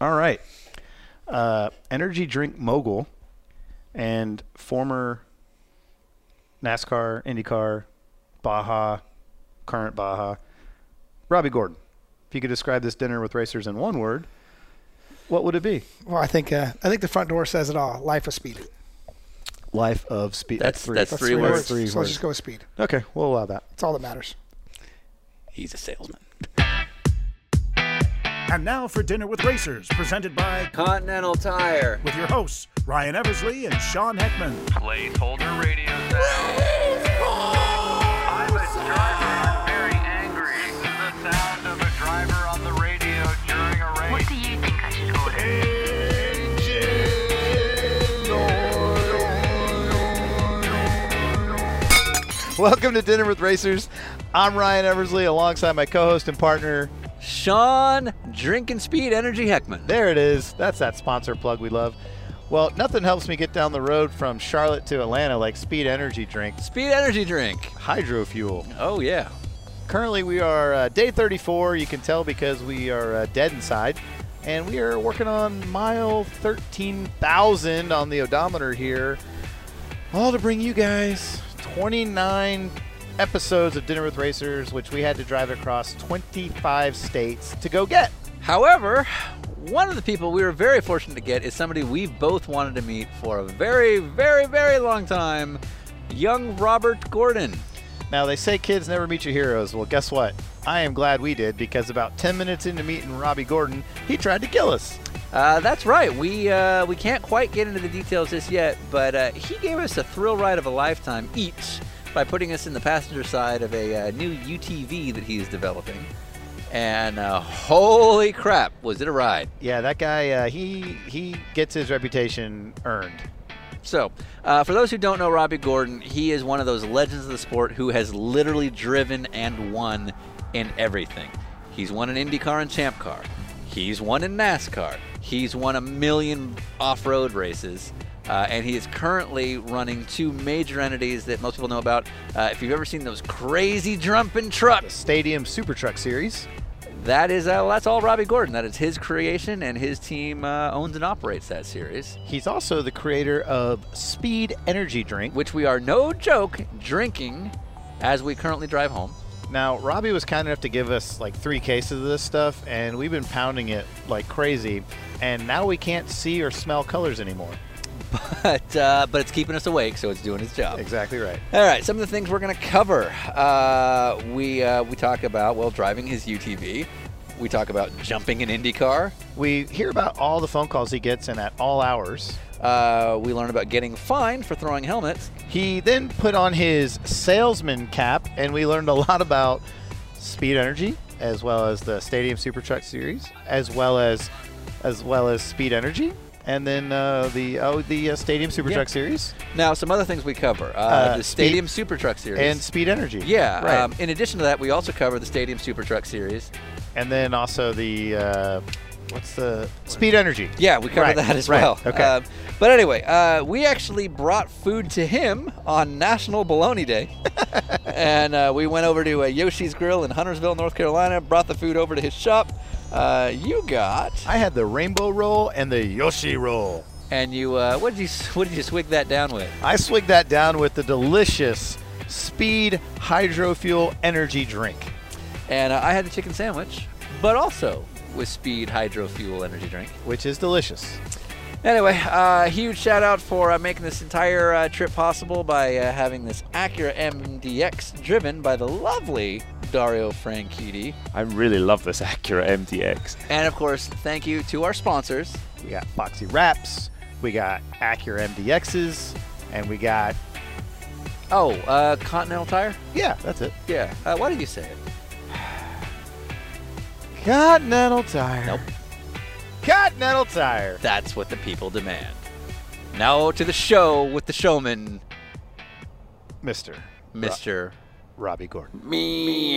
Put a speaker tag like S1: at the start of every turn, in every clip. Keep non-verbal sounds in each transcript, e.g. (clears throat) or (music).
S1: All right. Uh, energy drink mogul and former NASCAR, IndyCar, Baja, current Baja, Robbie Gordon. If you could describe this dinner with racers in one word, what would it be?
S2: Well, I think uh, I think the front door says it all. Life of speed.
S1: Life of speed.
S3: That's- that's Three words. Three
S2: so let's just go with speed.
S1: Okay, we'll allow that.
S2: That's all that matters.
S3: He's a salesman.
S4: And now for Dinner with Racers, presented by
S5: Continental Tire.
S4: with your hosts Ryan Eversley and Sean Heckman.
S6: Placeholder radio sound. I'm a driver. I'm very angry. This is the sound of a driver on the radio during a race.
S7: What do you think I should order?
S1: Welcome to Dinner with Racers. I'm Ryan Eversley alongside my co host and partner.
S5: Sean Drinking Speed Energy Heckman.
S1: There it is. That's that sponsor plug we love. Well, nothing helps me get down the road from Charlotte to Atlanta like Speed Energy Drinks,
S5: Speed Energy Drink.
S1: Hydro Fuel.
S5: Oh, yeah.
S1: Currently, we are uh, day 34. You can tell because we are uh, dead inside. And we are working on mile 13,000 on the odometer here. All to bring you guys 29 episodes of Dinner with Racers, which we had to drive across 25 states to go get.
S5: However, one of the people we were very fortunate to get is somebody we both wanted to meet for a very, very, very long time young Robert Gordon.
S1: Now, they say kids never meet your heroes. Well, guess what? I am glad we did because about 10 minutes into meeting Robbie Gordon, he tried to kill us.
S5: Uh, that's right. We uh, we can't quite get into the details just yet, but uh, he gave us a thrill ride of a lifetime each by putting us in the passenger side of a uh, new UTV that he is developing. And uh, holy crap, was it a ride!
S1: Yeah, that guy, uh, he, he gets his reputation earned.
S5: So, uh, for those who don't know Robbie Gordon, he is one of those legends of the sport who has literally driven and won in everything. He's won an IndyCar and Champ Car. He's won in NASCAR. He's won a million off-road races. Uh, and he is currently running two major entities that most people know about. Uh, if you've ever seen those crazy jumping trucks,
S1: Stadium Super Truck Series.
S5: that is uh, that's all Robbie Gordon. That is his creation, and his team uh, owns and operates that series.
S1: He's also the creator of Speed Energy Drink.
S5: which we are no joke drinking as we currently drive home. (laughs)
S1: Now, Robbie was kind enough to give us like three cases of this stuff, and we've been pounding it like crazy. And now we can't see or smell colors anymore.
S5: But uh, but it's keeping us awake, so it's doing its job.
S1: Exactly right.
S5: All right, some of the things we're going to cover. Uh, we uh, we talk about well driving his UTV. We talk about jumping an IndyCar.
S1: We hear about all the phone calls he gets and at all hours.
S5: Uh, we learn about getting fined for throwing helmets.
S1: He then put on his salesman cap, and we learned a lot about Speed Energy, as well as the Stadium Super Truck Series, as well as as well as Speed Energy, and then uh, the oh the uh, Stadium Super
S5: Yeah.
S1: Truck Series
S5: Now some other things we cover: uh,
S1: Uh,
S5: the
S1: speed-
S5: Stadium Super Truck Series.
S1: and Speed Energy.
S5: yeah.
S1: right.
S5: Um, in addition to that, we also cover the Stadium Super Truck Series.
S1: and then also the uh, what's the Speed Energy?
S5: Yeah, we covered
S1: Right,
S5: that as
S1: right,
S5: well.
S1: okay.
S5: Um, but anyway, uh, we actually brought food to him on National
S1: (laughs)
S5: Bologna Day. and uh, we went over to uh, Yoshi's Grill in Huntersville, North Carolina, brought the food over to his shop. Uh, you got,
S1: I had the Rainbow Roll and the Yoshi Roll.
S5: and you, uh, what did you, what did you swig that down with?
S1: I swigged that down with the delicious Speed Hydro Fuel Energy Drink.
S5: And uh, I had the chicken sandwich, but also with Speed Hydro Fuel Energy Drink.
S1: which is delicious.
S5: Anyway, uh, huge shout out for uh, making this entire uh, trip possible by uh, having this Acura MDX driven by the lovely Dario Franchitti.
S8: I really love this Acura MDX.
S5: And of course, thank you to our sponsors.
S1: We got Foxy Wraps, we got Acura MDXs, and we got
S5: Oh, uh, Continental Tire?
S1: yeah, that's it.
S5: Yeah. Uh, why did you say it?
S1: Continental Tire.
S5: Nope.
S1: Continental Tire.
S5: That's what the people demand. Now to the show with the showman,
S1: Mister
S5: Mr.
S2: (laughs)
S1: Robbie Gordon.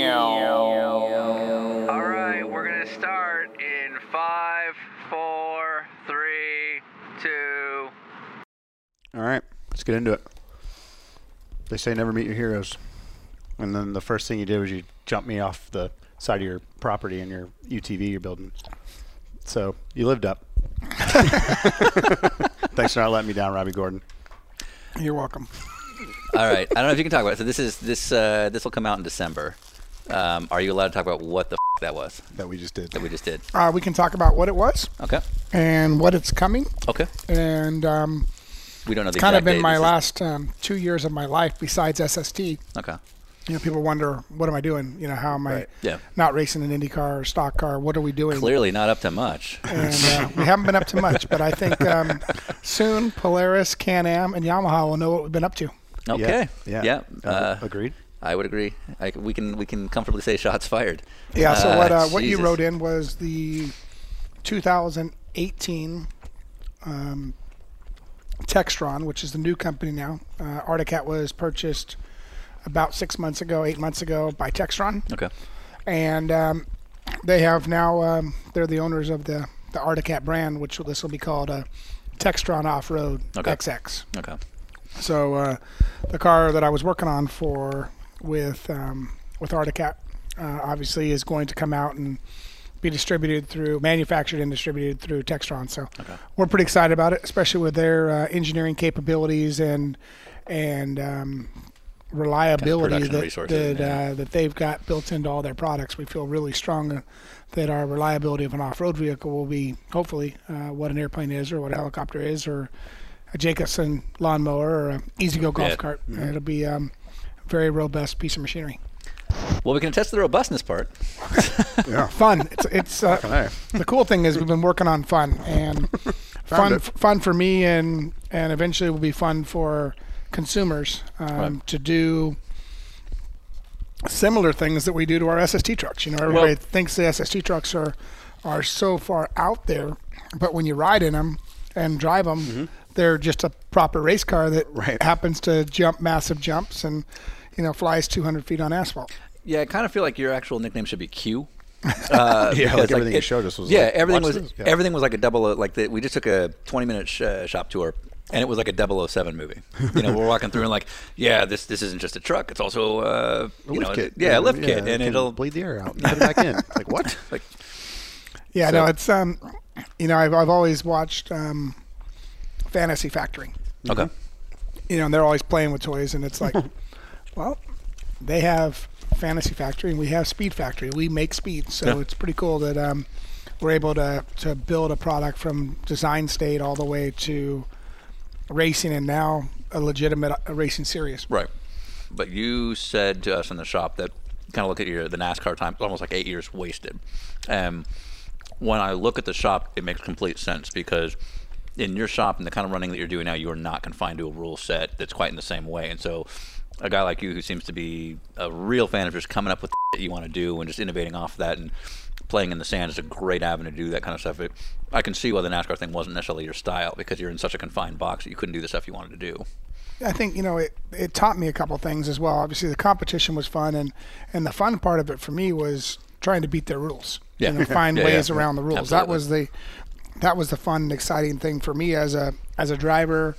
S6: All right, we're gonna start in five, four, three, two.
S9: All right, let's get into it. They say never meet your heroes, and then the first thing you did was you jumped me off the side of your property in your UTV you're building. So you lived up. (laughs) Thanks for not letting me down, Robbie Gordon.
S2: You're welcome.
S5: All right. I don't know if you can talk about it. So this is this uh, this will come out in December. Um, are you allowed to talk about what the f- that was
S9: That we just did.
S5: that we just did?
S2: Uh, we can talk about what it was
S5: Okay.
S2: and what it's coming,
S5: Okay.
S2: and um,
S5: We don't know the
S2: kind
S5: exact
S2: of been
S5: date.
S2: my
S5: This is-
S2: last um, two years of my life besides SST. You
S5: Okay.
S2: know, people wonder what am I doing? You know, how am
S9: Right.
S2: I
S5: Yeah.
S2: not racing an IndyCar or stock car? What are we doing?
S5: Clearly not up to much.
S2: and uh, we haven't been up to much, but I think um, soon Polaris, Can Am, and Yamaha will know what we've been up to.
S5: Okay.
S9: Yeah.
S5: Yeah.
S9: Uh,
S5: Uh,
S9: agreed.
S5: I would agree. I, we can we can comfortably say shots fired.
S2: Yeah. So what uh, what you
S5: Jesus.
S2: wrote in was the 2018 um, Textron, which is the new company now. Uh, Articat was purchased about six months ago, eight months ago by Textron,
S5: Okay.
S2: and um, they have now um, they're the owners of the the Articat brand, which this will be called uh, Textron Off Road
S5: Okay.
S2: XX.
S5: Okay.
S2: So uh, the car that I was working on for with um, with Articat uh, obviously is going to come out and be distributed through manufactured and distributed through Textron. So we're pretty excited about it, especially with their uh, engineering capabilities and and um, reliability
S5: production
S2: that
S5: resources,
S2: that,
S5: yeah.
S2: uh, that they've got built into all their products. We feel really strong that our reliability of an off-road vehicle will be hopefully uh, what an airplane is or what a helicopter is or a Jacobson lawnmower or a Easy Go golf
S5: Yeah.
S2: cart. It'll be um, a very robust piece of machinery.
S5: Well, we can attest to the robustness part.
S2: Fun. It's it's uh, the cool thing is we've been working on fun
S9: (laughs)
S2: and fun
S9: it.
S2: fun for me and and eventually will be fun for consumers um, to do similar things that we do to our SST trucks. You know, everybody thinks the SST trucks are are so far out there, but when you ride in them and drive them, they're just a proper race car that
S9: Mm-hmm. Right.
S2: happens to jump massive jumps and you know flies 200 feet on asphalt.
S5: Yeah, I kind of feel like your actual nickname should be (laughs) Q. Uh,
S9: Yeah, like
S5: because,
S9: everything you showed us was
S5: Yeah,
S9: like,
S5: everything
S9: watch
S5: was
S9: this. Yeah.
S5: everything was like a double. O- Like the, we just took a twenty-minute sh- uh, shop tour, and it was like a 007 movie. You know, we're walking through and like, yeah, this this isn't just a truck; it's also uh, you know, yeah, a lift kit, and
S9: can
S5: it'll
S9: bleed the air out. And put it back in. Like what?
S5: Like,
S2: Yeah, no,
S5: So-
S2: it's um, you know, I've I've always watched um, Fantasy Factory.
S9: Mm-hmm.
S5: okay,
S2: You know, and they're always playing with toys, and
S5: (laughs)
S2: it's like, well, they have Fantasy Factory, and we have Speed Factory. We make speed, so
S5: Yeah.
S2: it's pretty cool that um, we're able to to build a product from design state all the way to racing, and now a legitimate uh, racing series.
S5: right. But you said to us in the shop that kind of look at your the NASCAR time, it's almost like eight years wasted. Um, when I look at the shop, it makes complete sense because in your shop and the kind of running that you're doing now, you are not confined to a rule set that's quite in the same way. And so, a guy like you who seems to be a real fan of just coming up with that you want to do and just innovating off that and playing in the sand is a great avenue to do that kind of stuff. It, I can see why the NASCAR thing wasn't necessarily your style because you're in such a confined box that you couldn't do the stuff you wanted to do.
S2: I think you know it. It taught me a couple things as well. Obviously, the competition was fun, and and the fun part of it for me was trying to beat their rules.
S5: Yeah.
S2: you know, find
S5: (laughs) Yeah,
S2: ways
S5: yeah.
S2: around the rules. That was the that was the fun and exciting thing for me as a as a driver,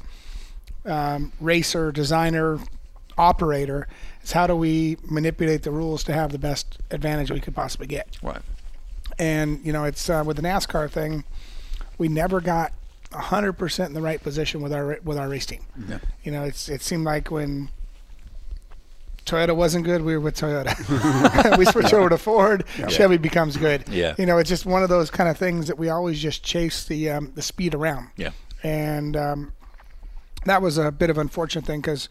S2: um, racer, designer, operator. Is how do we manipulate the rules to have the best advantage we could possibly get?
S5: Right.
S2: and you know it's uh, with the NASCAR thing, we never got hundred percent in the right position with our with our race team. You know, it's it seemed like when Toyota wasn't good, we were with Toyota. (laughs) we switch over to Ford, Chevy becomes good.
S5: Yeah.
S2: you know, it's just one of those kind of things that we always just chase the um, the speed around
S5: Yeah.
S2: and um, that was a bit of an unfortunate thing because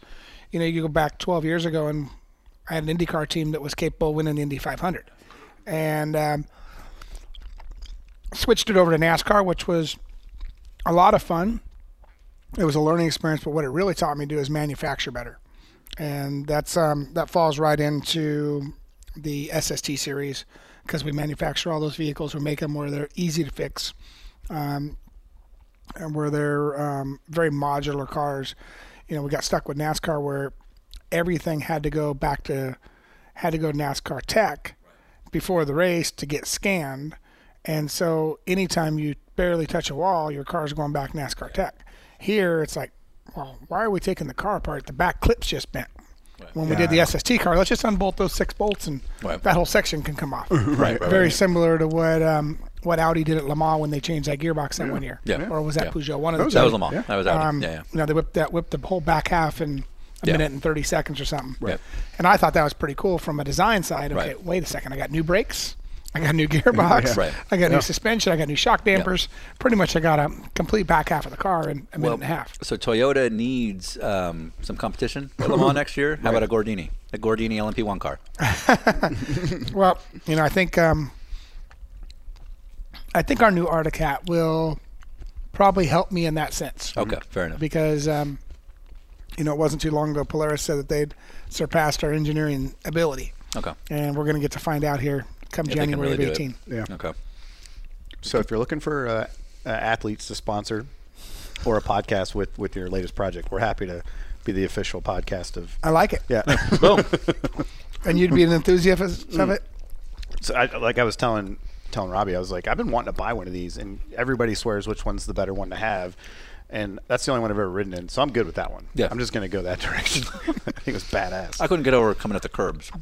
S2: you know you go back 12 years ago and I had an IndyCar team that was capable of winning the Indy 500, and um, switched it over to NASCAR, which was a lot of fun. It was a learning experience, but what it really taught me to do is manufacture better, and that's um, that falls right into the SST series because we manufacture all those vehicles, we make them where they're easy to fix and where they're um, very modular cars. You know, we got stuck with NASCAR where everything had to go back to had to go NASCAR tech before the race to get scanned, and so anytime you barely touch a wall, your car's going back NASCAR tech. Here, it's like, well, why are we taking the car apart? The back clip's just bent. When we did the SST car, let's just unbolt those six bolts and
S5: Right.
S2: that whole section can come off.
S5: (laughs) Right, right,
S2: Very
S5: right.
S2: similar to what um, what Audi did at Le Mans when they changed that gearbox that one year.
S5: Yeah.
S2: Or was that
S5: Yeah.
S2: Peugeot? One of
S9: That
S2: the
S9: was
S2: two.
S5: That
S9: Yeah.
S5: was Lamar.
S9: Yeah.
S5: That was Audi.
S2: Um,
S5: yeah, yeah.
S2: You know, they whipped that whipped the whole back half in a
S5: Yeah.
S2: minute and thirty seconds or something.
S5: Right.
S2: And I thought that was pretty cool from a design side. Okay,
S5: Right.
S2: wait a second, I got new brakes, I got
S5: (laughs)
S2: new gearbox,
S5: Right.
S2: I got new suspension, I got new shock dampers. Pretty much, I got a complete back half of the car in a minute and a half.
S5: So Toyota needs um, some competition for Le Mans next year. How about a Gordini? A Gordini LMP1 car.
S2: Well, you know, I think um, I think our new Articat will probably help me in that sense.
S5: Okay, fair enough.
S2: because um, you know it wasn't too long ago Polaris said that they'd surpassed our engineering ability,
S5: Okay.
S2: and we're going to get to find out here come
S5: If they can
S2: January
S5: really do
S2: of
S5: it.
S2: 18.
S9: Yeah.
S5: Okay.
S9: So if you're looking for uh, uh, athletes to sponsor or a podcast with with your latest project, we're happy to be the official podcast of.
S2: I like it,
S9: Yeah. (laughs)
S2: and you'd be an enthusiast
S5: Mm.
S2: of it.
S9: so I, like I was telling telling Robbie, I was like, I've been wanting to buy one of these, and everybody swears which one's the better one to have. And that's the only one I've ever ridden in, so I'm good with that one.
S5: Yeah.
S9: I'm just gonna go that (laughs) direction. I think it was badass.
S5: I couldn't get over coming at the curbs.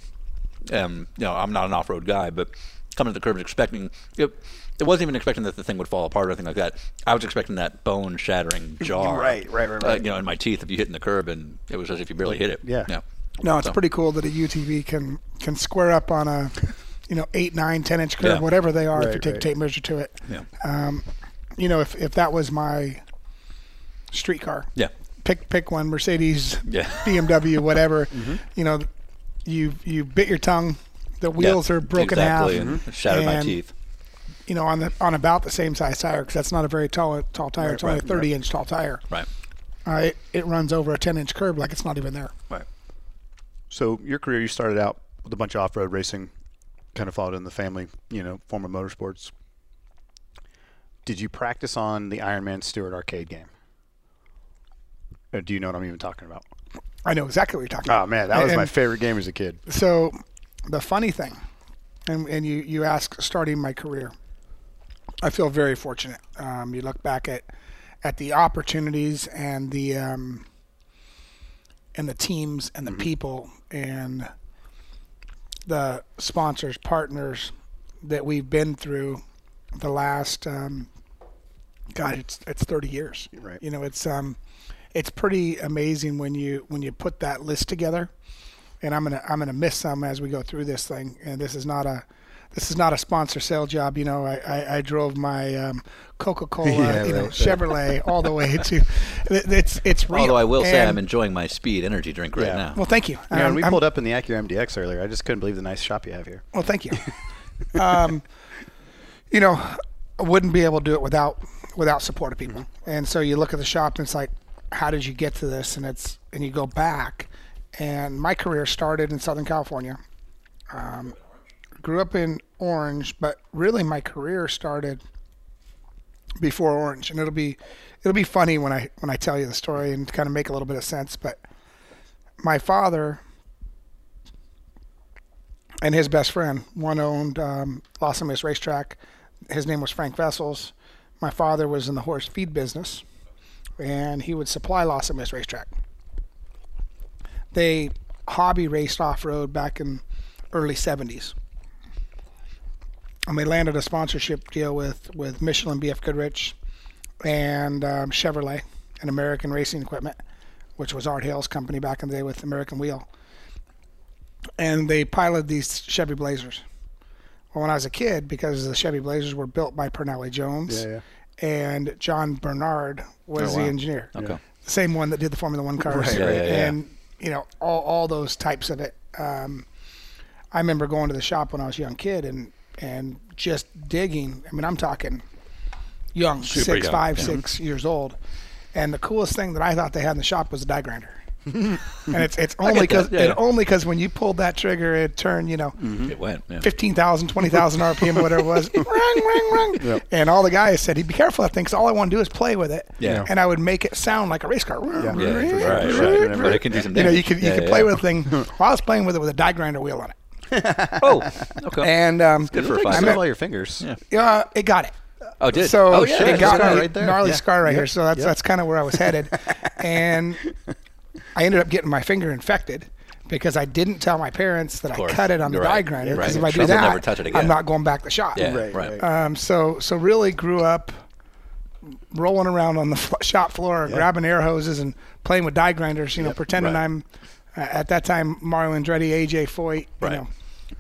S5: Um, you know, I'm not an off-road guy, but coming at the curbs expecting it, it wasn't even expecting that the thing would fall apart or anything like that. I was expecting that bone-shattering jar,
S9: (laughs) Right, right, right,
S5: uh,
S9: right.
S5: you know, in my teeth if you hit in the curb, and it was as if you barely hit it.
S9: Yeah.
S2: No, it's
S5: So-
S2: pretty cool that a UTV can can square up on a you know eight, nine, ten inch curve,
S5: Yeah.
S2: whatever they are, if
S9: Right,
S2: you take
S9: right.
S2: tape measure to it.
S5: Yeah.
S2: Uh, You know, if if that was my street car,
S5: yeah.
S2: pick pick one Mercedes, (laughs)
S5: Yeah. Mm-hmm.
S2: BMW,
S5: (laughs)
S2: whatever. You know, you you bit your tongue. The wheels
S5: Yeah,
S2: are broken
S5: exactly,
S2: half. Mm-hmm.
S5: and it shattered my
S2: and,
S5: teeth.
S2: You know, on the on about the same size tire because that's not a very tall tall tire. it's only a thirty inch tall tire.
S5: Right.
S2: Uh, it, it runs over a ten inch curb like it's not even there.
S9: So your career, you started out with a bunch of off-road racing, kind of followed in the family, you know, former motorsports. Did you practice on the Ironman Stewart arcade game? Or do you know what I'm even talking about?
S2: I know exactly what you're talking about.
S9: Oh man, that was my
S2: And-
S9: favorite game as a kid.
S2: so the funny thing and, and you, you ask starting my career i feel very fortunate um, you look back at at the opportunities and the um, and the teams and the
S5: Mm-hmm.
S2: people and the sponsors partners that we've been through the last um, god it's it's 30 years
S9: Right.
S2: you know it's um it's pretty amazing when you when you put that list together and I'm gonna I'm gonna miss some as we go through this thing. And this is not a this is not a sponsor sale job. You know, I I, I drove my um, Coca
S5: (laughs)
S2: Cola, you know, Chevrolet all the way to. it- It's it's real.
S5: Although I will say
S2: Oh, And-
S5: I'm enjoying my speed energy drink right
S9: Yeah.
S5: now.
S2: Well, thank you.
S9: Yeah,
S2: Um,
S9: and we
S2: I'm-
S9: pulled up in the Acura MDX earlier. I just couldn't believe the nice shop you have here.
S2: Well, thank you. um, (laughs) you know, I wouldn't be able to do it without without support of people. And so you look at the shop and it's like, how did you get to this? And it's and you go back. And my career started in Southern California. Um, grew up in Orange, but really my career started before Orange. And it'll be it'll be funny when I when I tell you the story and kind of make a little bit of sense. But my father and his best friend. One owned um, Los Angeles Racetrack. His name was Frank Vessels. My father was in the horse feed business, and he would supply Los Angeles Racetrack. They hobby raced off road back in early '70s, and they landed a sponsorship deal with with Michelin, BF Goodrich, and um, Chevrolet, and American Racing Equipment, which was Art Hale's company back in the day with American Wheel and they piloted these Chevy Blazers. Well, when I was a kid, because the Chevy Blazers were built by Pernelli Jones,
S9: Yeah, yeah.
S2: and John Bernard was the engineer.
S5: Okay.
S2: The same one that did the Formula One cars.
S5: Oh, Right, yeah, yeah.
S2: And, you know, all, all those types of it. Um, I remember going to the shop when I was a young kid and, and just digging. I mean, I'm talking young, six, five, six
S5: young, yeah.
S2: years old. And the coolest thing that I thought they had in the shop was a die
S5: (laughs)
S2: grinder. and it's it's only
S5: get that,
S2: because
S5: yeah, yeah.
S2: it
S5: Mm-hmm.
S2: only because when you pulled that trigger, it turned you know
S5: It went. Yeah.
S2: 15,000, 20,000 RPM, whatever it
S5: (laughs)
S2: was. ring, ring, ring. And all the guys said, hey, be careful of that thing 'cause all I want to do is play with it.
S5: Yeah.
S2: And I would make it sound like a race car.
S5: Yeah, right, right. But it can do some
S2: You know, you
S5: damage.
S2: could, you
S5: Yeah,
S2: could
S5: yeah,
S2: play
S5: yeah.
S2: with a thing.
S5: (laughs)
S2: Well, I was playing with it with a die grinder wheel on it.
S5: Oh,
S3: (laughs)
S5: okay.
S2: And um,
S5: good for a
S9: You
S5: five.
S9: still
S5: minute-
S9: have all your fingers. Yeah.
S2: uh, it got it.
S5: Oh, did it?
S2: So
S5: oh, shit.
S2: it got
S5: Scar
S2: me
S5: right there.
S2: gnarly scar right here. So that's that's kind of where I was headed, and I ended up getting my finger infected because I didn't tell my parents that I
S3: course.
S2: cut it on the
S3: Right.
S2: die grinder. Because
S3: Right.
S2: if I do
S3: Trump will
S2: that,
S3: never touch it again.
S2: I'm not going back the shop.
S3: Yeah,
S1: Right,
S3: right.
S2: Um, so so really grew up rolling around on the fl- shop floor, grabbing air hoses and playing with die grinders. You know, pretending
S3: right.
S2: I'm uh, at that time Mario Andretti, AJ Foyt,
S3: Right.
S2: you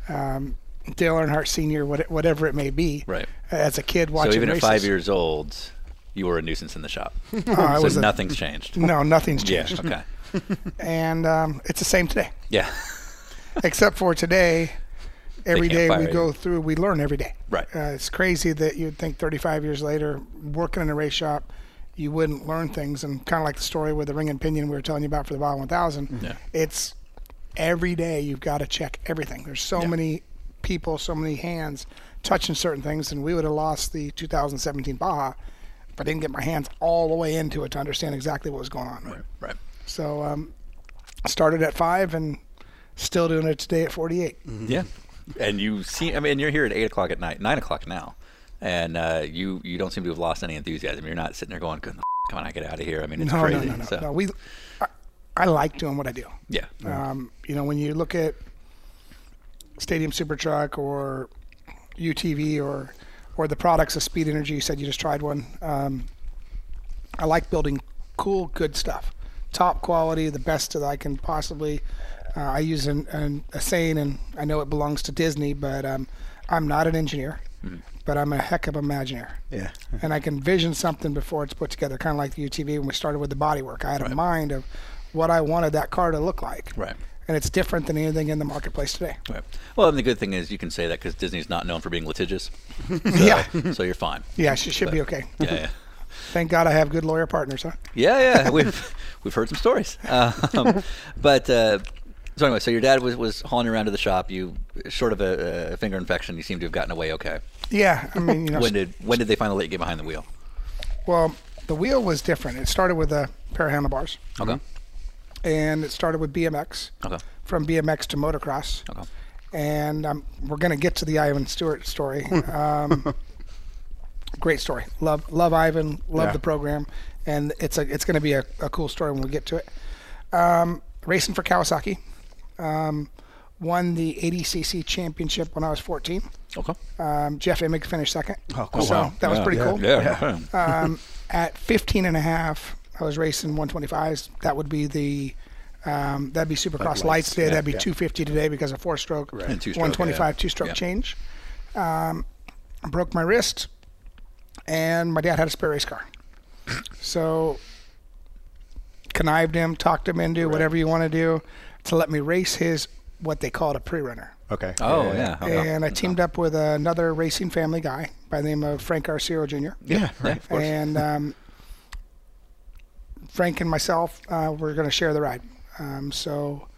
S2: know, um, Dale Earnhardt Sr., what, whatever it may be.
S3: Right.
S2: As a kid watching
S3: So even
S2: races. Oh,
S3: at five years old, you were a nuisance in
S2: (laughs)
S3: the shop.
S2: I was
S3: so
S2: a- (laughs)
S3: nothing's changed.
S2: no, nothing's
S3: Yeah.
S2: changed,
S3: Okay.
S2: and um, it's the same today.
S5: (laughs)
S3: Yeah.
S2: except for today every
S3: can't
S2: day
S3: fire
S2: we
S3: you.
S2: go through we learn every day
S3: Right.
S2: uh, it's crazy that you'd think 35 years later working in a race shop you wouldn't learn things and kind of like the story with the ring and pinion we were telling you about for the bottom 1000
S3: Mm-hmm. Yeah.
S2: it's every day you've got to check everything there's so many people so many hands touching certain things and we would have lost the 2017 baja if i didn't get my hands all the way into it to understand exactly what was going on
S3: Right.
S2: so um, started at five and still doing it today at 48.
S3: Yeah. And you see, I mean, you're here at eight o'clock at night, nine o'clock now, and uh, you you don't seem to have lost any enthusiasm. You're not sitting there going, "Good, come on, I get out of here." I mean, it's
S2: No, no,
S3: crazy.
S2: no, no,
S3: so,
S2: no. We, I, I like doing what I do.
S3: yeah,
S2: Um, you know, when you look at Stadium Super Truck or UTV or or the products of Speed Energy, you said you just tried one. Um, I like building cool, good stuff, top quality, the best that I can possibly. Uh, I use an, an, a saying, and I know it belongs to Disney, but um, I'm not an engineer, but I'm a heck of a Imagineer.
S1: Yeah.
S2: and I can vision something before it's put together, kind of like the UTV when we started with the bodywork. I had a mind of what I wanted that car to look like.
S3: Right.
S2: And it's different than anything in the marketplace today.
S3: right. Well, and the good thing is you can say that because Disney's not known for
S2: (laughs)
S3: being litigious. So,
S2: Yeah.
S3: So you're fine.
S2: Yeah, she should be okay.
S3: Yeah. Yeah.
S2: Thank God I have good lawyer partners, huh?
S3: Yeah, yeah, we've we've heard some stories. (laughs) Um, but uh, so anyway, so your dad was, was hauling you around to the shop. You, short of a, a finger infection, you seem to have gotten away okay.
S2: Yeah, I mean, you know,
S3: When did when did they finally let you get behind the wheel?
S2: well, the wheel was different. It started with a pair of handlebars,
S3: Okay,
S2: and it started with BMX.
S3: okay,
S2: From BMX to motocross.
S3: okay.
S2: and um, we're going to get to the Ivan Stewart story.
S3: (laughs)
S2: Um, great story. Love love Ivan. Love
S1: Yeah.
S2: the program, and it's a it's going to be a, a cool story when we get to it. Um, racing for Kawasaki. Um, won the 80cc championship when I was 14.
S3: Okay.
S2: Um, Jeff Emig finished second. Oh, cool. So that was pretty cool.
S3: Yeah.
S2: Um, at 15 and a half, I was racing 125s. That would be the um, that'd be Supercross lights, day. that'd be 250 today because of four stroke,
S3: And two-stroke,
S2: 125
S3: yeah.
S2: two stroke
S3: Yeah.
S2: change. Um, I broke my wrist, and my dad had a spare race car, so connived him, talked him into whatever you want to do to let me race his what they called a pre-runner.
S1: Okay.
S3: Oh yeah. okay.
S2: And I teamed up with another racing family guy by the name of Frank Arciro Jr.
S1: Yeah. Right.
S3: course. (laughs)
S2: And um, Frank and myself uh, were going to share the ride. Um, so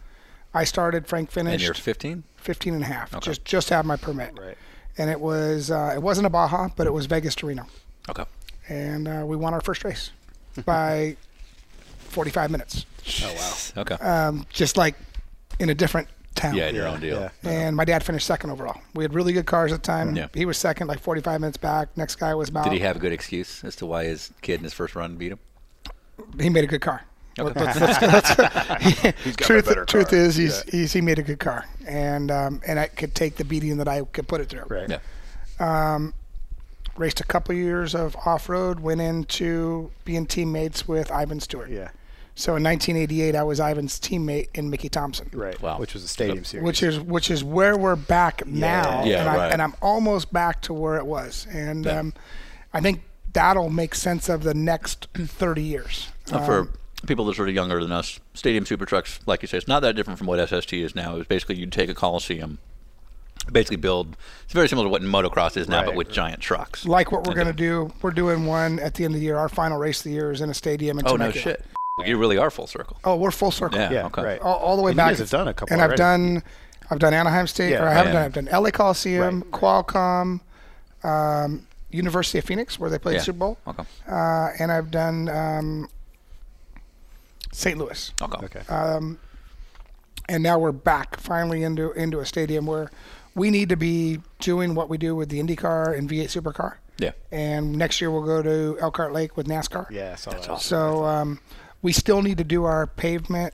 S2: I started, Frank
S3: And
S2: finished
S3: you're 15.
S2: 15 and a half. Just just have my permit.
S1: Right.
S2: And it was uh, it wasn't a Baja, but it was Vegas to Reno.
S3: Okay.
S2: And uh, we won our first
S3: (laughs)
S2: race by 45 minutes.
S3: Okay.
S2: Um, just like in a different town.
S3: yeah, your own deal.
S1: uh,
S2: And my dad finished second overall. We had really good cars at the time.
S3: Yeah.
S2: He was second, like 45 minutes back. Next guy was about.
S3: Did he have a good excuse as to why his kid in his first run beat him?
S2: he made a good car.
S3: Okay.
S1: (laughs)
S2: Let's- let's- let's-
S1: got a
S2: truth,
S1: better
S2: truth
S1: car.
S2: is, he's, he's, he made a good car, and um, and I could take the beating that I could put it through.
S1: Right.
S3: Yeah.
S2: Raced a couple years of off road, went into being teammates with Ivan Stewart.
S1: Yeah.
S2: So in 1988, I was Ivan's teammate in Mickey Thompson.
S1: Right.
S3: Wow.
S1: Which was a stadium series.
S2: Which is which is where we're back now,
S3: Yeah,
S2: and, I'm,
S3: right.
S2: and I'm almost back to where it was, and
S3: Yeah.
S2: um, I think that'll make sense of the next 30 years.
S3: Uh, for people that are sort of younger than us, stadium super trucks, like you say, it's not that different from what SST is now. It's basically you take a coliseum, basically build. It's very similar to what motocross is now, but
S1: Right,
S3: with giant trucks.
S2: like what we're going to do. We're doing one at the end of the year. Our final race of the year is in a stadium in
S3: oh no
S2: Temecula.
S3: shit! You really are full circle.
S2: Oh, we're full circle.
S3: Yeah.
S1: Yeah.
S3: okay.
S1: Right.
S2: All, all the way
S1: And you
S2: back.
S1: guys have done a couple
S2: And
S1: already.
S2: I've done, I've done Anaheim State,
S1: Yeah.
S2: or I haven't
S3: Yeah.
S2: done. I've done LA Coliseum,
S1: Right.
S2: Qualcomm, um, University of Phoenix, where they played
S3: Yeah. Oh.
S2: the Super Bowl,
S3: Okay.
S2: uh, and I've done um, St. Louis.
S3: Okay.
S1: Okay.
S2: and now we're back finally into into a stadium where we need to be doing what we do with the IndyCar and V8 Supercar.
S3: Yeah.
S2: And next year we'll go to Elkhart Lake with NASCAR.
S1: yeah. I saw that.
S2: So um, we still need to do our pavement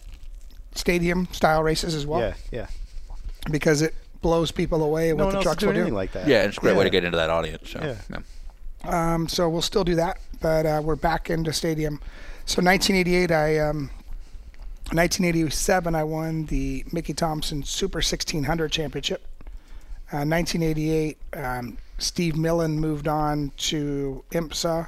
S2: stadium style races as well
S1: Yeah, yeah.
S2: because it blows people away
S1: No
S2: what
S1: one
S2: the
S1: else is
S2: trucks will
S1: doing
S2: do.
S1: anything like that.
S3: Yeah, it's a great way
S1: Yeah.
S3: to get into that audience. So,
S1: Yeah.
S3: yeah.
S2: Um, so we'll still do that, but uh, we're back into stadium. So 1988, I um, 1987, I won the Mickey Thompson Super 1600 Championship. Uh, 1988, um, Steve Millen moved on to IMSA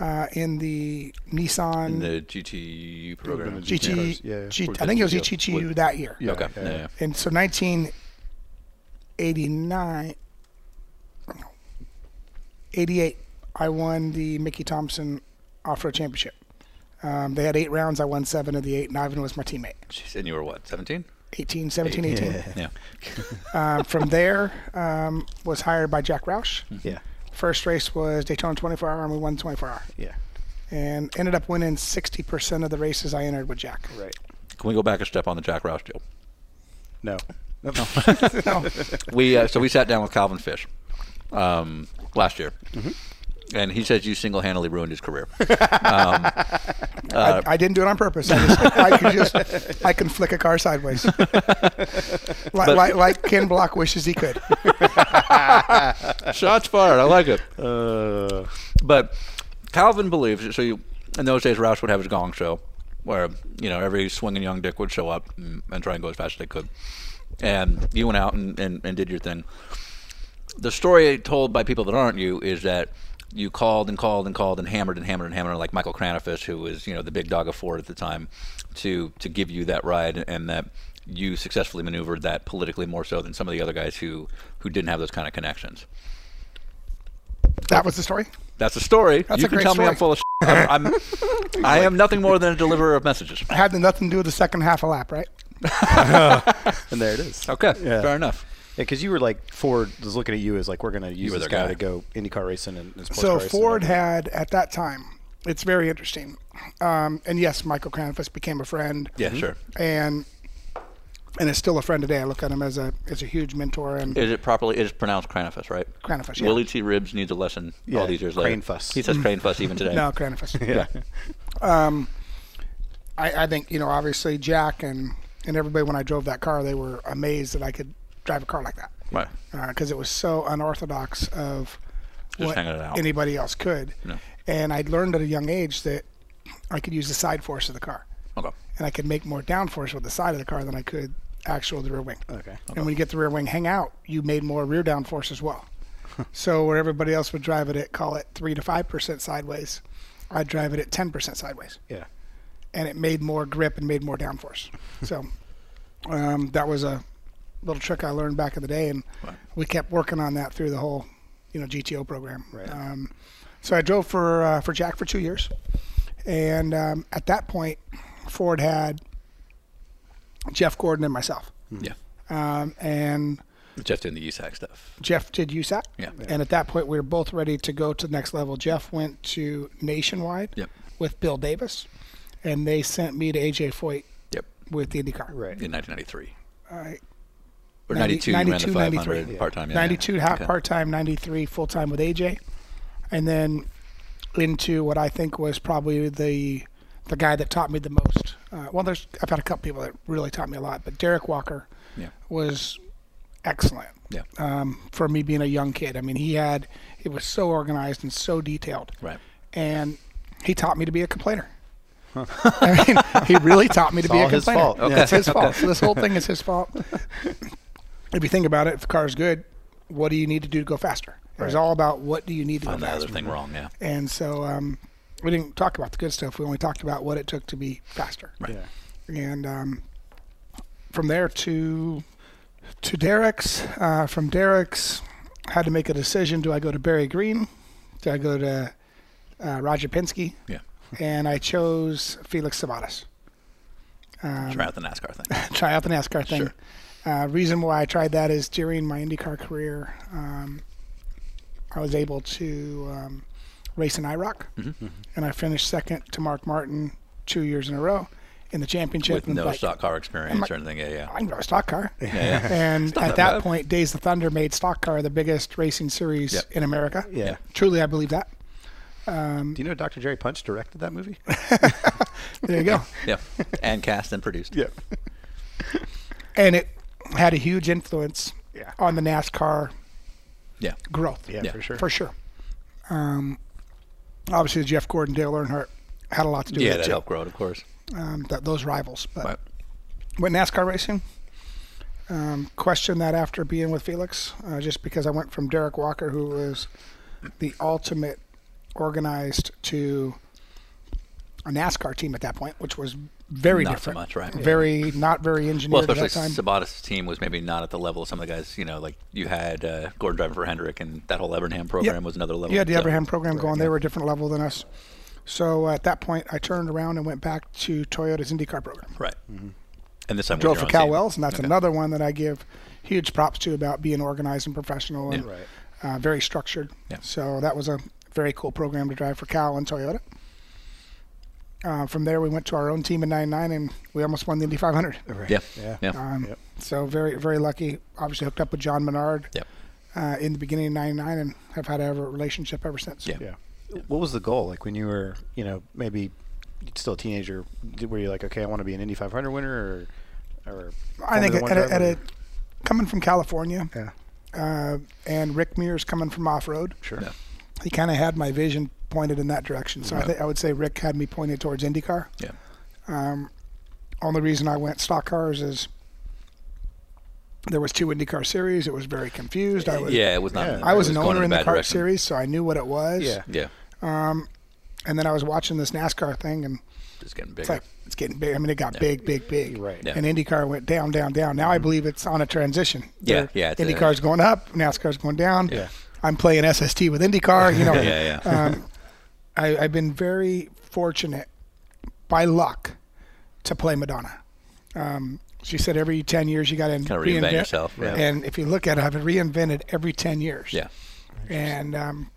S2: uh, in the Nissan
S3: In the GT program.
S1: G-
S2: GT.
S1: GTRs, yeah.
S2: G- I think it was
S3: Yeah.
S2: GTU that year.
S1: Yeah,
S3: okay.
S1: yeah.
S3: Yeah. yeah.
S2: And so 1989, 88, I won the Mickey Thompson Off Road Championship. Um, they had eight rounds. I won seven of the eight, and Ivan was my teammate.
S3: Jeez, And you were what, 17?
S2: 18, 17, 18.
S3: Yeah.
S2: Um, from there, um, was hired by Jack Roush.
S1: Yeah,
S2: First race was Daytona 24 Hour, and we won 24 Hour.
S1: yeah.
S2: And ended up winning 60% of the races I entered with Jack.
S1: Right.
S2: (laughs)
S3: Can we go back a step on the Jack Roush deal?
S1: No.
S9: (laughs)
S2: No. (laughs)
S3: We uh, so we sat down with Calvin Fish um, last year,
S1: Mm-hmm.
S3: and he says you single-handedly ruined his
S1: (laughs)
S3: career. Um,
S2: I, I didn't do it on purpose. I, just, I can just I can flick a car sideways, like, like, like Ken Block wishes he could.
S3: Shots fired. I like it.
S1: Uh,
S3: But Calvin believes so. You, in those days, Roush would have his gong show, where you know every swinging young dick would show up and, and try and go as fast as they could. And you went out and, and, and did your thing. The story told by people that aren't you is that you called and called and called and hammered and hammered and hammered, like Michael Cranafis, who was you know the big dog of Ford at the time, to to give you that ride, and that you successfully maneuvered that politically more so than some of the other guys who who didn't have those kind of connections.
S2: That was the story.
S3: That's a story. you
S2: a
S3: can
S2: great
S3: tell me
S2: story.
S3: I'm full of. Shit. I'm,
S2: (laughs)
S3: I'm, I am nothing more than a deliverer of messages.
S2: Had nothing to do with the second half a lap, right?
S1: and there it is.
S3: Okay,
S1: Yeah.
S3: fair enough.
S1: because you were like Ford was looking at you as like we're gonna use
S3: were
S1: this
S3: their
S1: guy,
S3: guy.
S1: to go IndyCar racing and, and sports
S2: So
S1: car racing and
S2: Ford
S1: everything.
S2: had at that time. It's very interesting, um, and yes, Michael Cranfus became a friend,
S3: Yeah, sure.
S2: and and is still a friend today. I look at him as a as a huge mentor and
S3: Is it properly? It is pronounced Cranifus, right?
S2: Cranifus, yeah.
S3: Willie T. Ribs needs a lesson
S1: Yeah,
S3: all these years later.
S1: Cranefus.
S3: He says Cranefus even
S2: (laughs)
S3: today.
S2: no Cranfus.
S3: (laughs) Yeah.
S2: Um, I, I think you know obviously Jack and and everybody when I drove that car they were amazed that I could drive a car like that.
S3: Right.
S2: because it was so unorthodox of
S3: Just
S2: what
S3: hanging it out.
S2: anybody else could.
S3: Yeah.
S2: And I'd learned at a young age that I could use the side force of the car,
S3: Okay.
S2: and I could make more downforce with the side of the car than I could actual the rear wing.
S1: Okay.
S2: And when you get the rear wing hang out, you made more rear downforce as well. so where everybody else would drive it at call it three to five percent sideways, I'd drive it at ten percent sideways
S1: yeah.
S2: and it made more grip and made more downforce. so um, that was a little trick I learned back in the day, and we kept working on that through the whole, you know, GTO program. Right. Um, so I drove for uh, for Jack for two years, and um, at that point, Ford had Jeff Gordon and myself,
S3: Yeah.
S2: um, and
S3: Just doing the E USAC stuff.
S2: Jeff did USAC.
S3: Yeah. Yeah.
S2: And at that point, we were both ready to go to the next level. Jeff went to Nationwide
S3: Yep.
S2: with Bill Davis, and they sent me to AJ Foyt
S3: Yep.
S2: with the IndyCar.
S1: Right.
S3: In 1993
S2: Uh,
S3: or
S2: 90
S3: 92, you ran the
S2: 92,
S3: 500
S2: 93.
S3: part time. Yeah,
S2: 92
S3: yeah.
S2: half
S3: Okay.
S2: part time, 93 full time with AJ, and then into what I think was probably the the guy that taught me the most. Uh, well, there's I've had a couple people that really taught me a lot, but Derek Walker
S3: Yeah.
S2: was excellent
S3: Yeah.
S2: um, for me being a young kid. I mean, he had it was so organized and so detailed,
S3: Right.
S2: And he taught me to be a complainer. (laughs) I mean, he really taught me to be a
S1: all his
S2: complainer.
S1: fault. Okay.
S3: (laughs)
S2: It's his fault. So this whole thing is his fault. if you think about it, if the car is good, what do you need to do to go faster? It was all about what do you need to
S3: On
S2: go
S3: the
S2: faster.
S3: other thing wrong. Yeah.
S2: And so um, we didn't talk about the good stuff. We only talked about what it took to be faster. Right.
S1: Yeah.
S2: And um, from there to to Derek's. Uh, from Derek's, had to make a decision: Do I go to Barry Green? Do I go to uh, Roger Penske?
S3: Yeah.
S2: And I chose Felix Sabatas. Um,
S3: Try out the NASCAR
S2: (laughs)
S3: thing.
S2: try out the NASCAR thing. Uh, reason why I tried that is during my IndyCar career, um, I was able to um, race in IROC,
S3: Mm-hmm.
S2: and I finished second to Mark Martin two years in a row in the championship.
S3: With
S2: and
S3: no
S2: like,
S3: stock car experience
S2: like-
S3: or anything. Yeah. Yeah.
S2: (laughs) I can drive a stock car.
S1: (laughs)
S3: yeah.
S2: And at
S3: that
S2: that
S3: bad.
S2: point, Days of Thunder made stock car the biggest racing series
S3: Yep.
S2: in America.
S1: Yeah.
S2: Truly, I believe that.
S1: Do you know Dr.
S9: (laughs)
S1: Jerry Punch directed that movie?
S3: (laughs)
S2: There you go.
S3: Yeah. And cast and produced.
S1: yeah.
S2: and it had a huge influence
S1: Yeah.
S2: on the NASCAR
S3: Yeah.
S2: growth.
S1: Yeah, for sure.
S2: for sure. Um, obviously, Jeff Gordon, Dale Earnhardt had a lot to do
S3: Yeah,
S2: with
S3: that
S2: it too.
S3: helped grow it, of course.
S2: Um, th- those rivals, but
S3: Right.
S2: with NASCAR racing, um, questioned that after being with Felix, uh, just because I went from Derek Walker, who was the ultimate organized, to a NASCAR team at that point, which was very
S3: Not so
S2: different,
S3: much, right?
S2: Very not very
S3: Well,
S2: engineered at
S3: especially
S2: that time.
S3: Sabatis' team was maybe not at the level of some of the guys. You know, like you had uh, Gordon driving for Hendrick, and that whole Evernham program was another level. uh,
S2: You had the
S3: So-
S2: Abraham program going. They were a different level than us. So at that point, I turned around and went back to Toyota's IndyCar program.
S3: right? And this time
S2: Mm-hmm. Drove for
S3: was your own
S2: Cal
S3: team.
S2: Wells, and that's
S3: Okay.
S2: another one that I give huge props to about being organized and professional and
S3: Yeah. Right.
S2: uh, very structured.
S3: Yeah.
S2: So that was a very cool program to drive for Cal and Toyota. Uh, from there, we went to our own team in '99, and we almost won the Indy 500.
S3: Yeah, yeah,
S2: Um, So very, very lucky. Obviously hooked up with John Menard
S3: Yep.
S2: uh, in the beginning of '99, and have had a relationship ever since.
S3: Yeah.
S1: Yeah. What was the goal? Like when you were, you know, maybe still a teenager, did- were you like, okay, I want to be an Indy 500 winner or, or
S2: I think
S1: Formula
S2: at,
S1: One
S2: a, at
S1: driver?
S2: a coming from California,
S1: Yeah.
S2: uh, and Rick Mears coming from off road,
S1: Sure.
S3: Yeah.
S2: he kind of had my vision pointed in that direction. So I, think I would say Rick had me pointed towards IndyCar.
S3: yeah.
S2: Only reason I went stock cars is there was two IndyCar series. It was very confused. I was
S3: Yeah, it was not.
S1: Yeah.
S2: I was, an
S3: going
S2: owner
S3: a
S2: in the
S3: bad
S2: kart
S3: direction.
S2: series, so I knew what it was.
S1: Yeah.
S3: Yeah,
S2: And then I was watching this NASCAR thing, and
S3: just getting
S2: it's
S3: bigger.
S2: like it's getting big. I mean, it got big, big, big.
S1: Right.
S3: Yeah. Mm-hmm.
S2: And IndyCar went down, down, down. Now I believe it's on a transition.
S3: Yeah,
S2: Where
S3: yeah, it's a-
S2: IndyCar's going up, NASCAR's going down.
S3: Yeah.
S2: I'm playing SST with IndyCar. You know.
S3: (laughs) yeah,
S2: (laughs)
S3: yeah.
S2: um, I, I've been very fortunate by luck to play Madonna. Um, she said every 10 years you got to
S3: Kinda reinvent yourself, right.
S2: And if you look at it, I've reinvented every 10 years.
S3: yeah,
S2: And um,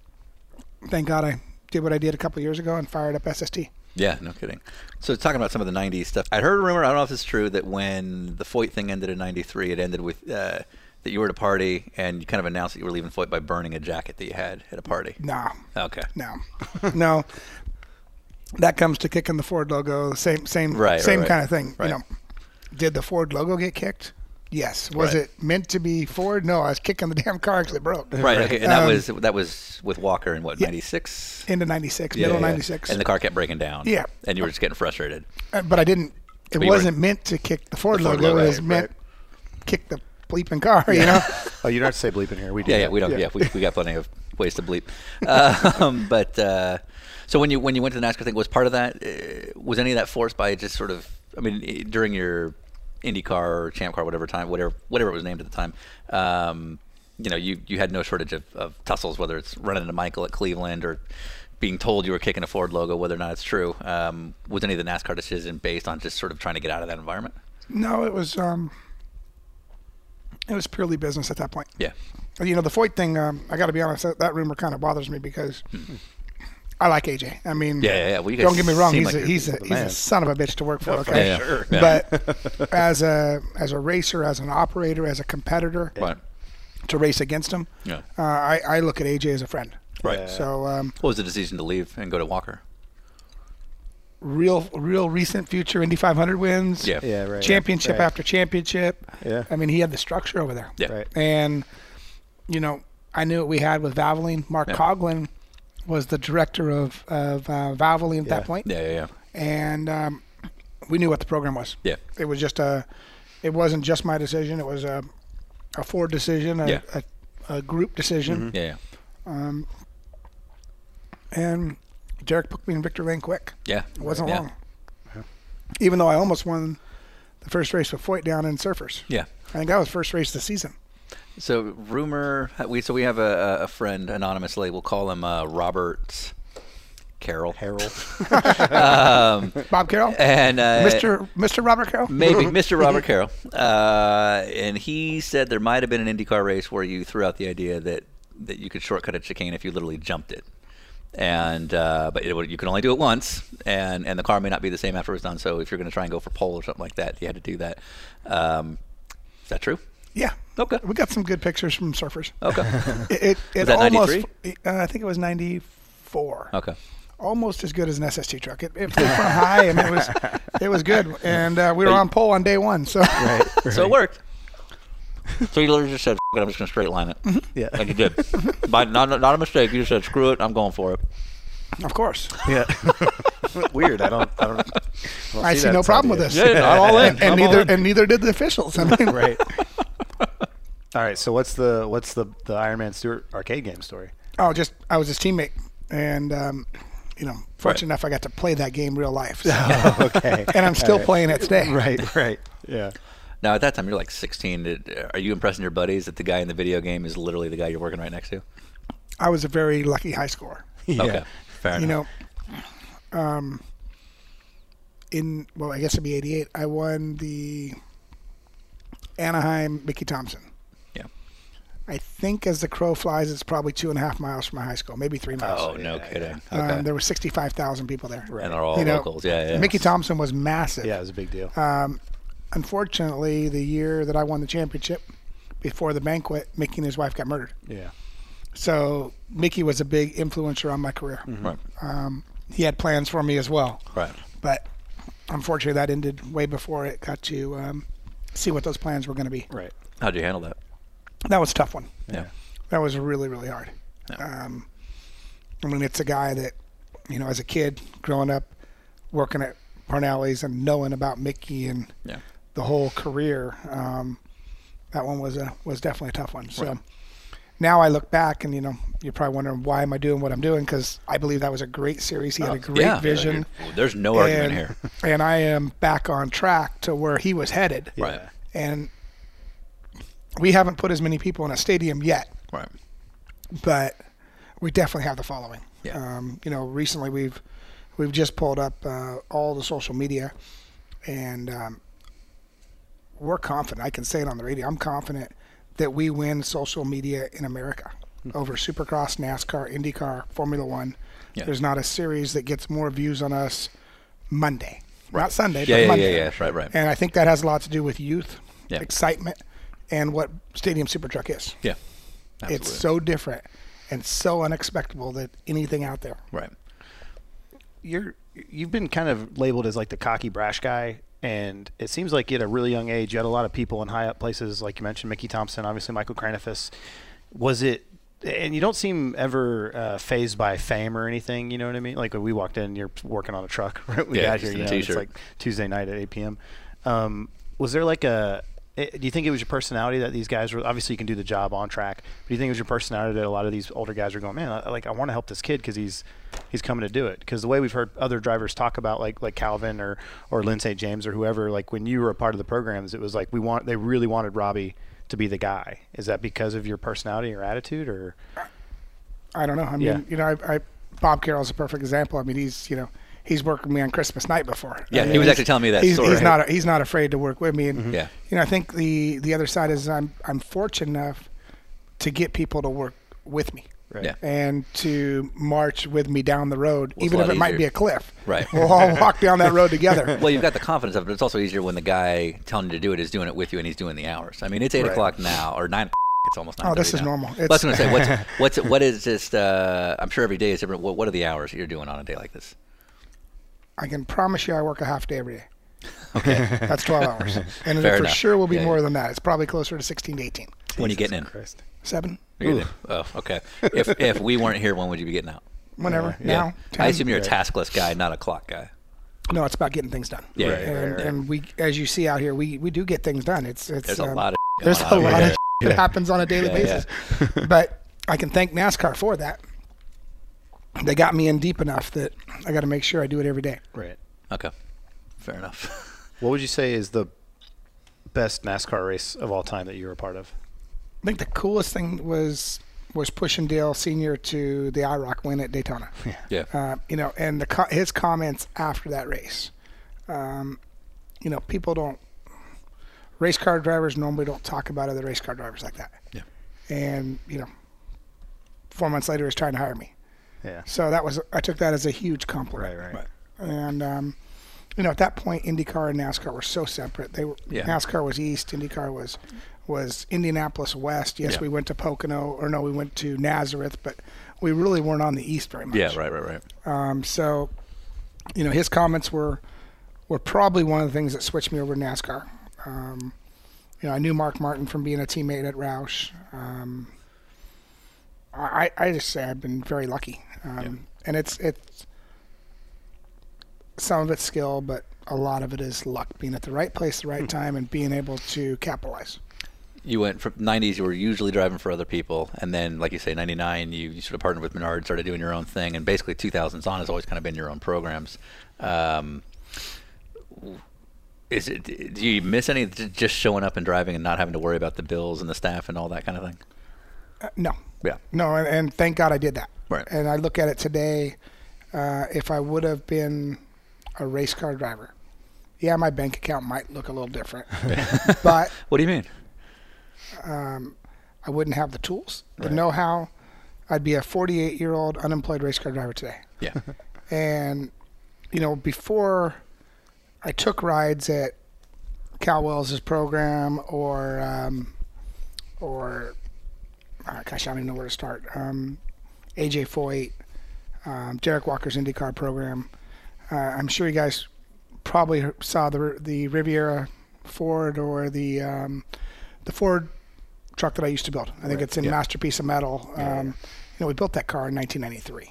S2: thank God I did what I did a couple years ago and fired up SST.
S3: yeah. No kidding. So talking about some of the '90s stuff, I heard a rumor. I don't know if this is true that when the Foyt thing ended in '93, it ended with uh, that you were at a party and you kind of announced that you were leaving Foyt by burning a jacket that you had at a party.
S2: Nah,
S3: Okay.
S2: no, (laughs) no. That comes to kicking the Ford logo, the same, same,
S3: Right, right,
S2: same
S3: right.
S2: kind of thing.
S3: Right.
S2: You know, did the Ford logo get kicked? Yes. Was
S3: Right.
S2: it meant to be Ford? No, I was kicking the (laughs) damn car because it broke.
S3: Right. Okay. And that
S2: Um,
S3: was that was with Walker in what '96.
S2: into 96, middle 96.
S3: And the car kept breaking down.
S2: Yeah.
S3: And you were just getting frustrated.
S2: Uh, but I didn't, it
S3: you
S2: wasn't meant to kick the Ford, logo. It was
S1: right,
S2: meant kick the bleeping car, (laughs) you know?
S1: Oh, you don't have to say bleeping here. We do.
S3: Yeah, yeah,
S1: that.
S3: we don't. Yeah, we, we got plenty of ways to bleep. (laughs) Um, but uh, so when you when you went to the NASCAR thing, was part of that? Uh, was any of that forced by just sort of? I mean, i- during your IndyCar or Champ Car, whatever time, whatever whatever it was named at the time, um, you know, you you had no shortage of, of tussles, whether it's running into Michael at Cleveland or being told you were kicking a Ford logo, whether or not it's true. Um, was any of the NASCAR decision based on just sort of trying to get out of that environment?
S2: no, it was, um, it was purely business at that point.
S3: Yeah,
S2: You know, the Foyt thing, um, I got to be honest, that, that rumor kind of bothers me because I like AJ. I mean,
S3: Yeah, yeah, yeah. Well, you guys
S2: don't get me wrong.
S3: seem
S2: He's,
S3: like
S2: a,
S3: you're
S2: he's, a, he's a son of a bitch to work for, okay?
S3: yeah, sure. Yeah.
S2: But as a, as a racer, as an operator, as a competitor,
S3: right,
S2: to race against him,
S3: Yeah.
S2: uh, I, I look at AJ as a friend.
S3: right.
S2: So, um,
S3: What was the decision to leave and go to Walker?
S2: real real recent future Indy 500 wins.
S3: Yeah.
S1: Yeah, right.
S2: Championship
S1: Right.
S2: after championship.
S1: Yeah.
S2: I mean, he had the structure over there.
S3: Yeah.
S1: Right.
S2: And you know, I knew what we had with Valvoline. Mark
S3: Yeah.
S2: Coughlin was the director of of uh, Valvoline at that point.
S3: Yeah, yeah, yeah.
S2: And um, we knew what the program was.
S3: Yeah.
S2: It was just a it wasn't just my decision, it was a a Ford decision, a,
S3: Yeah. Mm-hmm.
S2: a, a group decision.
S3: Yeah, yeah.
S2: and Derek booked me in Victor Lane quick.
S3: Yeah.
S2: It wasn't
S3: Yeah.
S2: long. Even though I almost won the first race with Foyt down in Surfers.
S3: Yeah.
S2: I think that was first race of the season.
S3: So rumor we so we have a, a- a friend anonymously. We'll call him uh, Robert Carroll. Carroll.
S2: Bob Carroll?
S3: And uh,
S2: Mr. Mr. Robert Carroll?
S3: (laughs) Maybe Mr. Robert Carroll. Uh, and he said there might have been an IndyCar race where you threw out the idea that that you could shortcut a chicane if you literally jumped it. And uh, but it would, you can only do it once, and and the car may not be the same after it was done. So if you're going to try and go for pole or something like that, you had to do that. Um, is that true?
S2: Yeah.
S3: Okay.
S2: We got some good pictures from Surfers. (laughs)
S3: Okay.
S2: It, it, it
S3: that
S2: almost,
S3: 93?
S2: uh, I think it was 94.
S3: Okay.
S2: almost as good as an SST truck. It, it flew from high, and it was it was good. And uh, we were on pole on day one, so
S5: So it worked. So you literally just said, "F- it, I'm just going to straight line it.
S1: Yeah.
S5: And you did. By, not, not a mistake. You just said, screw it, I'm going for it.
S2: (laughs) of course
S1: Yeah. Weird. I don't. I don't. (laughs) I, don't
S2: I see
S1: that
S2: no
S1: side
S2: problem
S1: of
S2: with
S1: you.
S2: this.
S5: yeah, I'm all
S2: (laughs)
S5: in.
S2: and, and
S5: I'm all
S2: neither
S5: in.
S2: and neither did the officials. I mean,
S1: Right. All right. So what's the what's the the Iron Man Stewart arcade game story?
S2: (laughs) oh, just I was his teammate, and um, you know, fortunate enough, I got to play that game real life, so-
S1: okay.
S2: (laughs) and I'm still
S1: All right.
S2: playing it today.
S1: Right. Right. Yeah.
S5: Now, at that time, you're like 16. Did- Are you impressing your buddies that the guy in the video game is literally the guy you're working right next to?
S2: I was a very lucky high scorer.
S5: Okay. Fair
S2: you
S5: enough.
S2: know, um, in well, I guess it'd be '88. I won the Anaheim Mickey Thompson.
S5: Yeah.
S2: I think as the crow flies, it's probably two and a half miles from my high school, maybe three miles.
S5: Oh, no kidding. Okay.
S2: Um, there were 65,000 people there.
S5: and they're all
S2: You know,
S5: locals. Yeah, yeah.
S2: Mickey Thompson was massive.
S1: Yeah. It was a big deal.
S2: Unfortunately, the year that I won the championship, before the banquet, Mickey and his wife got murdered.
S1: yeah.
S2: So Mickey was a big influencer on my career.
S5: Right.
S2: He had plans for me as well.
S5: Mm-hmm. Right.
S2: But unfortunately, that ended way before it got to um, see what those plans were going to be.
S1: Right.
S5: How'd you handle that?
S2: That was a tough one.
S5: Yeah.
S2: That was really, really hard. Um, I mean, it's a guy that, you know, as a kid growing up, working at Parnelli's and knowing about Mickey and
S5: Yeah.
S2: the whole career, um, that one was a was definitely a tough one. So now I look back and you know you're probably wondering why am I doing what I'm doing because I believe that was a great series. He had a great
S5: Oh, yeah.
S2: vision.
S5: There's no
S2: and,
S5: argument here.
S2: (laughs) and I am back on track to where he was headed.
S5: Right.
S2: And we haven't put as many people in a stadium yet,
S5: Right.
S2: but we definitely have the following.
S5: Yeah.
S2: Um, you know, recently we've we've just pulled up uh, all the social media, and um, we're confident. I can say it on the radio. I'm confident that we win social media in America
S5: Hmm.
S2: over Supercross, NASCAR, IndyCar, Formula One.
S5: Yeah.
S2: There's not a series that gets more views on us Monday, not Sunday,
S5: Yeah,
S2: but
S5: yeah, yeah,
S2: Monday.
S5: yeah. Right, right.
S2: And I think that has a lot to do with youth,
S5: Yeah.
S2: excitement, and what Stadium Super Truck is.
S5: Yeah.
S2: It's so different and so unexpected that anything out there.
S5: Right.
S1: You're you've been kind of labeled as like the cocky brash guy, and it seems like at a really young age you had a lot of people in high up places, like you mentioned, Mickey Thompson, obviously Michael Cranifis. Was it? And you don't seem ever uh, phased by fame or anything. You know what I mean? Like when we walked in, you're working on a truck. (laughs) Right? We
S5: Yeah,
S1: got here.
S5: just in
S1: You
S5: a
S1: know, it's
S5: t-shirt.
S1: like Tuesday night at 8 p.m. Um, was there like a? eh, Do you think it was your personality that these guys were? Obviously, you can do the job on track. But do you think it was your personality that a lot of these older guys are going, man, I, like I want to help this kid because he's he's coming to do it. Because the way we've heard other drivers talk about, like like Calvin or or Lynn St. James or whoever, like when you were a part of the programs, it was like we want they really wanted Robbie to be the guy. Is that because of your personality or attitude or?
S2: I don't know. I mean,
S1: Yeah.
S2: you know, I, I Bob Carroll's a perfect example. I mean, he's you know he's worked with me on Christmas night before.
S5: Yeah,
S2: I
S5: he
S2: mean,
S5: was
S2: he's-
S5: actually telling me that
S2: he's,
S5: story. Mm-hmm.
S2: He's not he's not afraid to work with me. And
S5: Yeah.
S2: you know, I think the the other side is I'm I'm fortunate enough to get people to work with me.
S1: Right.
S5: Yeah.
S2: and to march with me down the road,
S5: Well, it's
S2: even
S5: a
S2: if it
S5: lot
S2: might
S5: easier.
S2: be a cliff.
S5: Right.
S2: We'll all walk down that road together.
S5: (laughs) Well, you've got the confidence of it. It's also easier when the guy telling you to do it is doing it with you, and he's doing the hours. I mean, it's eight o'clock now or nine. (laughs) It's almost nine.
S2: Oh, this is normal.
S5: I
S2: It's-
S5: was going to say,
S2: (laughs)
S5: what's what's what is just? Uh, I'm sure every day is different. What, what are the hours that you're doing on a day like this?
S2: I can promise you I work a half day every day. (laughs) Okay. That's
S5: (laughs)
S2: 12 hours. And
S5: Fair
S2: it for
S5: enough.
S2: sure will be
S5: Yeah,
S2: more
S5: yeah.
S2: than that. It's probably closer to 16 to 18.
S5: when you getting in?
S2: Seven?
S5: You're getting in. Oh, okay. If if we weren't here, when would you be getting out?
S2: Whenever.
S5: Yeah.
S2: Now?
S5: I
S2: 10.
S5: assume you're a taskless guy, not a clock guy.
S2: No, it's about getting things done.
S5: Yeah, yeah,
S2: and, and we, as you see out here, we, we do get things done. It's, it's
S5: There's a
S2: um,
S5: lot of
S2: There's
S5: going
S2: a
S5: on out
S2: lot
S5: here.
S2: of that happens on a daily
S5: Yeah,
S2: basis.
S9: (laughs)
S2: but I can thank NASCAR for that. They got me in deep enough that I got to make sure I do it every day.
S1: Right.
S5: Okay, fair enough.
S1: What would you say is the best NASCAR race of all time that you were a part of?
S2: I think the coolest thing was was pushing Dale Senior to the IROC win at Daytona.
S5: (laughs) Yeah.
S2: Uh, you know, and the co- his comments after that race. Um, you know, people don't race car drivers normally don't talk about other race car drivers like that.
S5: Yeah.
S2: And you know, four months later, he's trying to hire me.
S1: Yeah.
S2: So that was I took that as a huge compliment.
S1: Right, right. Right.
S2: And um, you know, at that point, IndyCar and NASCAR were so separate. They were
S5: Yeah.
S2: NASCAR was east, IndyCar was was Indianapolis West. Yes, we went to Pocono, or no, we went to Nazareth, but we really weren't on the East very much.
S3: Yeah, right, right, right.
S2: Um, so, you know, his comments were were probably one of the things that switched me over to NASCAR. Um, you know, I knew Mark Martin from being a teammate at Roush. Um, I I I just say I've been very lucky, um, and it's it's some of it's skill, but a lot of it is luck, being at the right place, the right time, and being able to capitalize.
S3: You went from 90s, you were usually driving for other people. And then, like you say, 99, you, you sort of partnered with Menard, started doing your own thing. And basically, 2000s on has always kind of been your own programs. Um, is it, do you miss any j- just showing up and driving and not having to worry about the bills and the staff and all that kind of thing?
S2: Uh, no,
S3: Yeah.
S2: No, and, and thank God I did that.
S3: Right.
S2: And I look at it today. Uh, if I would have been a race car driver, yeah, my bank account might look a little
S3: (laughs)
S2: different, but
S3: What do you mean?
S2: I wouldn't have the tools, the know-how. I'd be a 48-year-old unemployed race car driver today.
S3: (laughs) Yeah.
S2: And you know, before I took rides at Cal Wells's program or um, or uh, gosh, I don't even know where to start. Um, AJ Foyt, um, Derek Walker's IndyCar program. Uh, I'm sure you guys probably saw the the Riviera Ford or the um, the Ford truck that I used to build. I think it's in Masterpiece of Metal. Um, You know, we built that car in 1993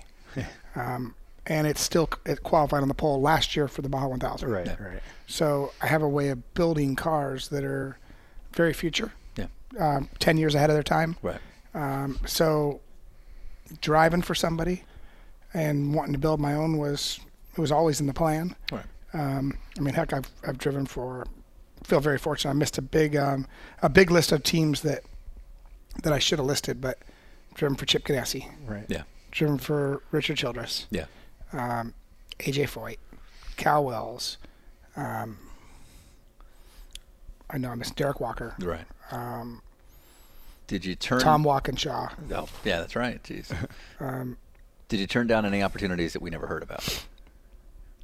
S2: and it's still it qualified on the pole last year for the Baja 1000.
S1: Right, right.
S2: So I have a way of building cars that are very future,
S3: Yeah.
S2: um, ten years ahead of their time.
S3: Right.
S2: Um, so driving for somebody and wanting to build my own was it was always in the plan.
S3: Right.
S2: Um, I mean, heck, I've I've driven for. Feel very fortunate. I missed a big um, a big list of teams that that I should have listed, but driven for Chip Ganassi,
S1: Right.
S3: Yeah.
S2: driven for Richard Childress,
S3: Yeah.
S2: AJ Foyt, Cal Wells. Um, I know I missed Derek Walker,
S3: Right. Um, Did you turn
S2: Tom Um, Walkinshaw.
S3: Oh, yeah, that's
S2: (laughs)
S3: right. Jeez. Did you turn down any opportunities that we never heard about?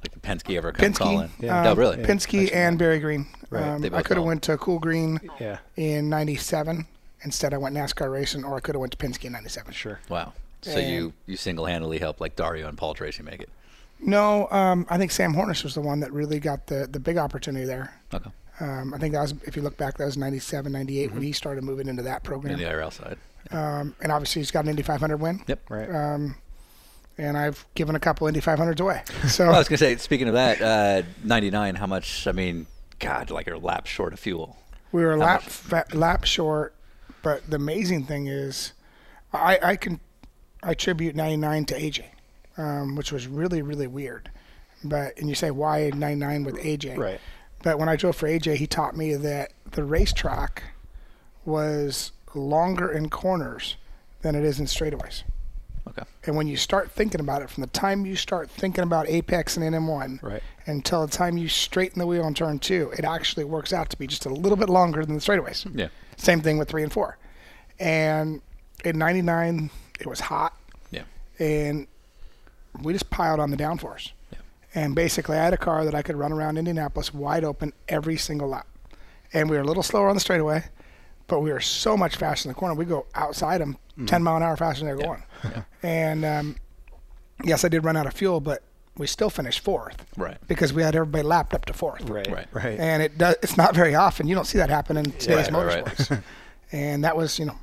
S3: Like the Penske ever come
S2: Penske,
S3: calling? no,
S2: um,
S3: really.
S2: Penske and Barry Green. Um,
S3: They
S2: I
S3: both
S2: could have
S3: call.
S2: went to Cool Green
S1: Yeah.
S2: in '97. Instead, I went NASCAR racing, or I could have went to Penske in '97.
S1: Sure.
S3: Wow. So
S2: And-
S3: you you single handedly helped like Dario and Paul Tracy make it.
S2: No, um, I think Sam Hornish was the one that really got the the big opportunity there.
S3: Okay.
S2: Um, I think that was, if you look back, that was '97, '98 when he started moving into that
S3: Mm-hmm. In
S2: program.
S3: the IRL side.
S2: Um, and obviously, he's got an Indy 500 win.
S3: Yep.
S1: Right.
S2: And I've given a couple Indy 500s away. So
S3: Well, I was gonna say, speaking of that, uh, ninety nine. How much? I mean, God, like you're a lap short of fuel.
S2: We were lap fa- lap short, but the amazing thing is, I I can I attribute '99 to AJ, um, which was really really weird. But and you say why '99 with AJ?
S1: Right.
S2: But when I drove for AJ, he taught me that the racetrack was longer in corners than it is in straightaways.
S3: Okay.
S2: And when you start thinking about it, from the time you start thinking about apex and NM1
S1: Right.
S2: until the time you straighten the wheel on turn two, it actually works out to be just a little bit longer than the straightaways.
S3: Yeah.
S2: Same thing with three and four. And in 99, it was hot
S3: Yeah.
S2: and we just piled on the downforce.
S3: Yeah.
S2: And basically, I had a car that I could run around Indianapolis wide open every single lap. And we were a little slower on the straightaway, but we were so much faster in the corner. We go outside them
S3: Mm.
S2: 10 mile an hour faster than they're going. And um, yes, I did run out of fuel, but we still finished fourth.
S3: Right.
S2: Because we had everybody lapped up to fourth.
S3: Right.
S1: Right.
S2: And it does, it's not very often. You don't see that happen in today's
S3: Right, right, right. (laughs)
S2: motorsports. and that was, you know,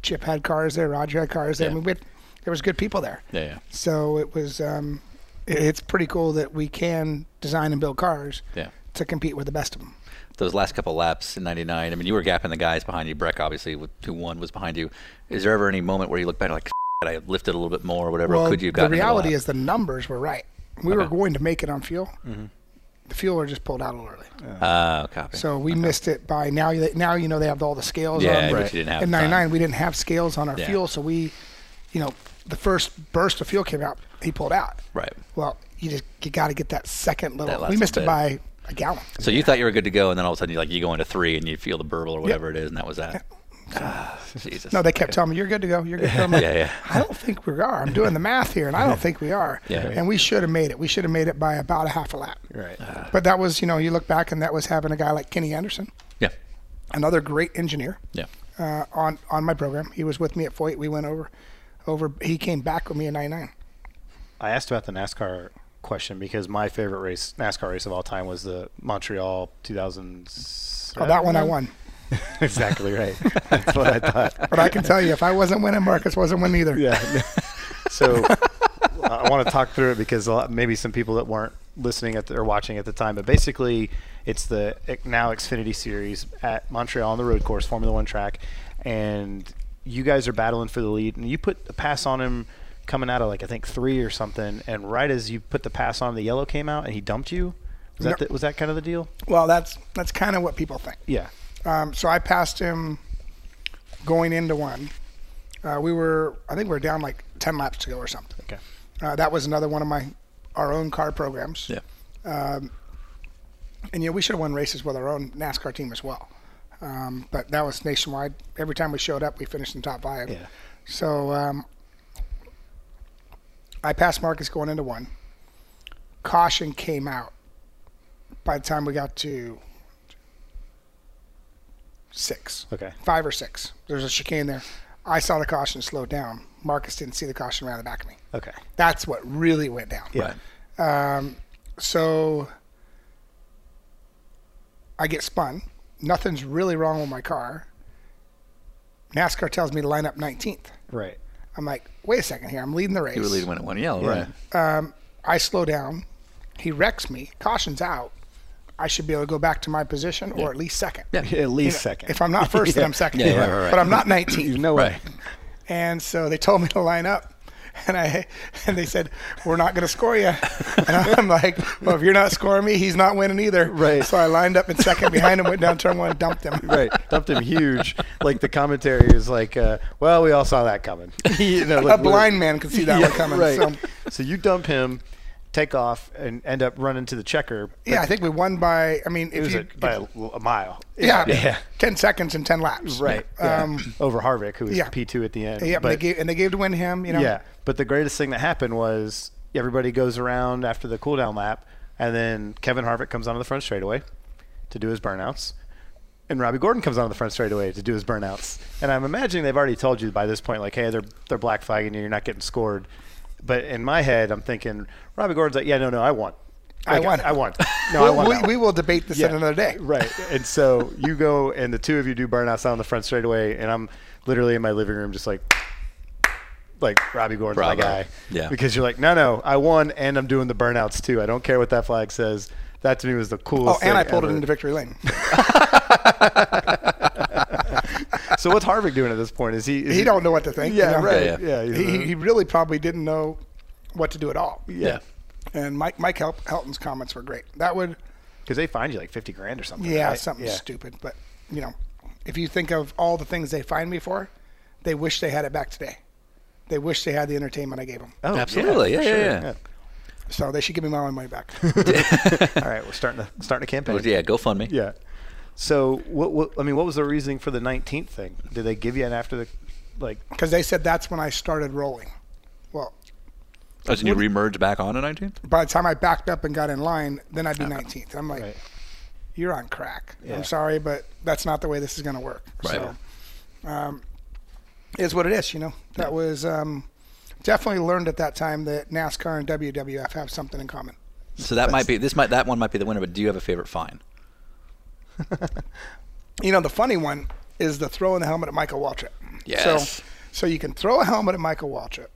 S2: Chip had cars there, Roger had cars there. I
S3: Yeah.
S2: mean, we had, there was good people there.
S3: Yeah. Yeah.
S2: So it was, um, it- it's pretty cool that we can design and build cars
S3: Yeah.
S2: to compete with the best of them.
S3: Those last couple laps in '99. I mean, you were gapping the guys behind you. Breck, obviously, with two one was behind you. Is there ever any moment where you look back and like, "F- I lifted a little bit more, or whatever?
S2: well,
S3: could you have
S2: the
S3: gotten another
S2: reality
S3: lap?"
S2: is the numbers were right. We were going to make it on fuel.
S3: Mm-hmm.
S2: The fueler just pulled out a little early,
S3: Oh, copy.
S2: so we missed it by now. you- Now you know they have all the scales
S3: Yeah,
S2: on.
S3: but Right. you didn't have
S2: in
S3: the time.
S2: '99. We didn't have scales on our
S3: Yeah.
S2: fuel, so we, you know, the first burst of fuel came out. He pulled out.
S3: Right.
S2: Well, you just you got to get that second little.
S3: last
S2: we missed it
S3: bit.
S2: by a gallon.
S3: So you thought you were good to go, and then all of a sudden, you like you go into three, and you feel the burble or whatever it is, and that was that. Ah, Jesus.
S2: No, they kept telling me, "You're good to go. You're good to
S3: (laughs)
S2: go." I'm like,
S3: Yeah, yeah.
S2: I don't think we are. I'm doing the math here, and
S3: (laughs)
S2: I don't think we are.
S3: Yeah.
S2: And we should have made it. We should have made it by
S3: Ah.
S2: about a half a lap. Right. But that was, you know, you look back, and that was having a guy like Kenny Anderson
S3: Yeah.
S2: another great engineer
S10: Yeah.
S2: uh, on on my program. He was with me at Foyt. We went over over. He came back with me in '99.
S1: I asked about the NASCAR question because my favorite race, NASCAR race of all time, was the Montreal 2000.
S2: Oh, that one I won.
S1: (laughs) exactly right. That's what I
S2: (laughs)
S1: thought.
S2: But I can tell you, if I wasn't winning, Marcus wasn't winning either.
S1: Yeah. (laughs) so I want to talk through it because a lot, maybe some people that weren't listening at the, or watching at the time, but basically it's the now Xfinity Series at Montreal on the road course, Formula One track, and you guys are battling for the lead, and you put a pass on him coming out of like I think three or something, and right as you put the pass on, him, the yellow came out, and he dumped you. Was that
S2: No.
S1: the, was that kind of the deal?
S2: Well, that's that's kind of what people think.
S1: Yeah.
S2: Um, so I passed him going into one. Uh, we were, I think we were down like 10 laps to go or something.
S1: Okay.
S2: Uh, that was another one of my, our own car programs.
S10: Yeah.
S2: And, you know, we should have won races with our own NASCAR team as well. Um, but that was nationwide. Every time we showed up, we finished in top five.
S1: Yeah.
S2: So um, I passed Marcus going into one. Caution came out by the time we got to six
S1: Okay.
S2: five or six. There's a chicane there. I saw the caution slow down. Marcus didn't see the caution around the back of me.
S1: Okay.
S2: That's what really went down.
S1: Yeah.
S2: So I get spun. Nothing's really wrong with my car. NASCAR tells me to line up 19th.
S1: Right.
S2: I'm like, wait a second here. I'm leading the race.
S3: You were leading when it went yellow, right?
S2: I slow down. He wrecks me. Caution's out. I should be able to go back to my position or at least second.
S3: Yeah.
S1: At least second.
S2: If I'm
S1: (laughs)
S2: not first, then I'm second.
S3: Yeah, yeah, right, right.
S2: But I'm not 19th.
S1: you know
S3: Right.
S2: and so they told me to line up and i and they said we're not going to score you and i'm like well if you're not scoring me he's not winning either
S1: Right.
S2: so i lined up in second behind him went down turn one dumped him
S1: right. Dumped him huge. Like the commentary is like, uh, well, we all saw that coming. (laughs) you know,
S2: a
S1: like,
S2: blind man could see that
S1: yeah,
S2: one coming
S1: Right.
S2: so
S1: So, you dump him, take off, and end up running to the checker.
S2: yeah i think we won by i mean
S1: It
S2: if
S1: was
S2: you
S1: a, by a, l- a mile.
S2: yeah,
S1: Yeah.
S2: 10 seconds and 10 laps
S1: Right.
S2: um
S1: Over Harvick, who was
S2: yeah.
S1: P2 at the end.
S2: yeah
S1: but,
S2: they gave, and they gave to win him you know (laughs)
S1: yeah. But the greatest thing that happened was everybody goes around after the cool down lap, and then Kevin Harvick comes onto the front straightaway to do his burnouts. And Robbie Gordon comes onto the front straightaway to do his burnouts. And I'm imagining they've already told you by this point, like, hey, they're they're black flagging you, you're not getting scored. But in my head, I'm thinking Robbie Gordon's like, yeah, no, no, I won.
S2: I
S1: Like,
S2: won.
S1: I
S2: (laughs)
S1: won. No, I won.
S2: we,
S1: that
S2: we
S1: one."
S2: will debate this at another day
S1: (laughs) Right. And so you go and the two of you do burnouts out on the front straightaway, and I'm literally in my living room just like, like Robbie Gordon's my
S3: Bravo.
S1: guy.
S3: Yeah.
S1: Because you're like, no, no, I won and I'm doing the burnouts too. I don't care what that flag says. That to me was the coolest.
S2: oh and i
S1: thing
S2: pulled
S1: ever.
S2: it into victory lane (laughs)
S1: So what's Harvick doing at this point? Is he? Is
S2: he don't know what to think you
S1: Yeah.
S2: know?
S1: Right.
S3: Yeah,
S1: Yeah.
S3: yeah.
S1: he's
S2: he,
S1: a-
S2: he really probably didn't know what to do at all
S1: yeah.
S2: And Mike Mike Hel- Helton's comments were great. That would
S1: Because they find you like fifty grand or something.
S2: yeah
S1: right?
S2: something
S1: Yeah.
S2: stupid, but you know, if you think of all the things they fined me for, they wish they had it back today. They wish they had the entertainment I gave them.
S1: Oh,
S3: Absolutely.
S1: for
S3: Yeah, yeah,
S1: sure.
S3: yeah.
S2: So they should give me my own money
S1: (laughs)
S2: back.
S1: yeah. All right, we're starting to starting a campaign.
S3: Well, yeah. Go fund me.
S1: Yeah. So what, what? I mean, what was the reasoning for the nineteenth thing? Did they give you an after the, like?
S2: Because they said that's when I started rolling. Well,
S3: Oh, did you remerge back on to 19th?
S2: by the time I backed up and got in line, then I'd be
S3: Uh,
S2: 19th. I'm like,
S1: Right.
S2: you're on crack.
S1: Yeah.
S2: I'm sorry, but that's not the way this is going to work.
S3: Right.
S2: So, um, it's what it is, you know. That was um, definitely learned at that time that NASCAR and WWF have something in common.
S3: So that might be this might that one might be the winner. But do you have a favorite fine?
S2: You know, the funny one is the throwing the helmet at Michael Waltrip.
S3: Yes.
S2: So, so you can throw a helmet at Michael Waltrip.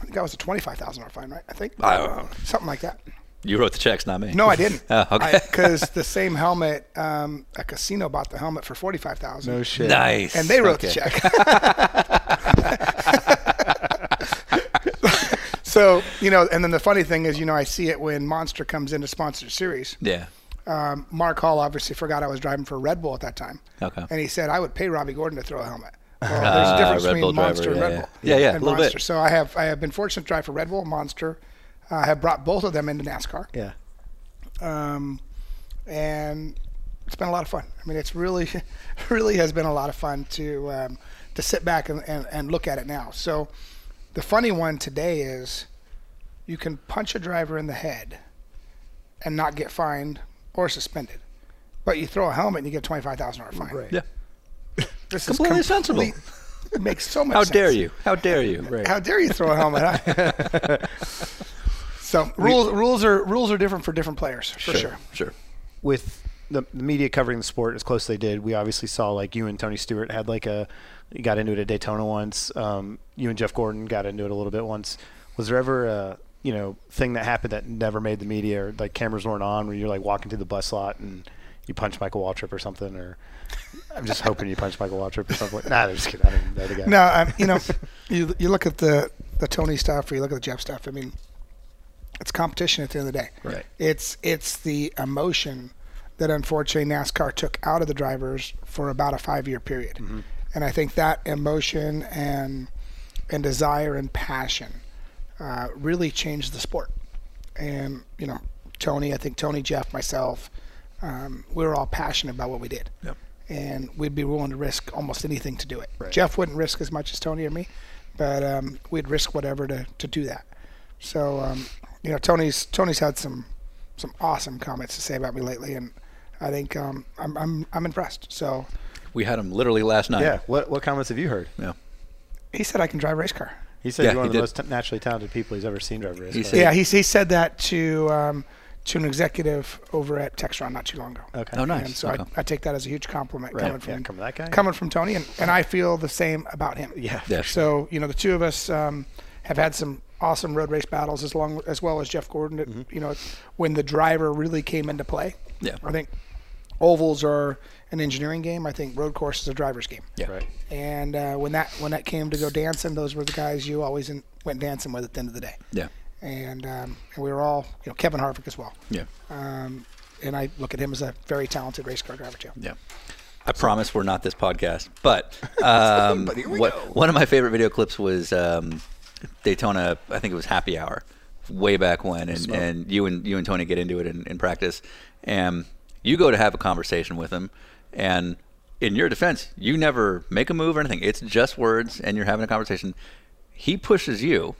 S2: I think that was a twenty-five thousand dollar fine, right? I think
S3: I don't know.
S2: something like that.
S3: You wrote the checks, not
S9: (laughs)
S3: me.
S2: No, I didn't.
S3: (laughs) Oh, okay.
S2: Because the same helmet, um, a casino bought the helmet for forty-five thousand. No
S1: shit.
S3: nice.
S2: and they wrote
S3: Okay.
S2: the check. (laughs) so you know, and then the funny thing is, you know, I see it when Monster comes into sponsor series.
S3: Yeah.
S2: Um, Mark Hall obviously forgot I was driving for Red Bull at that time,
S3: Okay. Ah,
S2: and he said I would pay Robbie Gordon to throw a
S3: (laughs)
S2: helmet. Well, there's a difference
S3: Red
S2: between
S3: Bull driver,
S2: Monster and
S3: yeah,
S2: Red
S3: yeah.
S2: Bull.
S3: Yeah, yeah, a
S2: and
S3: little bit.
S2: Monster. So I have I have been fortunate to drive for Red Bull, Monster. Uh, I have brought both of them into NASCAR
S1: Yeah.
S2: um, and it's been a lot of fun. I mean, it's really, (laughs) really has been a lot of fun to um, to sit back and, and, and look at it now. So, the funny one today is, you can punch a driver in the head, and not get fined or suspended, but you throw a helmet and you get a twenty five thousand dollar fine.
S3: Yeah.
S2: (laughs) This
S5: Completely
S2: is
S5: sensible.
S2: complete- (laughs) It makes so much
S5: How
S2: sense.
S5: dare you? How dare you?
S2: How dare you throw a helmet? Huh?
S5: (laughs)
S2: so rules rules are rules are different for different players for sure.
S5: Sure.
S9: with the, the media covering the sport as close as they did, we obviously saw like you and Tony Stewart had like a you got into it at Daytona once. Um, you and Jeff Gordon got into it a little bit once. Was there ever a you know thing that happened that never made the media or like cameras weren't on where you're like walking through the bus lot and you punch Michael Waltrip or something or I'm just hoping you punch Michael Waltrip or something. Nah, I'm just kidding. I don't know the guy.
S2: No, um, you know, (laughs) you you look at the the Tony stuff or you look at the Jeff stuff. I mean, it's competition at the end of the day.
S9: Right.
S2: It's it's the emotion that unfortunately NASCAR took out of the drivers for about a five year period, and I think that emotion and and desire and passion uh, really changed the sport. And you know, Tony, I think Tony, Jeff, myself, um, we were all passionate about what we did. Yep. And we'd be willing to risk almost anything to do it. Jeff wouldn't risk as much as Tony or me, but um, we'd risk whatever to, to do that. So um, you know, Tony's Tony's had some some awesome comments to say about me lately, and I think um, I'm, I'm I'm impressed. So
S5: We had him literally last night.
S9: Yeah. What what comments have you heard?
S5: Yeah.
S2: he said I can drive a race car.
S9: He said
S5: Yeah,
S9: you're one
S5: he
S9: of
S5: did.
S9: the most t- naturally talented people he's ever seen drive a race.
S5: He
S9: car.
S5: said-
S2: Yeah, he, he said that to um, to an executive over at Textron not too long ago.
S9: Okay.
S5: Oh,
S2: And
S5: nice.
S2: so
S5: Okay.
S2: I, I take that as a huge compliment
S9: Right.
S2: coming from
S9: Yeah, come to that guy.
S2: coming from Tony, and, and I feel the same about him.
S9: Yeah.
S5: Yeah.
S2: So you know, the two of us um, have had some awesome road race battles, as long as well as Jeff Gordon. At,
S9: Mm-hmm.
S2: You know, when the driver really came into play.
S5: Yeah.
S2: I think ovals are an engineering game. I think road course is a driver's game.
S5: Yeah.
S9: Right.
S2: And uh, when that when that came to go dancing, those were the guys you always in, went dancing with at the end of the day.
S5: Yeah.
S2: And, um, and we were all, you know, Kevin Harvick as well.
S5: Yeah.
S2: Um, and I look at him as a very talented race car driver too.
S5: Yeah. I promise we're not this podcast, but, um, what, one of my favorite video clips was um, Daytona. I think it was Happy Hour, way back when, and, and you and you and Tony get into it in, in practice, and you go to have a conversation with him, and in your defense, you never make a move or anything. It's just words, and you're having a conversation. He pushes you,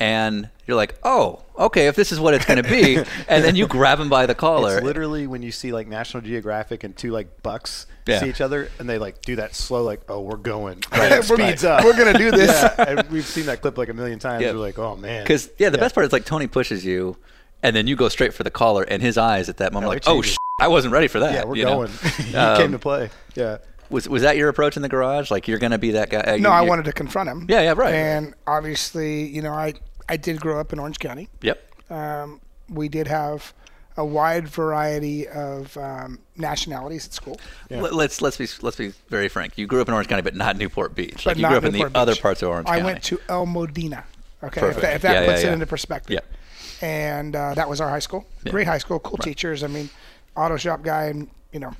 S5: and you're like, "Oh, okay, if this is what it's going to be," and then you grab him by the collar.
S9: It's literally when you see like National Geographic and two like bucks
S5: Yeah.
S9: see each other and they like do that slow like oh we're going
S5: Right.
S9: It speeds up
S2: We're gonna do this.
S9: yeah, and we've seen that clip like a million times
S5: Yeah.
S9: we're like oh man
S5: Because yeah, the best part is like Tony pushes you, and then you go straight for the collar, and his eyes at that moment
S9: Yeah,
S5: like,
S9: they're
S5: oh,
S9: changing.
S5: sh- I wasn't ready for that.
S9: yeah we're
S5: you know? Um,
S9: going you came to play yeah
S5: Was was that your approach in the garage? Like you're gonna be that guy?
S2: No,
S5: uh, you-
S2: I
S5: you-
S2: wanted to confront him.
S5: Yeah, yeah, right.
S2: And obviously, you know, I, I did grow up in Orange County.
S5: Yep.
S2: Um, we did have a wide variety of um, nationalities at school.
S5: Let- Let's let's be let's be very frank. You grew up in Orange County, but not Newport Beach.
S2: but
S5: like, you
S2: not
S5: grew up in the
S2: Newport Beach.
S5: other parts of Orange
S2: I
S5: County.
S2: went to El Modena. Okay, if
S5: Perfect.
S2: that, if that
S5: Yeah, yeah,
S2: puts
S5: yeah.
S2: it into perspective. And uh, that was our high school.
S5: Yeah.
S2: Great high school, cool teachers. I mean, auto shop guy, and you know,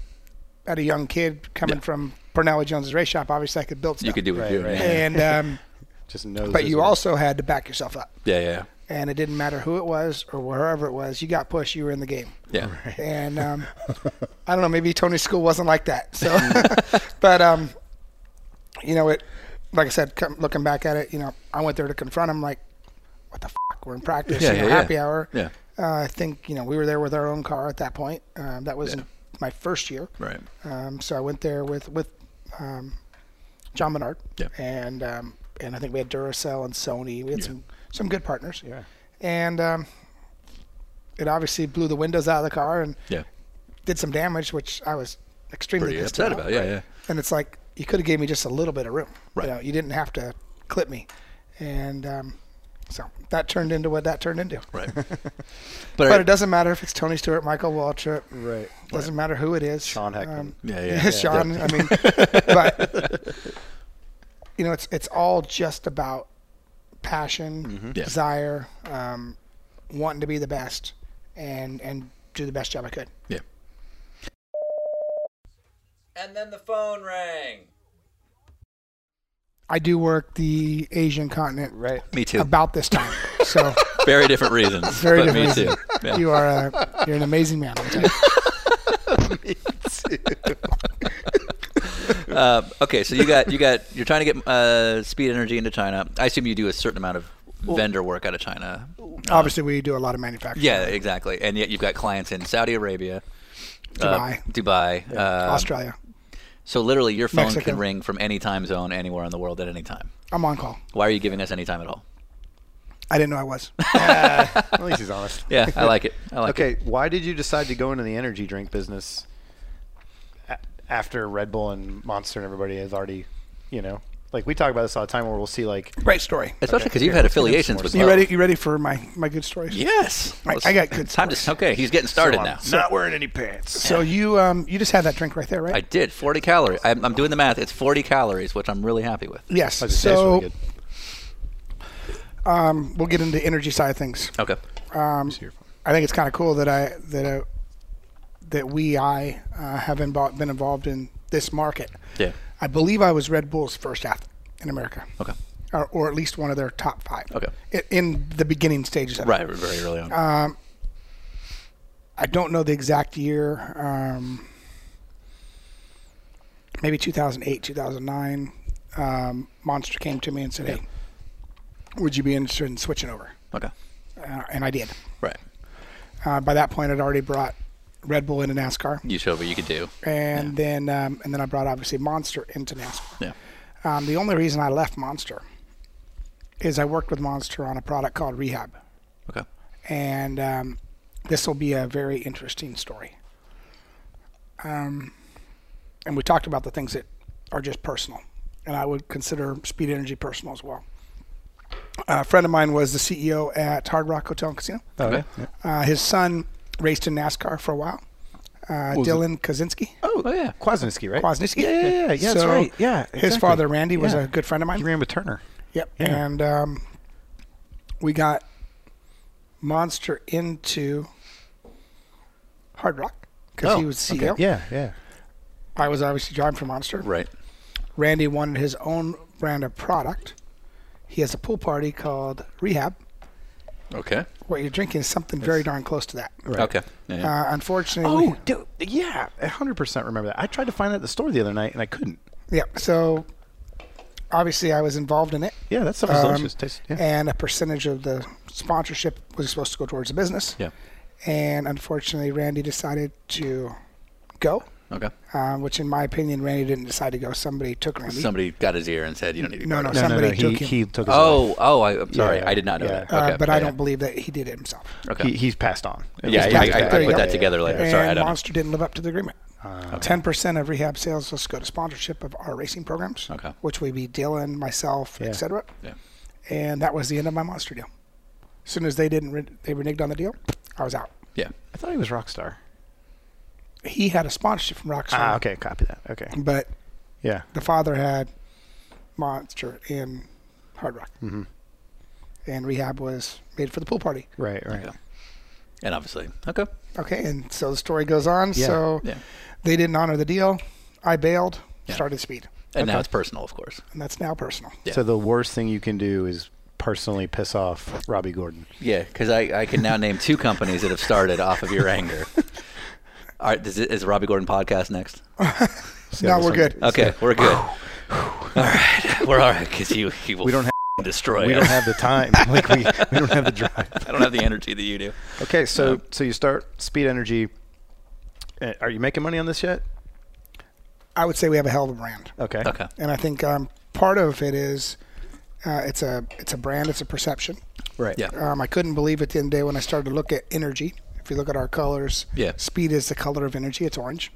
S2: at a young kid coming
S5: Yeah.
S2: from Pernelli Jones's race shop, obviously I could build stuff.
S5: You could do what you do.
S9: Right,
S5: Yeah.
S2: And
S5: (laughs)
S2: um,
S9: just knows
S2: but
S9: his
S2: you
S9: way.
S2: also had to back yourself up,
S5: yeah, yeah,
S2: and it didn't matter who it was or wherever it was. You got pushed, you were in the game
S5: yeah.
S2: and um, I don't know, maybe Tony's school wasn't like that. So, (laughs) but um, you know, it like I said, come, looking back at it, you know, I went there to confront him, like, what the fuck? We're in practice,
S5: Yeah,
S2: you know,
S5: yeah, yeah.
S2: happy hour.
S5: Yeah.
S2: Uh, I think you know we were there with our own car at that point. Um, that was in my first year.
S5: Right.
S2: Um, so I went there with with um, John Menard.
S5: Yeah.
S2: And um, and I think we had Duracell and Sony. We had some some good partners. Yeah. And um, it obviously blew the windows out of the car and
S5: Yeah.
S2: did some damage, which I was extremely
S5: Pretty
S2: pissed
S5: upset about. Yeah, yeah.
S2: And it's like you could have gave me just a little bit of room.
S5: Right.
S2: You, know, you didn't have to clip me, and um, so that turned into what that turned into.
S9: (laughs)
S5: Right.
S2: But it doesn't matter if it's Tony Stewart, Michael Waltrip.
S9: right
S2: Doesn't matter who it is. Um,
S9: Sean Heckman.
S5: Yeah,
S2: (laughs)
S5: yeah, yeah.
S2: Sean. I
S5: (laughs)
S2: mean, but you know, it's it's all just about passion,
S5: Yeah.
S2: desire, um, wanting to be the best, and and do the best job I could.
S5: Yeah. And then the phone rang.
S2: I do work the Asian continent
S9: right
S5: Me too.
S2: about this time. So
S5: (laughs) Very different reasons.
S2: Very
S5: but
S2: different
S5: me
S2: reasons.
S5: too. (laughs) Yeah.
S2: you are a, you're an amazing man. I'm telling
S5: (laughs)
S2: you.
S5: Uh, (laughs) okay, so you got you got you're trying to get uh, speed energy into China. I assume you do a certain amount of vendor work out of China.
S2: Obviously, we do a lot of manufacturing.
S5: Uh, Yeah, exactly. And yet you've got clients in Saudi Arabia, uh,
S2: Dubai.
S5: Dubai, uh,
S2: Australia.
S5: So literally, your phone
S2: Mexico.
S5: can ring from any time zone, anywhere in the world, at any time.
S2: I'm on call.
S5: Why are you giving us any time at all?
S2: I didn't know I
S5: (laughs)
S2: was.
S9: At least he's honest.
S5: Yeah, I like it. I like it.
S9: Okay, why did you decide to go into the energy drink business a- after Red Bull and Monster and everybody has already, you know, like we talk about this all the time where we'll see like
S2: Great story.
S5: Especially because you've had affiliations with.
S2: You
S5: both.
S2: ready? You ready for my my good stories?
S5: Yes.
S2: I-
S5: Let's-
S2: I got good
S5: Time to.
S2: stories.
S5: Okay, he's getting started now.
S4: Not wearing any pants.
S2: So you um you just had that drink right there, right?
S5: I did 40 calories. I'm, I'm doing the math. It's 40 calories, which I'm really happy with.
S2: yes.
S9: It tastes
S2: So um,
S9: really good.
S2: we'll get into energy side of things.
S5: Okay.
S2: I think it's kind of cool that I that I, that we I uh, have been, invo- been involved in this market.
S5: Yeah.
S2: I believe I was Red Bull's first athlete in America.
S5: Okay.
S2: Or, or at least one of their top five.
S5: Okay.
S2: I- In the beginning stages. Of it.
S5: Right. Very early on.
S9: Uh,
S2: I don't know the exact year. Um, maybe 2008, 2009. Um, Monster came to me and said, "Hey, would you be interested in switching over?"
S5: okay.
S2: Uh, and I did.
S5: Right.
S2: Uh, by that point, I'd already brought Red Bull into NASCAR,
S5: You showed what you could do.
S2: and then um, and then I brought obviously Monster into NASCAR.
S5: Yeah.
S2: Um, the only reason I left Monster is I worked with Monster on a product called Rehab,
S5: Okay.
S2: and um, this will be a very interesting story. Um, and we talked about the things that are just personal, and I would consider Speed Energy personal as well. A friend of mine was the CEO at Hard Rock Hotel and Casino.
S9: Oh,
S5: Okay.
S2: Uh, his son raced in NASCAR for a while. Uh, Dylan Kozinski.
S5: Oh, yeah.
S9: Kwasniewski, right?
S2: Kwasniewski.
S9: Yeah, yeah, yeah, yeah, that's
S2: So
S9: right. Yeah,
S2: His
S9: exactly.
S2: father, Randy, was
S9: Yeah.
S2: a good friend of mine.
S9: He ran with Turner.
S2: Yep.
S9: Yeah.
S2: And um, we got Monster into Hard Rock because he was CEO.
S9: Oh, Yeah, yeah.
S2: I was obviously driving for Monster.
S5: Right.
S2: Randy wanted his own brand of product. He has a pool party called Rehab.
S5: Okay.
S2: What you're drinking is something very darn close to that. Right.
S5: Okay. Yeah, yeah.
S2: Uh, unfortunately,
S9: Oh, dude, yeah, I 100% remember that. I tried to find that at the store the other night and I couldn't.
S2: yeah. So obviously, I was involved in it.
S9: Yeah, that stuff is
S2: Um,
S9: delicious. Tastes, yeah.
S2: and a percentage of the sponsorship was supposed to go towards the business.
S5: Yeah.
S2: And unfortunately, Randy decided to go,
S5: okay.
S2: uh, which, in my opinion, Randy didn't decide to go. Somebody took Randy.
S5: Somebody got his ear and said, "You don't need to." Be
S2: no, no,
S5: part of
S9: no, no,
S2: somebody
S9: no. He,
S2: took him.
S9: he took his life.
S5: Oh, oh, I, am sorry.
S9: Yeah,
S5: I did not know
S9: yeah.
S5: that.
S2: Uh,
S5: Okay.
S2: but
S5: Yeah,
S2: I don't believe that he did it himself.
S5: Okay.
S9: Oh, He, he's passed on. It
S5: Yeah,
S9: was
S5: yeah,
S9: passed
S5: I- I-
S9: back.
S2: There you
S5: put
S2: go.
S5: that together later.
S2: And
S5: Sorry, I don't- Uh,
S2: Monster didn't live up to the agreement. Ten percent of rehab sales must go to sponsorship of our racing programs,
S5: Okay.
S2: which would be Dylan, myself,
S9: Yeah.
S2: etc.
S5: Yeah.
S2: And that was the end of my Monster deal. As soon as they didn't, re- they reneged on the deal. I was out.
S5: Yeah.
S9: I thought he was Rockstar.
S2: He had a sponsorship from Rockstar.
S9: Ah, okay, copy that. Okay.
S2: but
S9: Yeah.
S2: the father had Monster in Hard Rock. Mm-hmm. And Rehab was made for the pool party.
S9: Right, right.
S5: Okay. And obviously, okay.
S2: Okay, and so the story goes on. So
S5: Yeah.
S2: they didn't honor the deal. I bailed, started speed.
S5: And now it's personal, of course.
S2: And that's now personal.
S9: So the worst thing you can do is personally piss off Robbie Gordon.
S5: Yeah, because I, I can now name two companies that have started off of your anger. All right, is, it, is Robbie Gordon podcast next?
S2: now we're good.
S3: Uh,
S5: Okay, we're
S9: (sighs)
S5: good. all right, (laughs) we're all right because you he will
S9: We don't have
S5: destroy
S9: we
S5: us.
S9: don't have the time. (laughs) Like we, we don't have the drive.
S5: (laughs) I don't have the energy that you do.
S9: Okay, so so you start Speed Energy. Uh, Are you making money on this yet?
S2: I would say we have a hell of a brand.
S9: Okay.
S5: Okay,
S2: And I think um, part of it is uh, it's a it's a brand, it's a perception.
S9: Right.
S5: Yeah.
S2: Um, I couldn't believe it the other day when I started to look at energy. If you look at our colors,
S5: Yeah.
S2: speed is the color of energy. It's orange.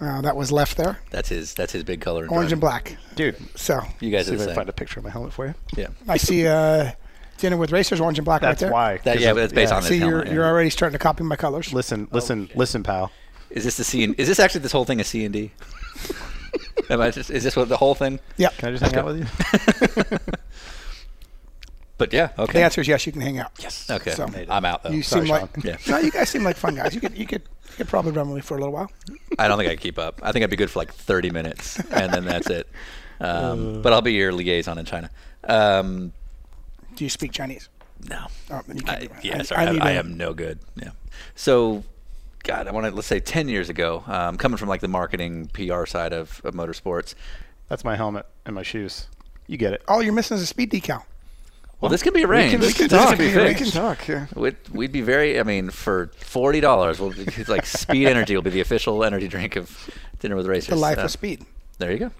S2: Uh, that was left there,
S5: that's his that's his big color. in
S2: orange and
S5: driving.
S2: black.
S9: Dude,
S2: So
S5: You guys
S9: see
S5: are the
S9: if I can
S5: same.
S9: find a picture of my helmet for you.
S5: Yeah,
S2: I see uh, dinner with racers, orange and black
S9: That's
S2: right there.
S9: why.
S5: that, yeah, but it's based on his
S2: See, you're,
S5: helmet. yeah.
S2: you're already starting to copy my colors.
S9: Listen, listen, listen, pal.
S5: Is this the C? And, is this actually this whole thing is C
S2: (laughs)
S5: and D? Am I just, is this what the whole thing?
S2: Yep.
S9: Can I just hang out with you?
S5: But yeah,
S2: The
S5: okay.
S2: answer is yes. You can hang out. Yes.
S5: Okay,
S2: So-
S5: I'm out though.
S2: You
S9: Sorry,
S2: seem like
S9: Sean.
S5: Yeah.
S2: (laughs) no. You guys seem like fun guys. You could you could you could probably run with me for a little while.
S5: I don't think I could keep up. I think I'd be good for like 30 minutes, and then that's
S2: (laughs)
S5: it.
S2: Uh.
S5: Um, but I'll be your liaison in China. Um,
S2: Do you speak Chinese?
S5: no,
S2: Oh, then you can't do
S5: I,
S2: it.
S5: yeah,
S2: I-
S5: sorry,
S2: I
S5: I,
S2: need
S5: I
S2: a-
S5: am no good. Yeah. So, God, I want to let's say 10 years ago, um, coming from like the marketing PR side of, of motorsports.
S9: That's my helmet and my shoes. You get it.
S2: All Oh, you're missing is a speed decal.
S5: Well, this could be arranged.
S9: this could- this could be
S5: fixed.
S9: arranged.
S2: We can talk. Yeah.
S5: We'd, we'd be very. I mean, for forty dollars, we'll be, it's like Speed Energy will be the official energy drink of Dinner with Racers.
S2: The Life
S5: Uh,
S2: of Speed.
S5: There you go.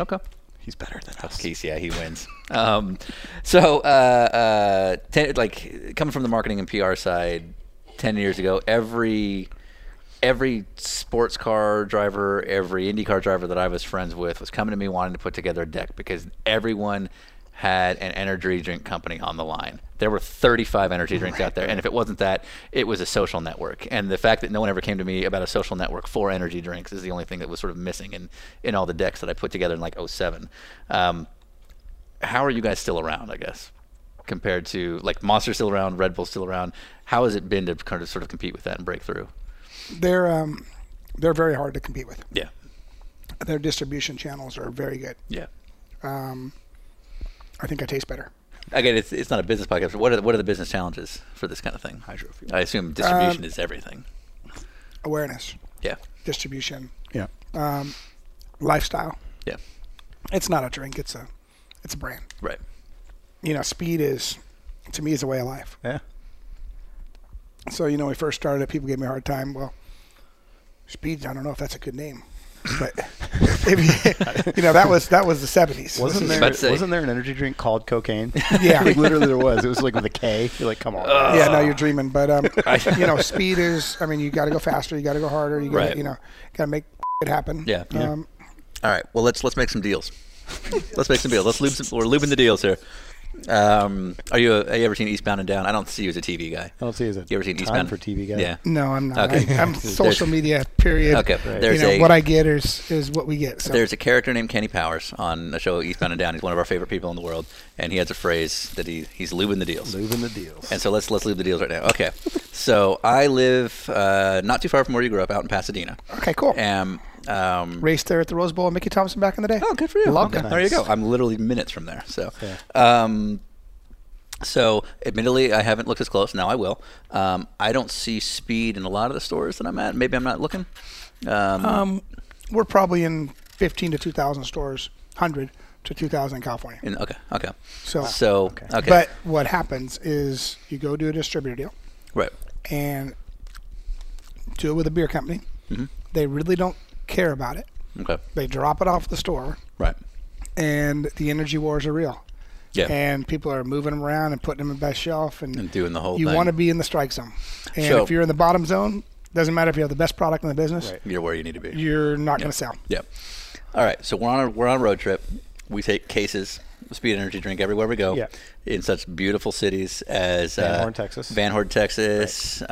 S5: Okay.
S9: He's better than us.
S5: Keith, yeah, he wins. um, so, uh, uh, ten, like coming from the marketing and PR side, ten years ago, every every sports car driver, every IndyCar driver that I was friends with was coming to me wanting to put together a deck because everyone had an energy drink company on the line. There were 35 energy drinks out there, and if it wasn't that, it was a social network. And the fact that no one ever came to me about a social network for energy drinks is the only thing that was sort of missing in in all the decks that I put together in like 07. Um, how are you guys still around? I guess compared to like Monster still around, Red Bull still around. How has it been to kind of sort of compete with that and break through?
S2: They're um, they're very hard to compete with.
S5: Yeah,
S2: Their distribution channels are very good.
S5: yeah.
S2: I think I taste better.
S5: Again, it's it's not a business podcast. But what are the, what are the business challenges for this kind of thing?
S9: Hydrofuel.
S5: I assume distribution is everything.
S2: Awareness,
S5: Yeah,
S2: distribution,
S9: Yeah.
S2: lifestyle.
S5: yeah,
S2: It's not a drink. It's a it's a brand.
S5: right.
S2: You know, speed is to me is a way of life.
S9: Yeah.
S2: So you know, when we first started it, people gave me a hard time. Well, speed. I don't know if that's a good name, but (laughs) if you, you know, that was that was the seventies.
S9: Wasn't
S5: Just
S9: there
S5: about to say-
S9: wasn't there an energy drink called cocaine? (laughs)
S2: Yeah.
S9: like literally there was. It was like with a K. You're like, come on.
S2: yeah,
S5: Uh,
S2: no, you're dreaming. But
S5: (laughs)
S2: um, you know, speed is. I mean, you got to go faster. You got to go harder. You got
S5: Right.
S2: to you know, got to make it happen.
S5: Yeah. Yeah.
S2: Um,
S5: All right. Well, let's let's make some deals. (laughs) let's make some deals. Let's lube some, we're lubing the deals here. Um, are you have you ever seen Eastbound and Down? I don't see you as a TV guy.
S9: I don't see as a
S5: You ever seen
S9: Oh, time
S5: Eastbound
S9: for TV guy.
S5: Yeah.
S2: No, I'm not.
S5: Okay. (laughs)
S2: I, I'm social media. Period.
S5: Okay, there's
S2: you know,
S5: a-
S2: what I get is is what we get. So
S5: There's a character named Kenny Powers on a show Eastbound and Down. He's one of our favorite people in the world, and he has a phrase that he he's lubing the deals.
S9: Moving the deals.
S5: And so let's let's lube the deals right now. Okay, so I live uh, not too far from where you grew up, out in Pasadena.
S2: okay, cool.
S5: Um, um,
S2: Race there at the Rose Bowl, with Mickey Thompson back in the day.
S5: Oh, good for you.
S2: Loved
S5: Okay,
S2: it.
S5: There you go. I'm literally minutes from there. So, um, so admittedly, I haven't looked as close. Now I will. Um, I don't see speed in a lot of the stores that I'm at. Maybe I'm not looking. Um,
S2: Um, we're probably in 15 to 2,000 stores, 100 to 2,000 in California.
S5: in, okay. Okay.
S2: So-
S5: so okay.
S2: Ah, But what happens is you go do a distributor deal
S5: right.
S2: and do it with a beer company.
S5: Mm-hmm.
S2: They really don't care about it.
S5: Okay.
S2: They drop it off at the store,
S5: Right.
S2: and the energy wars are real.
S5: Yeah.
S2: And people are moving them around and putting them in the best shelf and,
S5: And doing the whole
S2: You
S5: thing.
S2: want to be in the strike zone. And
S5: So-
S2: if you're in the bottom zone, doesn't matter if you have the best product in the business,
S5: You're where you need to be.
S2: you're not going to sell.
S5: Yeah. All right. So we're on a, we're on a road trip. We take cases, speed energy drink everywhere we go.
S9: Yeah.
S5: In such beautiful cities as
S9: Van
S5: uh,
S9: Horn, Texas.
S5: Van Horn, Texas. Uh,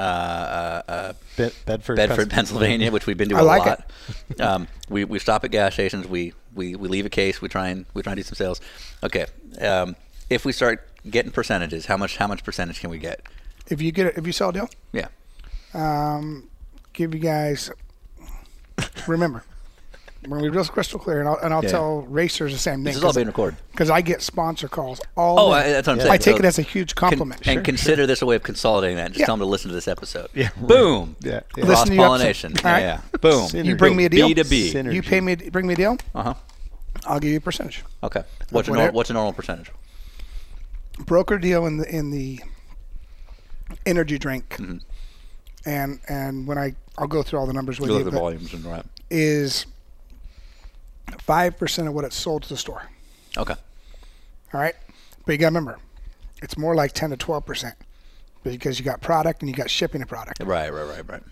S5: uh, uh,
S9: Be- Bedford,
S5: Bedford,
S9: Pens-
S5: Pennsylvania, which we've been to
S2: I
S5: a
S2: like
S5: lot. (laughs) Um, we, we stop at gas stations. We, we, we leave a case. We try and we try and do some sales. Okay. Um, if we start getting percentages, how much how much percentage can we get?
S2: If you get it, if you sell a deal,
S5: Yeah.
S2: give you guys remember when we real crystal clear and I'll, and I'll
S5: Yeah.
S2: tell racers the same thing
S5: This is all being recorded.
S2: because I get sponsor calls all
S5: Oh,
S2: day.
S5: I, that's what I'm saying.
S2: I take
S5: So
S2: it as a huge
S5: con-
S2: compliment
S5: and consider this a way of consolidating that. Just
S2: Yeah.
S5: tell them to listen to this episode. Yeah. (laughs) Boom.
S9: Yeah, yeah.
S5: Cross
S2: Listen to your
S5: pollination.
S2: episode.
S5: Yeah,
S2: All
S5: yeah.
S2: right. (laughs)
S5: Boom.
S9: Synergy.
S2: you bring me a deal
S5: B to B.
S9: Synergy.
S2: you pay me bring me a deal
S5: Uh huh.
S2: I'll give you a percentage
S5: Okay. What's a,
S2: Whatever.
S5: nor- what's a normal percentage?
S2: broker deal in the in the energy drink
S5: Mm-hmm.
S2: and and when I I'll go through all the numbers with
S5: You
S2: you,
S5: look at the
S2: but
S5: volumes and right.
S2: is five percent of what it's sold to the store
S5: Okay.
S2: All right. But you got to remember, it's more like 10 to 12% because you got product and you got shipping a product
S5: Right. Right. Right. Right.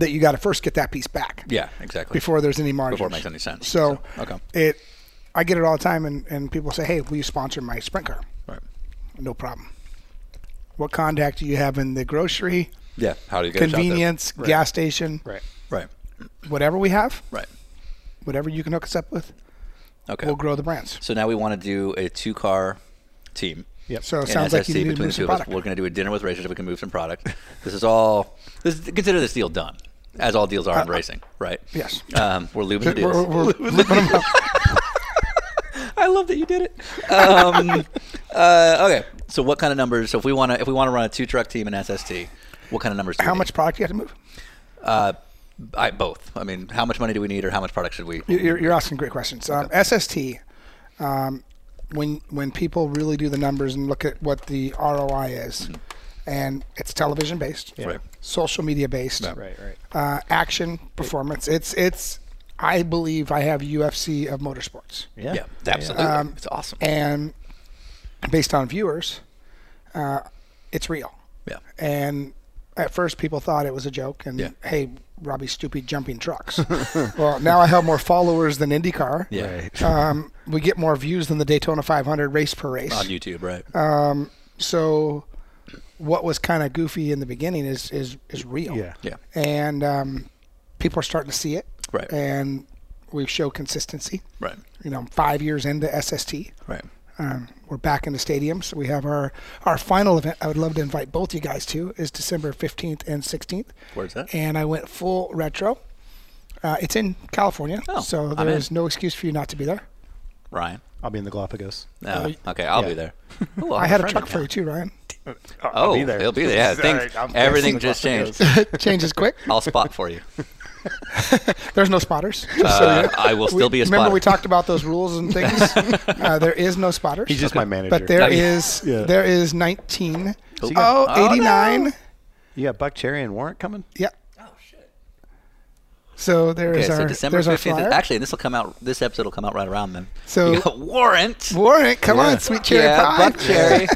S2: that you got to first get that piece back
S5: Yeah. Exactly.
S2: before there's any margin.
S5: Before it makes any sense.
S2: So,
S5: So, okay.
S2: it, I get it all the time, and, and people say, hey, will you sponsor my sprint car?
S5: Right.
S2: No problem. What contact do you have in the grocery,
S5: Yeah. How do you get a shot there?
S2: convenience, gas station,
S9: Right.
S5: Right.
S2: whatever we have,
S5: Right.
S2: whatever you can hook us up with,
S5: Okay.
S2: we'll grow the brands.
S5: (laughs) So now we want to do a two-car team.
S9: Yep.
S2: So it
S5: in
S2: sounds like you
S5: SST
S2: need to
S5: between the
S2: move
S5: two
S2: some
S5: of us.
S2: product.
S5: We're going to do a dinner with racers if we can move some product. this is all. This is, consider this deal done, as all deals are in racing, right?
S2: Uh, yes.
S5: Um, we're lubing the deals.
S2: We're- we're looping 'em up.
S5: I love that you did it. Um, (laughs) uh, okay. So what kind of numbers? So if we want to, if we want to run a two-truck team in SST, what kind of numbers? Do we
S2: How
S5: need?
S2: much product you have to move?
S5: I, both. I mean, how much money do we need, or how much product should we?
S2: You- You're, you're asking great questions. Um, SST, um, when when people really do the numbers and look at what the ROI is, and it's television based,
S5: Right.
S2: social media based,
S9: Right, right.
S2: uh, action performance. It's it's I believe I have UFC of motorsports.
S1: Yeah.
S3: Yeah, absolutely. it's awesome.
S2: Um, and based on viewers, uh, it's real.
S3: Yeah.
S2: And at first, people thought it was a joke, and
S3: Yeah.
S2: hey, Robbie, stupid jumping trucks. (laughs) well, now I have more followers than IndyCar.
S3: Yeah.
S2: Um, we get more views than the Daytona 500 race per race.
S3: On YouTube, right?
S2: Uh, So, what was kind of goofy in the beginning is is is real.
S9: Yeah.
S3: yeah.
S2: And um, people are starting to see it.
S3: Right.
S2: And we show consistency.
S3: Right.
S2: You know, I'm five years into SST.
S3: Right.
S2: Um, we're back in the stadium, so we have our our final event. I would love to invite both you guys to is December fifteenth and sixteenth.
S3: Where's that?
S2: And I went full retro. Uh, it's in California,
S3: Oh,
S2: so
S3: I'm
S2: there
S3: in.
S2: is no excuse for you not to be there.
S5: Ryan.
S9: I'll be in the Galapagos.
S5: No. Okay, I'll be
S9: (laughs)
S5: there. Ooh, I'll
S2: I
S5: have
S2: had a
S5: friend
S2: truck
S5: in
S2: for you
S5: town.
S2: too,
S5: (laughs)
S2: Ryan.
S5: Oh, he'll be there. Yeah, things,
S9: All right, I'm-
S5: everything just changed.
S2: Changes quick.
S5: I'll spot for you.
S9: (laughs)
S2: There's no spotters. so
S5: Uh, I will still be a
S2: remember
S5: spotter.
S2: we talked about those rules and
S5: (laughs)
S2: things. uh, there is no spotters.
S9: He's just my manager.
S2: but there
S5: Oh, yeah.
S2: is
S9: Yeah.
S2: there is 19
S9: So you got-
S2: oh,
S5: Oh, no.
S2: 89
S9: You got Buck Cherry and Warrant coming?
S2: Yep. Oh shit. So there
S5: Okay,
S2: is
S5: so
S2: our
S5: December
S2: there's our
S5: 15th.
S2: flyer.
S5: Actually, this will come out. This episode will come out right around then.
S2: So- (laughs)
S5: you got warrant.
S2: Warrant, come on, sweet cherry
S5: yeah,
S2: pie. (laughs)
S5: Buck Cherry.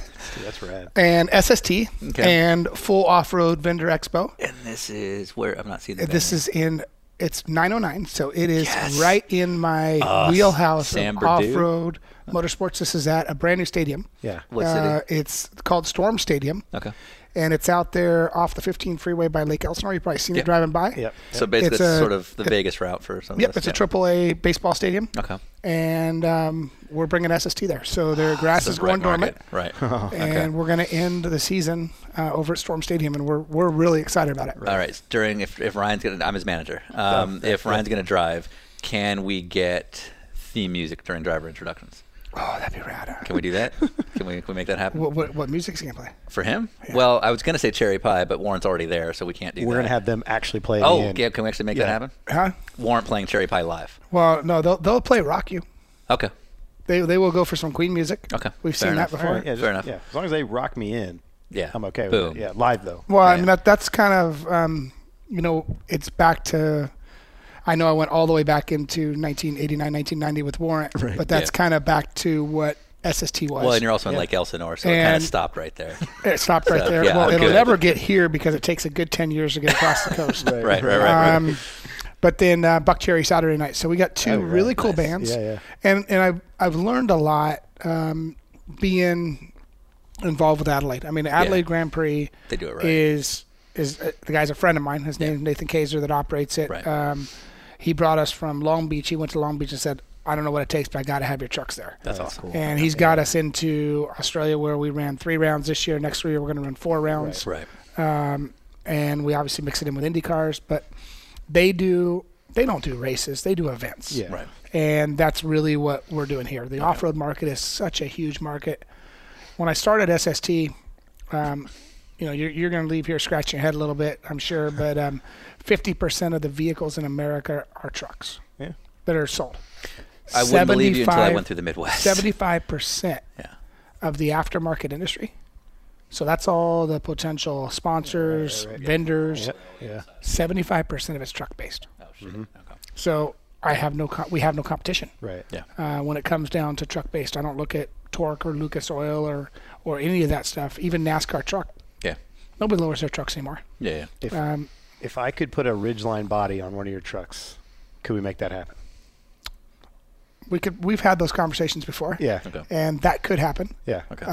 S9: That's rad.
S2: And SST
S5: Okay.
S2: and full off road vendor expo.
S5: and this is where I've not seen the
S2: This
S5: venue.
S2: is in it's 909, so it is
S5: Yes.
S2: right in my wheelhouse
S5: Sam
S2: of
S5: Perdue.
S2: off road motorsports. This is at a brand new stadium.
S9: Yeah.
S5: What
S2: Uh,
S5: city?
S2: it's called Storm Stadium.
S5: Okay.
S2: And it's out there off the 15 freeway by Lake Elsinore. You've probably seen
S5: Yep.
S2: it driving by.
S9: Yep.
S5: So basically,
S2: It's
S5: it's,
S2: a-
S5: sort of the Vegas route for some. of
S2: Yep, it's
S5: this,
S2: a
S5: yeah.
S2: AAA baseball stadium.
S5: Okay.
S2: And um, we're bringing SST there. So
S5: (gasps)
S2: their grass
S5: This
S2: is going
S5: Red Market,
S2: dormant.
S9: (laughs)
S5: Right. okay.
S2: And we're going to end the season uh, over at Storm Stadium, and we're, we're really excited about it.
S5: All right. During if, if Ryan's gonna, I'm his manager. Um, if Ryan's gonna drive, can we get theme music during driver introductions?
S2: Oh, that'd be rad.
S5: Can we do that? can we can we make that happen
S2: What, what, what music's he going to play?
S5: for him? Well, I was gonna say cherry pie, but Warren's already there, so we can't do
S9: We're
S5: that.
S9: going to have them actually play
S5: Oh,
S9: it in.
S5: yeah. Can we actually make that
S9: Yeah.
S5: happen?
S2: Huh?
S5: Warren playing cherry pie live.
S2: Well, no, they'll, they'll play Rock You.
S5: Okay.
S2: They, they will go for some Queen music.
S5: Okay,
S2: We've
S5: fair
S2: seen
S5: enough.
S2: that
S9: All
S2: before.
S9: right, yeah, just-
S5: Fair enough.
S9: Yeah, as long as they rock me in,
S5: Yeah.
S9: I'm okay
S5: Boom.
S9: with it. Yeah, live though.
S2: Well, I
S5: Yeah.
S2: mean, that, that's kind of, um, you know, it's back to. I know I went all the way back into 1989, 1990 with Warrant, but that's
S5: Yeah.
S2: kind of back to what SST was.
S5: Well, and you're also in Lake Elsinore, so it kind of
S2: And-
S5: stopped right there.
S2: it stopped right
S5: So,
S2: there.
S5: yeah,
S2: well, it'll
S5: good.
S2: never get here because it takes a good 10 years to get across the
S5: (laughs)
S2: coast.
S5: right, right, right. right.
S2: Um, but then uh, Buck Cherry Saturday night. So we got
S5: Oh,
S2: two really cool bands.
S9: Yeah, yeah.
S2: And and I've I've learned a lot um, being involved with Adelaide. I mean, Adelaide Grand Prix
S5: They do it right.
S2: is is uh, the guy's a friend of mine. His name is Nathan Kaiser that operates it.
S5: Right.
S2: Um, he brought us from Long Beach. He went to Long Beach and said, "I don't know what it takes, but I got to have your trucks there."
S5: That's awesome.
S2: and he's got us into Australia where we ran three rounds this year. Next year we're going to run four rounds
S5: Right.
S2: and we obviously mix it in with IndyCars, but they do they don't do races, they do events.
S9: Yeah.
S5: Right.
S2: And that's really what we're doing here. The off-road market is such a huge market. When I started SST, um, you know, you're, you're going to leave here scratching your head a little bit, I'm
S9: (laughs)
S2: sure, but um, 50% of the vehicles in America are trucks
S9: Yeah.
S2: that are sold.
S5: I wouldn't believe you until I
S2: 75
S5: went through the Midwest.
S2: 75%
S5: Yeah.
S2: of the aftermarket industry. So that's all the potential sponsors, vendors.
S9: Yeah. Mm-hmm.
S2: Seventy-five percent of it's truck based.
S5: Oh, shit. Okay.
S2: So I have no, co we have no competition
S9: Right.
S5: Yeah.
S2: uh, when it comes down to truck based. I don't look at Torque or Lucas Oil or or any of that stuff. Even NASCAR truck,
S5: Yeah.
S2: nobody lowers their trucks anymore.
S5: Yeah. yeah.
S9: If
S2: Um,
S9: if I could put a ridgeline body on one of your trucks, could we make that happen?
S2: we could, we've had those conversations before,
S9: Yeah.
S5: Okay.
S2: and that could happen.
S9: Yeah.
S5: Okay.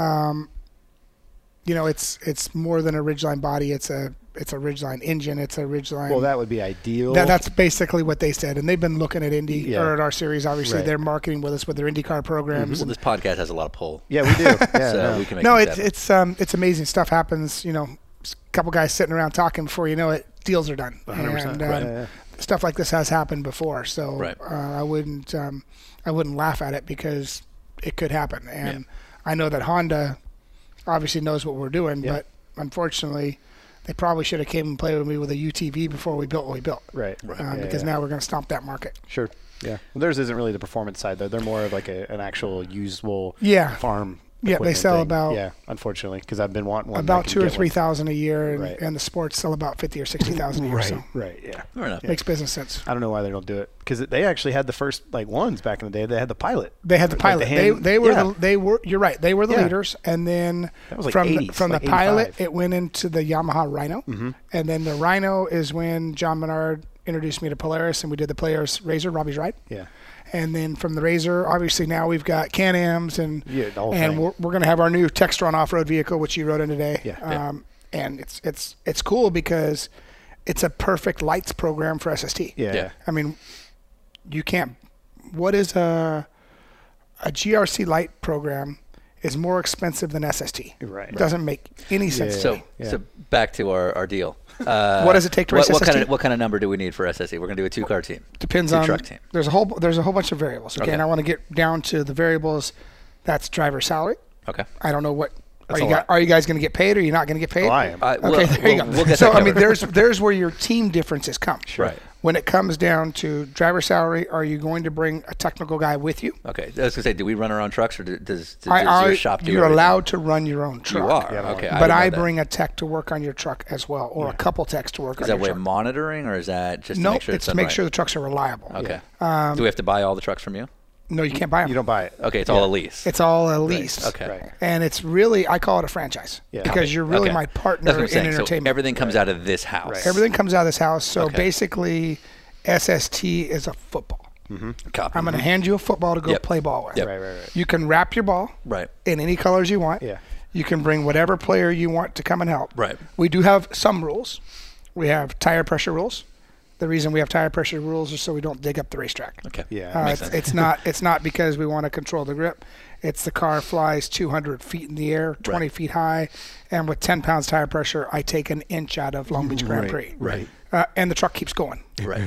S2: You know, it's it's more than a ridgeline body. It's a it's a ridgeline engine. It's a ridgeline.
S9: Well, that would be ideal.
S2: That, that's basically what they said, and they've been looking at Indy
S9: Yeah.
S2: or at our series. Obviously,
S9: Right. Mm-hmm.
S2: they're marketing with us with their IndyCar programs.
S5: well, this podcast has a lot of pull.
S9: yeah,
S5: (laughs)
S9: we do. Yeah,
S5: So
S9: no.
S5: we can make
S2: no, it's
S5: things happen.
S2: it's um it's amazing stuff happens. You know, a couple guys sitting around talking before you know it, deals are done, and um,
S9: Yeah, yeah.
S2: stuff like this has happened before. So
S5: Right.
S2: uh, I wouldn't um, I wouldn't laugh at it because it could happen, and I know that Honda obviously knows what we're doing, but unfortunately. They probably should have came and played with me with a UTV before we built what we built,
S9: right.
S2: Uh, because now we're going to stomp that market.
S9: Sure. Yeah. Well, theirs isn't really the performance side though. They're more of like a, an actual usable
S2: Yeah.
S9: farm
S2: Yeah, they
S9: equipment
S2: sell
S9: thing.
S2: about
S9: yeah, unfortunately, because I've been wanting one. and I
S2: about
S9: can
S2: two or
S9: get
S2: three
S9: one.
S2: thousand a year, and,
S9: Right.
S2: and the sports sell about fifty or sixty thousand a year. So
S9: Right. Yeah.
S5: Fair enough.
S2: makes business sense.
S9: I don't know why they don't do it because they actually had the first like ones back in the day. They had the pilot.
S2: They had the
S9: Like
S2: pilot.
S9: hand-
S2: they they were
S9: yeah.
S2: the, they were you're right. They were the
S9: Yeah.
S2: leaders, and then
S9: That was like
S2: from
S9: 80s,
S2: the, from
S9: like Mm-hmm.
S2: the pilot,
S9: 85.
S2: it went into the Yamaha Rhino, and then the Rhino is when John Menard introduced me to Polaris, and we did the Polaris Razor. Robbie's right.
S9: yeah.
S2: And then from the Razor, obviously now we've got Can-Ams and
S9: Yeah, the whole
S2: and
S9: thing.
S2: we're, we're going to have our new Textron off-road vehicle, which you rode in today.
S9: Yeah. Yeah.
S2: Um, and it's it's it's cool because it's a perfect lights program for SST.
S9: Yeah.
S5: Yeah.
S2: I mean, you can't. What is a a GRC light program is more expensive than SST.
S9: Right.
S2: It doesn't make any sense. to
S5: (laughs) So,
S2: me.
S5: so back to our, our deal.
S2: (laughs)
S5: Uh,
S2: What does it take to
S5: what,
S2: race
S5: what kind
S2: SST?
S5: of what kind of number do we need for SSE? We're going to do a two car team.
S2: depends
S5: The
S2: on
S5: truck team.
S2: There's a whole there's a whole bunch of variables. Okay,
S5: Okay.
S2: and I want to get down to the variables. That's driver salary.
S5: Okay.
S2: I don't know what are
S9: That's
S2: you,
S9: a
S2: guys,
S9: lot.
S2: are you guys going to get paid or you not going to get paid?
S9: Oh, I am.
S5: Uh,
S2: okay, there
S5: we'll-
S2: you
S5: we'll-
S2: go.
S5: we'll get
S2: so
S5: that
S2: I mean,
S5: covered.
S2: there's there's where your team differences come.
S5: Right.
S2: When it comes down to driver salary, are you going to bring a technical guy with you?
S5: Okay. I was going to say, do we run our own trucks, or do, does, does
S2: I, I,
S5: your shop do?
S2: you're
S5: everything?
S2: allowed to run your own
S5: You
S2: truck.
S5: are.
S9: Yeah,
S5: okay.
S2: but I,
S5: didn't know that.
S2: bring a tech to work on your truck as well, or a couple techs to work
S5: Is
S2: on
S5: that way
S2: your
S5: of
S2: truck.
S5: monitoring, or is that just
S2: No,
S5: to make sure
S2: it's Um,
S5: done
S2: make
S5: right?
S2: sure the trucks are reliable.
S5: Okay. do we have to buy all the trucks from you?
S2: No, you can't buy them.
S9: You don't buy it. Uh,
S5: Okay, it's all a lease.
S2: It's all a lease.
S5: okay.
S9: Right.
S2: And it's really, I call it a franchise
S9: Yeah.
S2: because you're really
S5: Okay.
S2: my
S5: That's what
S2: partner
S5: I'm
S2: in
S5: saying. So
S2: entertainment.
S5: everything comes out of this house.
S2: Everything comes out of this house. So
S5: Okay.
S2: basically, SST is a football.
S5: Copy.
S2: I'm going to hand you a football to go
S5: Mm-hmm. Yep.
S2: play ball with.
S5: Yep.
S9: Right. Right. Right.
S2: You can wrap your ball
S5: Right.
S2: in any colors you want.
S9: Yeah.
S2: You can bring whatever player you want to come and help.
S5: Right.
S2: We do have some rules. We have tire pressure rules. The reason we have tire pressure rules is so we don't dig up the racetrack.
S5: Okay.
S9: Yeah.
S2: Uh,
S5: Makes
S2: it's,
S5: sense.
S2: it's not it's not because we want to control the grip. It's the car flies 200 feet in the air, 20 feet high, and with 10 pounds tire pressure, I take an inch out of Long Beach Grand Prix. Right. Uh, and the truck keeps going. Um,
S5: Right.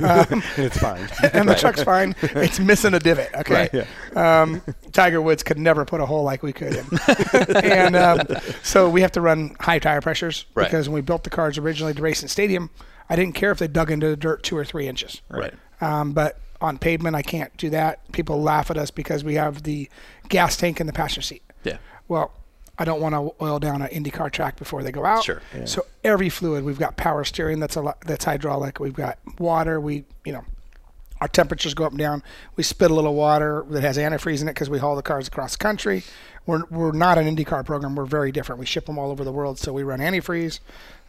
S9: it's fine.
S2: (laughs) and the truck's fine. It's missing a divot. Okay. Um, Tiger Woods could never put a hole like we could in. (laughs) and um, so we have to run high tire pressures
S5: Right.
S2: because when we built the cars originally to race in stadium, I didn't care if they dug into the dirt two or three inches.
S5: Right.
S2: Um, but on pavement, I can't do that. People laugh at us because we have the gas tank in the passenger seat.
S5: Yeah.
S2: Well, I don't want to oil down an IndyCar track before they go out.
S5: Sure. Yeah.
S2: So every fluid, we've got power steering that's a lot, that's hydraulic. We've got water. We you know, our temperatures go up and down. We spit a little water that has antifreeze in it because we haul the cars across the country. We're we're not an IndyCar program. We're very different. We ship them all over the world, so we run antifreeze.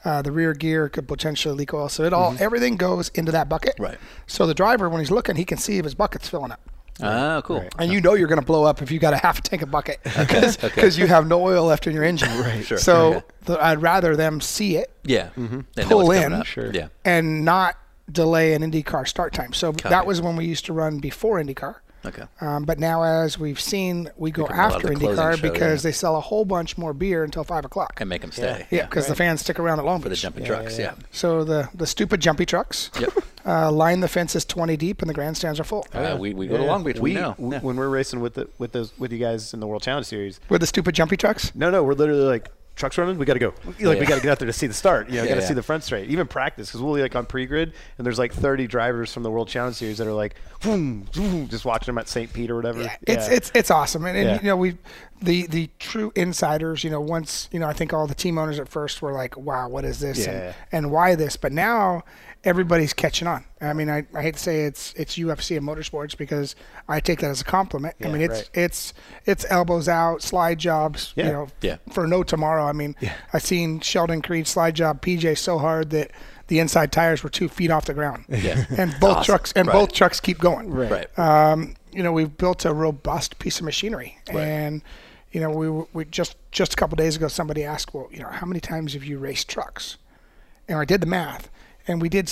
S2: Uh, the rear gear could potentially leak oil, so it all everything goes into that bucket.
S5: Mm-hmm. Right.
S2: So the driver, when he's looking, he can see if his bucket's filling up.
S5: Oh, cool.
S2: And you know you're going to blow up if you got a half a tank of
S5: (laughs)
S2: bucket because you have no oil left in your engine. right.
S5: Sure.
S2: So
S5: Okay.
S2: the, I'd rather them see it
S5: Yeah. Mm-hmm.
S2: Pull in.
S5: Sure. Yeah.
S2: and not delay an IndyCar start time. So that was when we used to run before IndyCar.
S5: Okay.
S2: Um, but now, as we've seen, we go
S5: can run a lot
S2: after
S5: of the closing
S2: IndyCar
S5: show,
S2: because
S5: yeah.
S2: they sell a whole bunch more beer until five o'clock.
S5: And make them stay.
S2: yeah, because the fans stick around at Long Beach.
S5: For the jumping trucks. Yeah.
S2: So the the stupid jumpy trucks.
S5: Yep.
S2: (laughs) Uh, line the fences 20 deep and the grandstands are full.
S5: Uh, we we go to Long Beach. We,
S9: We,
S5: know.
S9: w-
S5: Yeah.
S9: when we're racing with the with those with you guys in the World Challenge Series.
S2: With the stupid jumpy trucks?
S9: No, no, we're literally like trucks running. We got to go. Like
S5: Oh, yeah.
S9: we got to get out there to see the start. You know,
S5: Yeah,
S9: got to
S5: yeah.
S9: see the front straight. Even practice because we'll be like on pre-grid and there's like 30 drivers from the World Challenge Series that are like, boom, boom, just watching them at St. Pete or whatever.
S2: Yeah, it's
S9: Yeah.
S2: it's it's awesome, and, and
S9: Yeah.
S2: you know we, the the true insiders, you know, once you know, I think all the team owners at first were like, "Wow, what is this?"
S9: Yeah.
S2: and, and why this? But now everybody's catching on. I mean, I, I hate to say it's it's UFC and motorsports because I take that as a compliment. I mean, it's
S9: right.
S2: it's it's elbows out, slide jobs, you
S9: Yeah.
S2: know,
S5: Yeah.
S2: for no tomorrow. I mean, I seen Sheldon Creed slide job PJ so hard that the inside tires were two feet off the ground.
S5: Yeah.
S2: and both
S5: Awesome.
S2: trucks and
S5: Right.
S2: both trucks keep going. Right
S5: right.
S2: um, you know, we've built a robust piece of machinery, and you know, we we just just a couple days ago, somebody asked, well, you know, how many times have you raced trucks? And I did the math, and we did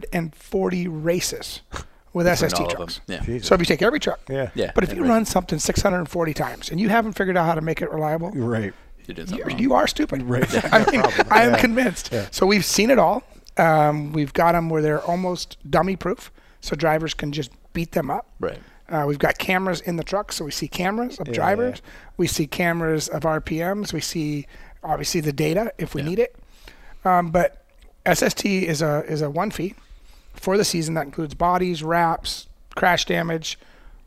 S2: 640 races with SST
S5: all of
S2: trucks.
S5: them. Yeah.
S2: So if you take every truck, yeah,
S5: Yeah,
S2: But if you
S5: every-
S2: run something 640 times and you haven't figured out how to make it reliable,
S7: Right.
S5: You're doing something
S2: you,
S5: wrong.
S2: you are stupid. (laughs) I mean, I am convinced. So we've seen it all. Um, we've got them where they're almost dummy proof, so drivers can just beat them up.
S5: Right.
S2: Uh, we've got cameras in the truck, so we see cameras of drivers. We see cameras of RPMs. We see obviously the data if we need it. Um, but SST is a is a one fee for the season that includes bodies, wraps, crash damage,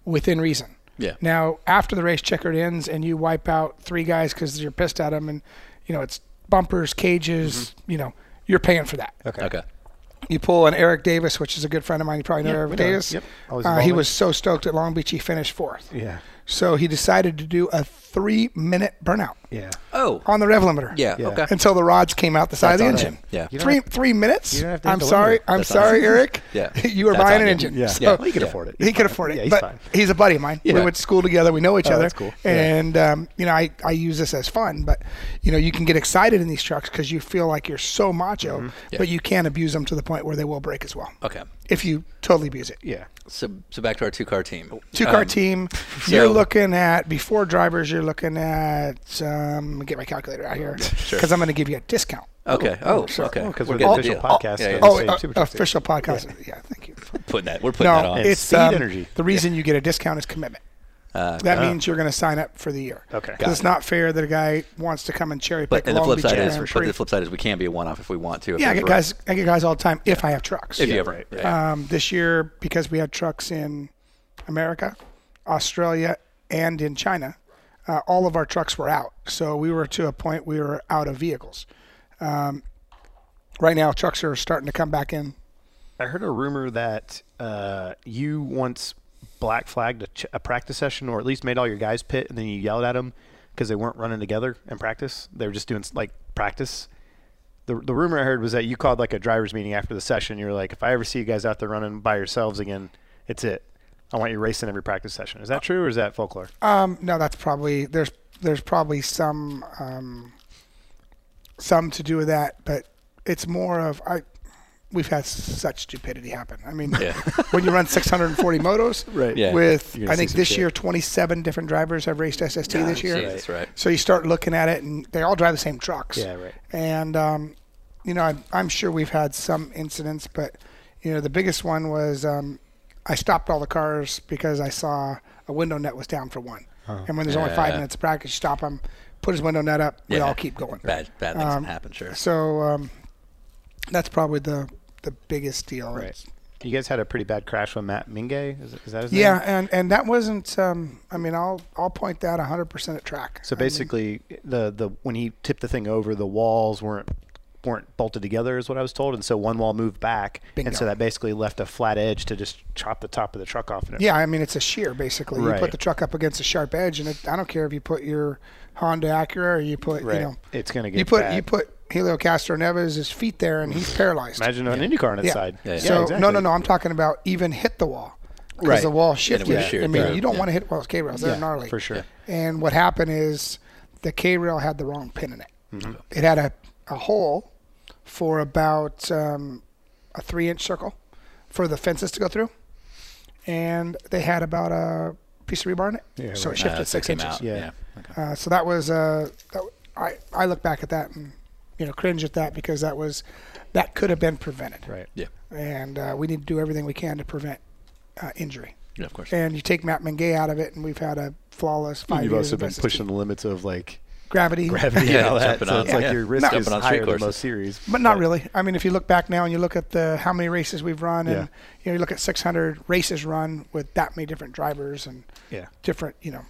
S2: within reason.
S5: Yeah.
S2: Now, after the race checkered ends and you wipe out three guys because you're pissed at them and, you know, it's bumpers, cages, you know, you're paying for that.
S5: Mm-hmm. Okay.
S2: You pull an Eric Davis, which is a good friend of mine. You probably know Eric
S9: we know him.
S2: Davis.
S9: Yep. Always
S2: Uh, he
S9: involved.
S2: was so stoked at Long Beach, he finished fourth.
S9: Yeah.
S2: So he decided to do a three minute burnout
S9: Yeah.
S5: Oh.
S2: on the rev limiter.
S5: Yeah.
S9: Yeah.
S5: Okay.
S2: Until the rods came out the side of the
S9: That's on
S2: engine.
S5: it. Yeah. You
S9: don't
S2: Three
S9: have-
S2: three minutes.
S9: you don't have to hit
S2: I'm
S9: the
S2: sorry.
S9: limiter.
S2: I'm
S5: That's on
S2: sorry,
S5: you.
S2: Eric.
S5: (laughs) Yeah.
S2: (laughs) you were
S5: That's
S2: buying
S5: on
S2: an
S5: you.
S2: engine.
S9: Yeah.
S2: So
S5: Yeah.
S9: Well, he could
S5: Yeah.
S9: afford it.
S2: he could afford it.
S9: Yeah, he's
S2: but
S9: fine.
S2: he's a buddy of mine. We
S9: Yeah. Oh,
S2: went to school together. We know each other.
S9: that's cool. Yeah.
S2: And um, you know, I, I use this as fun, but you know, you can get excited in these trucks because you feel like you're so macho,
S9: Mm-hmm.
S2: but you can abuse them to the point where they will break as well.
S5: Okay.
S2: If you totally abuse it.
S9: Yeah.
S5: So so back to our two car team.
S2: Two car
S5: Um,
S2: team. you're
S5: so-
S2: looking at before drivers. You're looking at. Um, let me get my calculator out here
S5: (laughs)
S2: because I'm going to give you a discount.
S5: Okay. Oh. Okay.
S9: Because
S5: We're good
S9: we're the
S5: to
S9: official
S5: deal.
S9: podcast.
S5: Yeah, yeah,
S9: of
S5: yeah.
S2: Oh,
S9: the
S2: uh,
S9: Super Truck Series.
S2: official podcast. Yeah, thank you.
S5: Putting that. We're putting that
S2: No,
S5: on.
S2: it's
S9: Speed
S2: um,
S9: energy.
S2: The reason you get a discount is commitment.
S5: Uh,
S2: that means you're going to sign up for the year.
S9: Okay.
S2: 'Cause it's not fair that a guy wants to come and cherry pick.
S5: But and the
S2: Long
S5: flip
S2: Beach
S5: side is,
S2: Grand
S5: but
S2: Prix.
S5: the flip side is, we can be a one-off if we want to. if
S2: yeah, I
S5: there's
S2: get
S5: a-
S2: guys. I get guys all the time if I have trucks.
S5: If you ever, yeah.
S2: Um, this year, because we had trucks in America, Australia, and in China, uh, all of our trucks were out. So we were to a point we were out of vehicles. Um, right now, trucks are starting to come back in.
S9: I heard a rumor that uh, you once black flagged a, ch- a practice session, or at least made all your guys pit, and then you yelled at them because they weren't running together in practice. They were just doing like practice. The, the rumor I heard was that you called like a driver's meeting after the session. You were like, if I ever see you guys out there running by yourselves again, it's it. I want you racing every practice session. Is that true or is that folklore?
S2: Um, no, that's probably there's there's probably some um, some to do with that, but it's more of I. We've had such stupidity happen. I mean,
S5: Yeah.
S2: (laughs) when you run 640 motos,
S9: Right.
S5: Yeah.
S2: with
S9: You're gonna
S2: I think
S9: see some
S2: this
S9: shit.
S2: year 27 different drivers have raced SST this year.
S5: Jesus, right.
S2: So you start looking at it, and they all drive the same trucks.
S9: Yeah, right.
S2: And um, you know, I'm, I'm sure we've had some incidents, but you know, the biggest one was um, I stopped all the cars because I saw a window net was down for one. And when there's only five
S5: Yeah.
S2: minutes of practice, you stop him, put his window net up, we
S5: Yeah.
S2: all keep going.
S5: Bad bad things
S2: Um,
S5: happen. Sure.
S2: So um, that's probably the the biggest deal. It's-
S9: You guys had a pretty bad crash with Matt Mingay. Is, is that his name?
S2: Yeah, and, and that wasn't. Um, I mean, I'll I'll point that 100% at track.
S9: So
S2: I mean,
S9: basically, the the when he tipped the thing over, the walls weren't weren't bolted together, is what I was told, and so one wall moved back, and
S2: Bingo.
S9: so that basically left a flat edge to just chop the top of the truck off. And it-
S2: Yeah, I mean it's a shear basically. You put
S9: Right.
S2: the truck up against a sharp edge, and it, I don't care if you put your Honda Acura or you put
S9: Right.
S2: you know
S9: It's gonna
S2: you
S9: get
S2: put
S9: bad.
S2: you put Helio Castro Neves his feet there, and he's paralyzed.
S9: imagine an IndyCar on its
S2: yeah.
S9: side.
S5: Yeah, yeah.
S2: So no,
S9: exactly.
S2: no, no. I'm talking about even hit the wall because
S5: Right.
S2: the wall
S5: And it
S2: shifted.
S5: would shoot
S2: I mean,
S5: through.
S2: you don't
S5: Yeah.
S2: want to hit those K rails. They're gnarly
S9: for sure. Yeah.
S2: And what happened is the K rail had the wrong pin in it.
S9: Mm-hmm.
S2: It had a a hole for about um, a three inch circle for the fences to go through and they had about a piece of rebar in it, so it shifted
S5: Uh, so it
S2: six
S5: came
S2: inches.
S5: out,
S9: Yeah.
S5: Yeah. Okay.
S2: Uh, so that was uh, that, I I look back at that and you know cringe at that because that was that could have been prevented.
S9: Right.
S5: Yeah.
S2: And uh, we need to do everything we can to prevent uh, injury.
S5: Yeah. Of course.
S2: And you take Matt Mingay out of it, and we've had a flawless five
S9: You've
S2: years
S9: also
S2: of
S9: been
S2: SST.
S9: pushing the limits of like
S2: gravity.
S5: (laughs)
S9: gravity
S5: Yeah,
S9: and all that.
S5: jumping
S9: So
S5: on-
S9: it's like
S5: yeah.
S9: your risk
S2: Not-
S9: is
S5: jumping on
S9: higher
S5: street
S9: than
S5: courses.
S9: most series.
S2: But not really. I mean, if you look back now and you look at the how many races we've run, and
S9: Yeah.
S2: you know, you look at 600 races run with that many different drivers and
S9: Yeah.
S2: different, you know,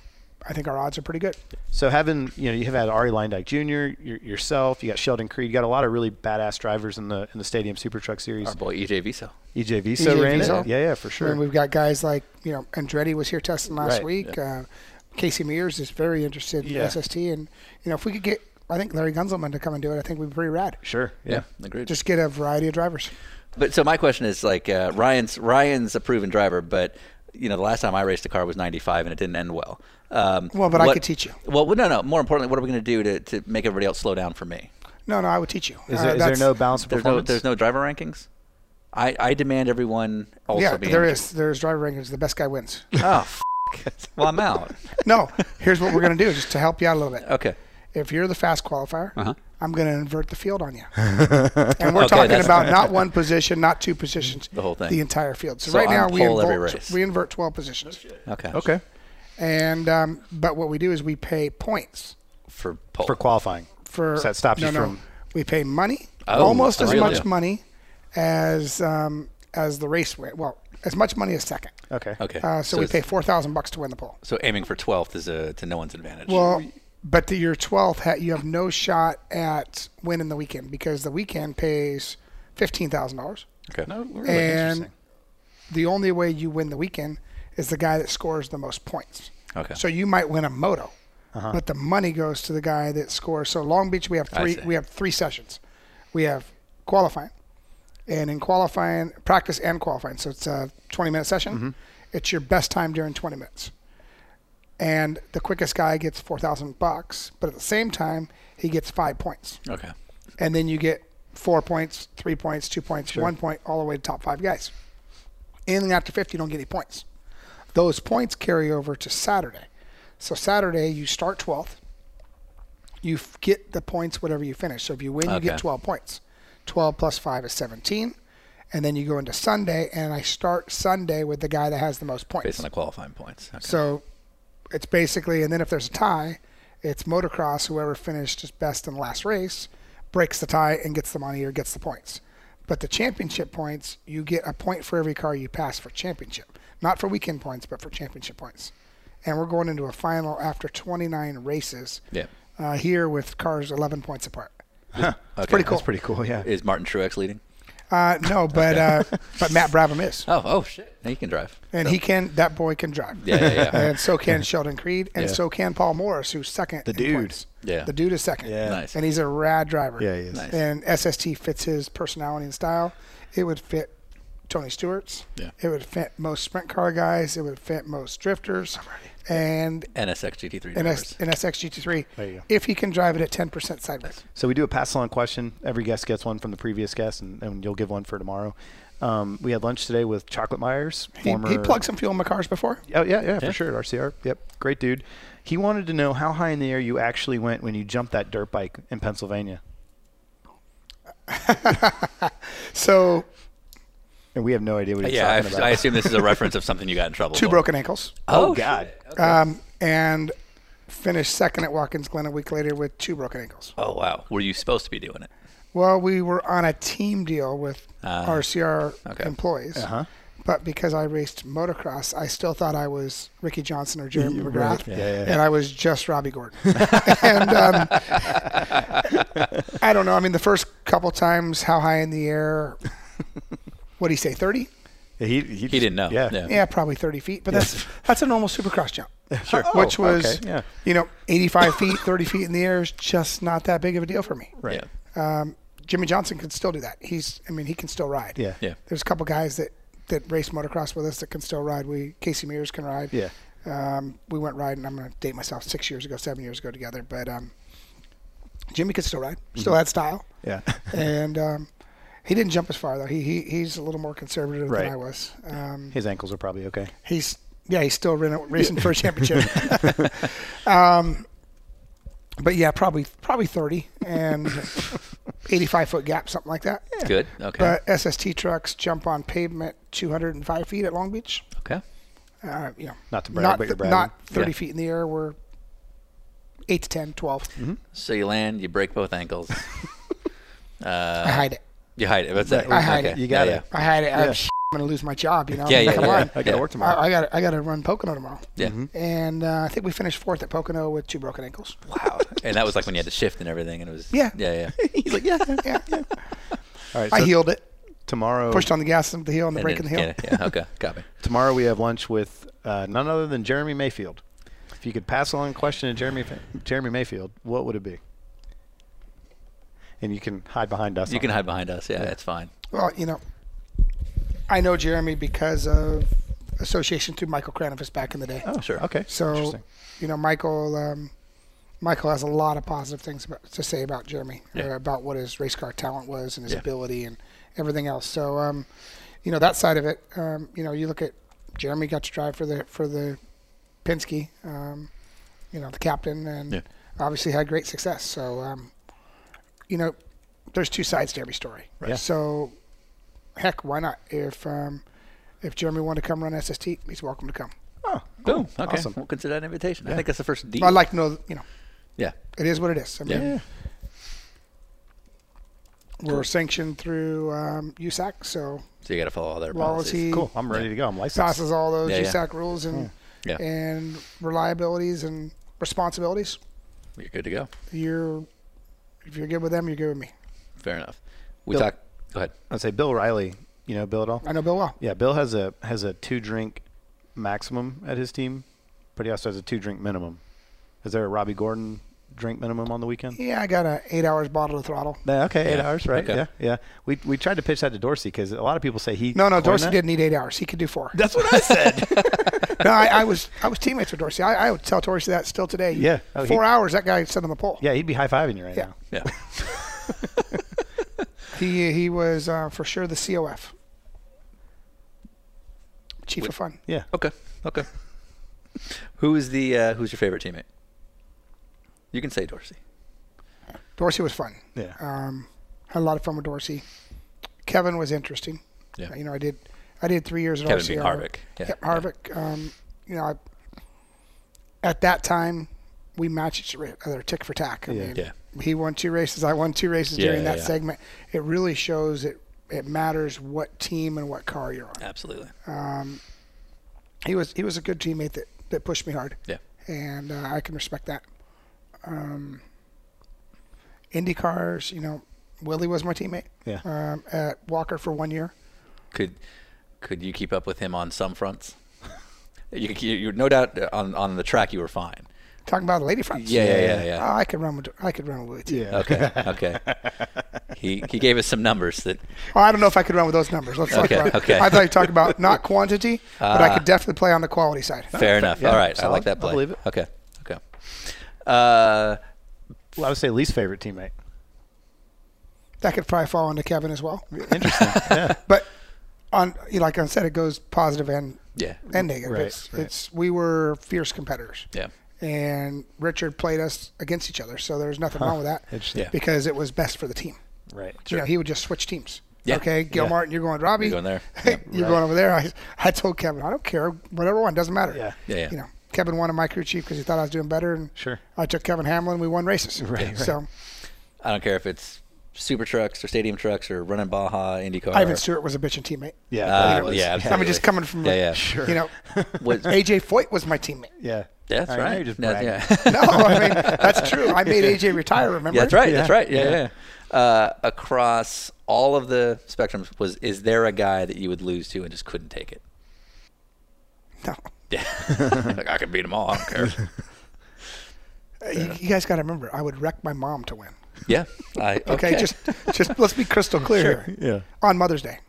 S2: I think our odds are pretty good.
S9: So having you know you have had Ari Lindyke Jr. your- yourself, you got Sheldon Creed, you got a lot of really badass drivers in the in the Stadium Super Truck Series.
S5: Our boy EJ Viso.
S2: EJ
S9: EJ Viso ran it.
S2: Viso.
S9: Yeah, yeah, for
S2: I mean,
S9: sure.
S2: we've got guys like you know Andretti was here testing last
S9: Right,
S2: week. Uh, Casey Mears is very interested in
S9: Yeah.
S2: SST, and you know if we could get, I think Larry Gunzelman to come and do it, I think we'd be pretty rad.
S9: Sure.
S5: Yeah. Agreed.
S2: Just get a variety of drivers.
S5: But so my question is like uh, Ryan's Ryan's a proven driver, but you know the last time I raced a car was 95 and it didn't end well. Um,
S2: Well, but I could teach you.
S5: Well, no, no. More importantly, what are we going to do to, to make everybody else slow down for me?
S2: No, no, I would teach you. Uh,
S9: Is, there, is there
S2: that's-
S9: no balance of
S5: There's no
S9: performance?
S5: there's no driver rankings. I, I demand everyone also
S2: Yeah,
S5: be
S2: there
S5: in-
S2: is. There's driver rankings. The best guy wins.
S5: Oh, (laughs) f- well I'm out.
S2: no, here's what we're gonna do, just to help you out a little bit.
S5: Okay.
S2: If you're the fast qualifier,
S5: Uh-huh.
S2: I'm gonna invert the field
S9: (laughs)
S2: on you. and we're
S5: Okay,
S2: talking
S5: that's-
S2: about not one position, not two positions,
S5: The whole thing.
S2: the entire field. So,
S5: So
S2: right
S5: I'm
S2: now we
S5: pole every
S2: invert,
S5: race.
S2: we invert 12 positions.
S5: Okay.
S9: Okay.
S2: And um, but what we do is we pay points
S5: For pole.
S9: For qualifying.
S2: for
S9: So that stops
S2: no,
S9: you
S2: no.
S9: from-
S2: We pay money,
S5: Oh,
S2: almost as
S5: really?
S2: much money as um, as the race win. Well, as much money as second.
S9: Okay.
S5: Okay.
S2: Uh, so, we
S5: it's-
S2: pay four thousand bucks to win the poll.
S5: So aiming for 12th is uh to no one's advantage.
S2: Well, but to your twelfth, ha- you have no shot at winning the weekend because the weekend pays fifteen thousand dollars,
S5: okay.
S9: No, Oh, really
S2: and
S9: interesting.
S2: the only way you win the weekend is the guy that scores the most points.
S5: Okay.
S2: So you might win a moto,
S9: Uh-huh.
S2: but the money goes to the guy that scores. So Long Beach, we have
S5: I
S2: three.
S5: see.
S2: We have three sessions. We have qualifying, and in qualifying, practice and qualifying. So it's a 20-minute session.
S5: Mm-hmm.
S2: It's your best time during 20 minutes, and the quickest guy gets 4,000 bucks. But at the same time, he gets five points,
S5: okay.
S2: and then you get four points, three points, two points, one point, all the way to top five guys. Anything after 50, you don't get any points those points carry over to Saturday. So Saturday, you start 12th. You f- get the points whatever you finish. So if you win, you
S5: Okay.
S2: get 12 points. 12 plus 5 is 17. And then you go into Sunday, and I start Sunday with the guy that has the most points.
S5: Based on the qualifying points. Okay.
S2: So it's basically, and then if there's a tie, it's motocross. Whoever finished just best in the last race breaks the tie and gets the money or gets the points. But the championship points, you get a point for every car you pass for championship, not for weekend points, but for championship points. And we're going into a final after 29 races.
S5: Yeah.
S2: Uh, here with cars 11 points apart.
S5: Okay.
S2: pretty cool.
S9: That's pretty cool. Yeah.
S5: Is Martin Truex leading?
S2: Uh, no, but uh, but Matt Brabham is,
S5: Oh, oh shit. He can drive.
S2: and
S5: So-
S2: he can. That boy can drive.
S5: Yeah, yeah, yeah.
S2: and so can Sheldon Creed, and so can Paul Morris, who's second. The
S9: dude.
S5: Yeah.
S2: The dude is second.
S9: Yeah.
S5: Nice.
S2: And he's a rad driver.
S9: Yeah, he is.
S5: Nice.
S2: And SST fits his personality and style. It would fit Tony Stewart's.
S5: Yeah.
S2: It would fit most sprint car guys. It would fit most drifters. And
S5: NSX GT3
S2: an
S5: drivers.
S2: S- an SXGT3,
S9: There you go.
S2: if he can drive it at 10% sideways.
S9: So we do a pass along question. Every guest gets one from the previous guest, and, and you'll give one for tomorrow. Um, we had lunch today with Chocolate Myers,
S2: He,
S9: former.
S2: he plugged some fuel in my cars before.
S9: Oh yeah, yeah,
S5: Yeah.
S9: for sure. RCR. Yep, great dude. He wanted to know how high in the air you actually went when you jumped that dirt bike in Pennsylvania,
S2: So,
S9: and we have no idea what he's
S5: yeah,
S9: talking
S5: I,
S9: about.
S5: I assume this is a reference of something you got in trouble.
S2: two
S5: for.
S2: broken ankles.
S5: Oh,
S9: God.
S5: shit.
S2: Um, and finished second at Watkins Glen a week later with two broken ankles.
S5: Oh wow. Were you supposed to be doing it?
S2: Well, we were on a team deal with RCR
S5: okay.
S2: employees.
S9: Ah, Uh-huh.
S2: But because I raced motocross, I still thought I was Ricky Johnson or Jeremy McGrath,
S9: Yeah, yeah,
S2: and I was just Robbie Gordon. (laughs) and
S9: (laughs)
S2: um, I don't know. I mean, the first couple times, how high in the air? What do you say, thirty?
S9: he, he,
S5: He didn't know.
S9: Yeah.
S2: Yeah, probably thirty feet. But that's that's a normal supercross
S9: (laughs)
S2: jump, sure. Which
S9: Oh,
S2: was,
S9: okay, yeah.
S2: you know, eighty-five feet, thirty feet in the air is just not that big of a deal for me. Um,
S5: Right.
S2: Jimmy Johnson could still do that. He's, I mean, he can still ride.
S9: Yeah.
S5: Yeah.
S2: There's a couple guys that that race motocross with us that can still ride. We Casey Mears can ride.
S9: Yeah.
S2: Um, we went riding. I'm going to date myself six years ago, seven years ago together, but um, Jimmy could still ride. Still
S9: Mm-hmm.
S2: had style.
S9: Yeah.
S2: (laughs) and um, he didn't jump as far though. He, he he's a little more conservative
S9: Right.
S2: than I was. Um,
S9: His ankles are probably okay.
S2: he's yeah, he's still
S9: (laughs)
S2: rin- racing for a championship. (laughs) um, but yeah, probably probably thirty
S9: (laughs)
S2: and eighty-five foot gap, something like that.
S5: It's good. Okay.
S2: But SST trucks jump on pavement 205 feet at Long Beach.
S5: okay.
S2: Uh, you know,
S9: Not to brag,
S2: not,
S9: but you're
S2: th-
S9: bragging.
S2: not 30
S5: Yeah.
S2: feet in the air. We're 8 to 10, 12.
S9: Mm-hmm.
S5: So you land, you break both ankles, Uh,
S2: I hide it.
S5: you hide it. That's it.
S2: I hide it.
S5: Okay.
S9: You got
S5: yeah,
S9: it.
S2: I hide it. I'm, going to lose my job, you know?
S5: Yeah, yeah,
S2: Come
S5: yeah.
S2: on.
S9: I got to
S5: Yeah.
S9: work tomorrow. Mm-hmm.
S2: I, I got I got to run Pocono tomorrow.
S5: Yeah.
S2: And uh, I think we finished fourth at Pocono with two broken ankles.
S5: Wow. And that was like when you had to shift and everything, and it was.
S2: Yeah.
S5: Yeah. Yeah.
S2: He's like, yeah, yeah, yeah.
S9: All right.
S2: I
S9: so
S2: healed it.
S9: tomorrow.
S2: Pushed on the gas and the hill and the
S5: And
S2: brake
S5: then-
S2: in the hill.
S5: Yeah. yeah. Okay. Got me.
S9: Tomorrow we have lunch with uh, none other than Jeremy Mayfield. If you could pass along a question to Jeremy Jeremy Mayfield, what would it be? And you can hide behind us.
S5: You
S9: on
S5: can
S9: it.
S5: hide behind us. Yeah, That's fine.
S2: Well, you know, I know Jeremy because of association through Michael Cranifus back in the day.
S9: Oh,
S5: Sure.
S9: Okay.
S2: So,
S9: Interesting.
S2: you know, Michael, um, Michael has a lot of positive things about, to say about Jeremy,
S5: Yeah.
S2: uh, about what his race car talent was and his
S5: Yeah.
S2: ability and everything else. So, um, you know, that side of it, um, you know, you look at Jeremy got to drive for the for the Penske, um, you know, the captain, and
S5: Yeah.
S2: obviously had great success. So, um, you know, there's two sides to every story.
S9: Right. Yeah.
S2: So, heck, why not? If um, if Jeremy wanted to come run SST, he's welcome to come.
S9: Oh,
S5: Boom. Okay.
S9: Awesome.
S5: We'll consider that an invitation. I think that's the first deal.
S2: I'd like to know, you know,
S5: yeah.
S2: it is what it is. I mean,
S5: Yeah.
S2: We're sanctioned through um, USAC, so
S5: So you got to follow all their
S2: Lawless
S5: policies.
S2: he
S9: Oh, Cool. Hmm. I'm ready to go. I'm licensed.
S2: tosses all those
S5: Yeah, yeah.
S2: USAC rules and
S5: Yeah.
S2: and reliabilities and responsibilities.
S5: You're good to go.
S2: You're if you're good with them, you're good with me.
S5: Fair enough. We
S9: Bill-
S5: talk. Go ahead.
S1: Uh,
S9: I'd say Bill Riley. You know Bill at all?
S2: I know Bill well.
S9: Yeah, Bill has a has a two drink maximum at his team, but he also has a two drink minimum. Is there a Robbie Gordon drink minimum on the weekend?
S2: Yeah, I got an eight hours bottle of throttle.
S9: Yeah, okay, eight
S5: Yeah,
S9: hours, right?
S5: okay.
S9: Yeah, yeah. We we tried to pitch that to Dorsey because a lot of people say he.
S2: No, no,
S9: coined
S2: Dorsey
S9: that.
S2: didn't need eight hours. He could do four.
S9: That's what I said.
S2: (laughs)
S9: (laughs)
S2: no, I, I was I was teammates with Dorsey. I, I would tell Dorsey that still today.
S9: Yeah. Oh,
S2: four
S9: he-
S2: hours that guy sat on the pole.
S9: yeah, he'd be high fiving you right
S2: Yeah. (laughs)
S5: Yeah.
S9: now.
S5: (laughs)
S2: He he was uh, for sure the COF. Chief of Fun.
S9: Yeah.
S5: Okay. Okay. Who is the uh, who's your favorite teammate? You can say Dorsey.
S2: Dorsey was fun.
S9: Yeah.
S2: Um, had a lot of fun with Dorsey. Kevin was interesting.
S5: Yeah.
S2: You know, I did I did three years at
S5: Kevin
S2: RCR.
S5: being Harvick. Yeah.
S2: Yeah, Harvick. Um, you know, I, at that time, we matched each other tick for tack. I
S9: Yeah.
S2: mean,
S5: Yeah.
S2: He won two races. I won two races
S5: Yeah,
S2: during
S5: yeah,
S2: that
S5: yeah.
S2: segment. It really shows it. It matters what team and what car you're on.
S5: Absolutely.
S2: He was he was a good teammate that, that pushed me hard.
S5: Yeah.
S2: and uh, I can respect that. Um, IndyCars, you know, Willie was my teammate
S9: Yeah.
S2: um, at Walker for one year.
S5: Could could you keep up with him on some fronts? (laughs) you, you, you no doubt uh, on on the track you were fine.
S2: Talking about the lady fronts.
S5: Yeah. Yeah. Yeah. yeah.
S2: Oh, I could run with I could run with Willie. Too.
S9: Yeah.
S5: Okay.
S9: (laughs)
S5: Okay. he he gave us some numbers that
S2: Oh, I don't know if I could run with those numbers. Let's talk
S5: Okay,
S2: about.
S5: okay. Uh,
S2: I thought you talked about not quantity, but I could definitely play on the quality side.
S5: fair enough.
S9: yeah,
S5: All right. I
S9: solid.
S5: like
S9: I
S5: that play.
S9: believe it.
S5: Okay. Okay. Uh,
S9: Well, I would say least favorite teammate.
S2: That could probably fall into Kevin as well.
S9: (laughs) Interesting. yeah.
S2: But on you know, like I said, it goes positive and
S5: yeah.
S2: and negative.
S9: Right,
S2: it's,
S9: right.
S2: it's we were fierce competitors.
S5: Yeah.
S2: and Richard played us against each other. So there's nothing wrong with that
S9: Interesting.
S5: Yeah.
S2: because it was best for the team.
S9: Right.
S2: You know, he would just switch teams.
S5: Yeah.
S2: Okay, Gil
S9: Yeah.
S2: Martin, you're going to Robbie.
S5: You're going
S2: (laughs)
S5: there.
S2: you're going over there. I, I told Kevin, I don't care, whatever one doesn't matter.
S9: Yeah.
S5: Yeah, yeah.
S2: You know, Kevin wanted my crew chief because he thought I was doing better, and
S9: Sure.
S2: I took Kevin Hamlin. We won races.
S9: Right, right.
S2: So
S5: I don't care if it's super trucks or stadium trucks or running Baja IndyCar.
S2: Ivan Stewart was a bitching teammate.
S9: Yeah.
S5: Uh,
S9: that was-
S5: yeah,
S2: I mean, just
S5: Absolutely.
S2: coming from
S5: Yeah, yeah.
S2: sure. (laughs) You
S9: (laughs)
S2: know,
S5: Was-
S2: AJ Foyt was my teammate.
S9: Yeah.
S5: that's
S9: All
S5: right.
S9: now you're just
S5: That's-
S9: bragging.
S5: yeah.
S2: No, I mean that's true. I made AJ retire. Remember?
S5: Yeah, that's right. That's
S9: Yeah.
S5: right. Yeah, yeah. Uh, across all of the spectrums, was is there a guy that you would lose to and just couldn't take it?
S2: No,
S5: Yeah, like I could beat them all. I don't care.
S2: you, Uh, you guys got to remember. I would wreck my mom to win.
S5: yeah. I,
S2: Okay, just just let's be crystal clear here.
S9: Yeah.
S2: On Mother's
S5: (laughs)
S2: Day.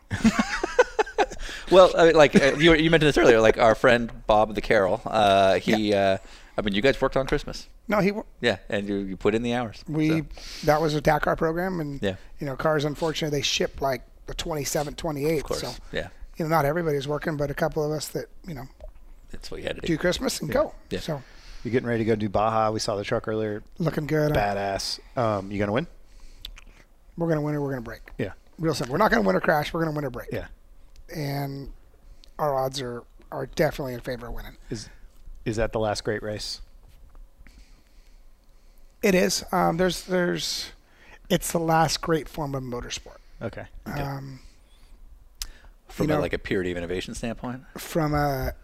S5: Well, I mean, like uh, you, you mentioned this earlier, like our friend Bob the Carol. Uh, he, uh, I mean, you guys worked on Christmas.
S2: No, he w-
S5: Yeah, and you, you put in the hours.
S2: we
S5: So,
S2: that was a Dakar program and
S5: Yeah.
S2: you know, cars unfortunately they ship like the 27th, 28th. Of
S5: course,
S2: So
S5: yeah.
S2: you know, not everybody's working, but a couple of us that, you know,
S5: that's what you had to
S2: do
S5: do.
S2: Christmas and go.
S5: Yeah.
S2: So
S9: You're getting ready to go do Baja. We saw the truck earlier.
S2: looking good. Uh,
S9: Badass. Um, you gonna win?
S2: We're gonna win or we're gonna break.
S9: Yeah.
S2: Real simple. We're not gonna win or crash, we're gonna win or break.
S9: Yeah.
S2: And our odds are are definitely in favor of winning.
S9: Is is that the last great race?
S2: It is. Um, there's there's it's the last great form of motorsport.
S9: Okay.
S5: From
S2: you
S5: a,
S2: know-
S5: like a purity of innovation standpoint.
S2: From a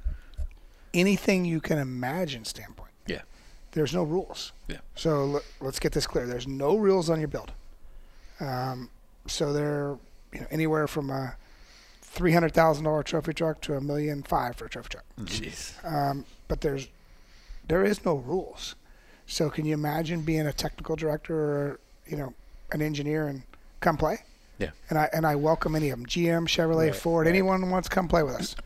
S2: anything you can imagine standpoint.
S5: Yeah.
S2: there's no rules.
S5: Yeah.
S2: So l- let's get this clear. There's no rules on your build. Um, so they're you know, anywhere from a three hundred thousand dollar trophy truck to a million five for a trophy truck.
S5: Hmm. Jeez.
S2: But there's there is no rules. So can you imagine being a technical director or you know an engineer and come play?
S5: Yeah.
S2: And I and I welcome any of them. GM, Chevrolet, Ford, anyone who wants to come play with
S5: (clears throat)
S2: us.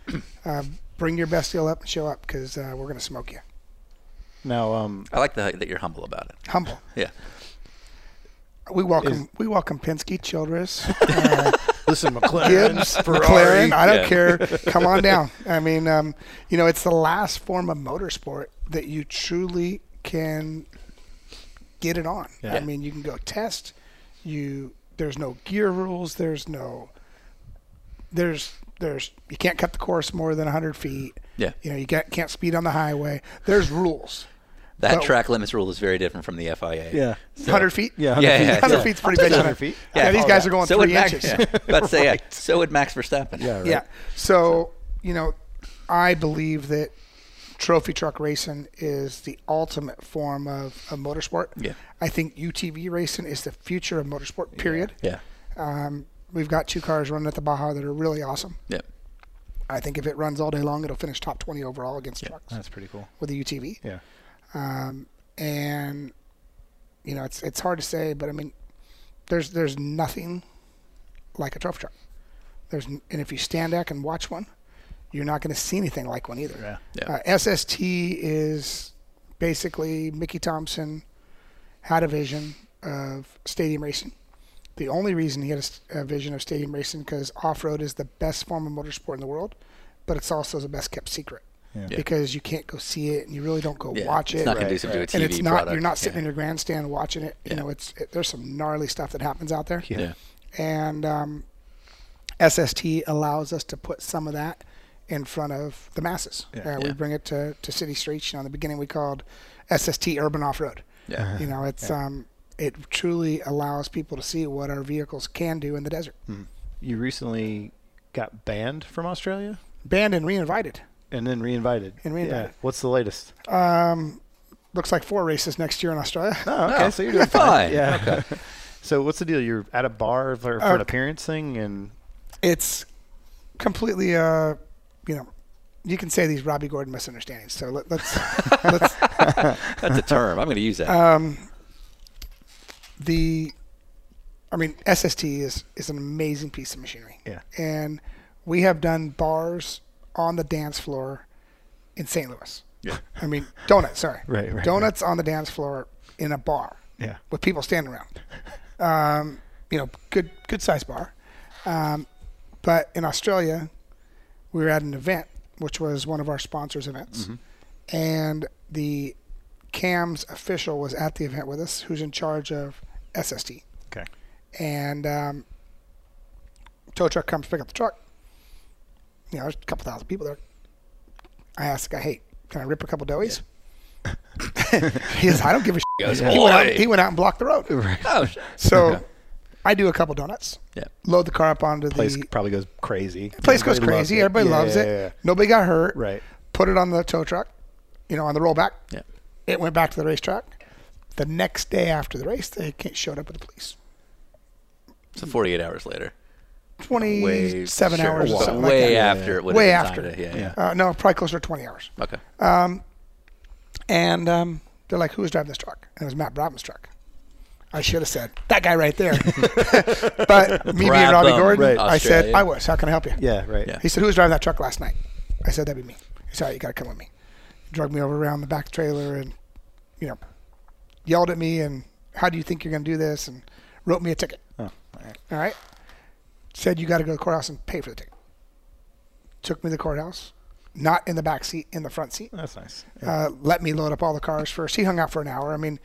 S2: uh, bring your best deal up and show up because uh, we're gonna smoke you.
S9: Now, um,
S5: I like the, that you're humble about it.
S2: Humble.
S5: Yeah.
S2: We welcome
S9: Is-
S2: we welcome Penske, Childress,
S9: (laughs) listen, McLaren,
S5: (laughs)
S2: Gibbs,
S9: Ferrari.
S2: McLaren. I don't
S5: Yeah. (laughs)
S2: care. Come on down. I mean, um, you know, it's the last form of motorsport that you truly can get it on. I mean, you can go test. You there's no gear rules. There's no there's there's you can't cut the course more than 100 feet.
S5: Yeah.
S2: You know, you can't, can't speed on the highway. There's rules.
S5: That track limits rule is very different from the FIA.
S7: Yeah.
S2: Hundred feet.
S7: Yeah, 100
S5: Yeah,
S7: feet.
S5: yeah, yeah.
S2: 100 feet's pretty big.
S9: 100 feet.
S2: Yeah,
S5: Yeah.
S2: these guys are going
S5: So would
S2: three
S5: Max,
S2: inches.
S5: yeah.
S2: (laughs)
S5: But say, yeah, so would Max Verstappen.
S7: Yeah, right.
S2: Yeah. So, you know, I believe that trophy truck racing is the ultimate form of, of motorsport.
S5: Yeah.
S2: I think UTV racing is the future of motorsport, period.
S5: Yeah.
S2: We've got two cars running at the Baja that are really awesome.
S5: Yeah.
S2: I think if it runs all day long, it'll finish top 20 overall against trucks
S7: That's pretty cool.
S2: with the UTV.
S7: Yeah.
S2: Um, And, you know, it's it's hard to say, but I mean, there's there's nothing like a trophy truck. There's n- and if you stand back and watch one, you're not going to see anything like one either.
S7: Yeah.
S5: Yeah.
S2: Uh, SST is basically Mickey Thompson had a vision of stadium racing. The only reason he had a s- a, vision of stadium racing because off road is the best form of motorsport in the world, but it's also the best kept secret
S7: Yeah.
S5: Yeah.
S2: because you can't go see it and you really don't go
S5: Yeah.
S2: watch it
S5: It's not conducive to a TV
S2: and it's not
S5: product.
S2: you're not sitting
S5: Yeah.
S2: in your grandstand watching it. You
S5: Yeah.
S2: know, it's it, there's some gnarly stuff that happens out there.
S5: Yeah.
S2: And um, SST allows us to put some of that in front of the masses. Uh, We
S5: Yeah.
S2: bring it to, to city streets. You know, in the beginning we called SST urban off road.
S5: Yeah.
S2: You know, it's um, it truly allows people to see what our vehicles can do in the desert.
S5: Hmm.
S7: You recently got banned from Australia
S2: Banned and reinvited.
S7: and then reinvited.
S2: And reinvited.
S7: What's the latest?
S2: Looks like four races next year in
S5: (laughs)
S2: Australia.
S7: Oh, okay. so you're
S5: You're
S7: doing
S5: fine.
S7: Yeah.
S9: (laughs) So what's the deal? You're at a bar for, for an
S2: Uh,
S9: appearance thing, and
S2: it's completely uh you know you can say these Robbie Gordon misunderstandings. So let, let's (laughs) let's
S5: That's a term. I'm going to use that.
S2: Uh, the I mean SST is is an amazing piece of machinery.
S7: Yeah.
S2: And we have done bars on the dance floor in St. Louis. Yeah. I mean donuts, sorry.
S7: Right, right,
S2: Donuts on the dance floor in a bar.
S7: Yeah.
S2: With people standing
S7: (laughs)
S2: around. Um, you know, good good size bar. Um, but in Australia, we were at an event which was one of our sponsors events
S7: Mm-hmm.
S2: and the cam's official was at the event with us who's in charge of sst
S7: Okay.
S2: and um, tow truck comes to pick up the truck you know there's a couple thousand people there i asked the guy hey can i rip a couple doughies (laughs) he says i don't
S7: (laughs)
S2: give a shit
S5: Goes,
S2: he, went out,
S5: "Oi."
S2: he went out and blocked the road
S5: Oh, sh-
S7: (laughs)
S2: so i do a couple donuts
S5: Yeah.
S2: load the car up onto
S7: Place
S2: the
S7: probably goes crazy.
S2: place goes
S7: Everybody
S2: crazy. Everybody loves
S7: loves it.
S2: it.
S7: Yeah, yeah, yeah.
S2: Nobody got hurt.
S7: Right.
S2: Put it on the tow truck, you know, on the rollback.
S5: Yeah.
S2: It went back to the racetrack. The next day after the race, they ca- showed up with the police.
S5: So 48 hours later. Way-
S2: 27
S5: sure,
S2: hours or
S5: so
S2: something
S5: Way
S2: like
S5: after it would
S2: Way
S5: have
S2: after.
S5: been signed. Yeah, yeah.
S2: that. Uh, no, probably closer to 20 hours.
S5: Okay.
S2: Uh, And um, they're like, who was driving this truck? And it was Matt Brabham's truck. I should have said, that guy right
S5: (laughs)
S2: there. but me being
S5: Brabham,
S2: Robbie Gordon,
S5: right.
S2: I said,
S5: Australian.
S2: I was. How can I help you?
S7: Yeah, right.
S5: Yeah.
S2: He said, "Who was driving that truck last night?" I said, "That'd be me." He said, "All right, "You got to come with me." Drug me over around the back trailer and, you know, yelled at me and, "How do you think you're going to do this?" and wrote me a ticket.
S5: Oh,
S2: all right. Said you got to go to the courthouse and pay for the ticket. Took me to the courthouse, not in the back seat, in the front seat.
S7: That's nice.
S2: Uh, let me load up all the cars first. He hung out for an hour. I mean,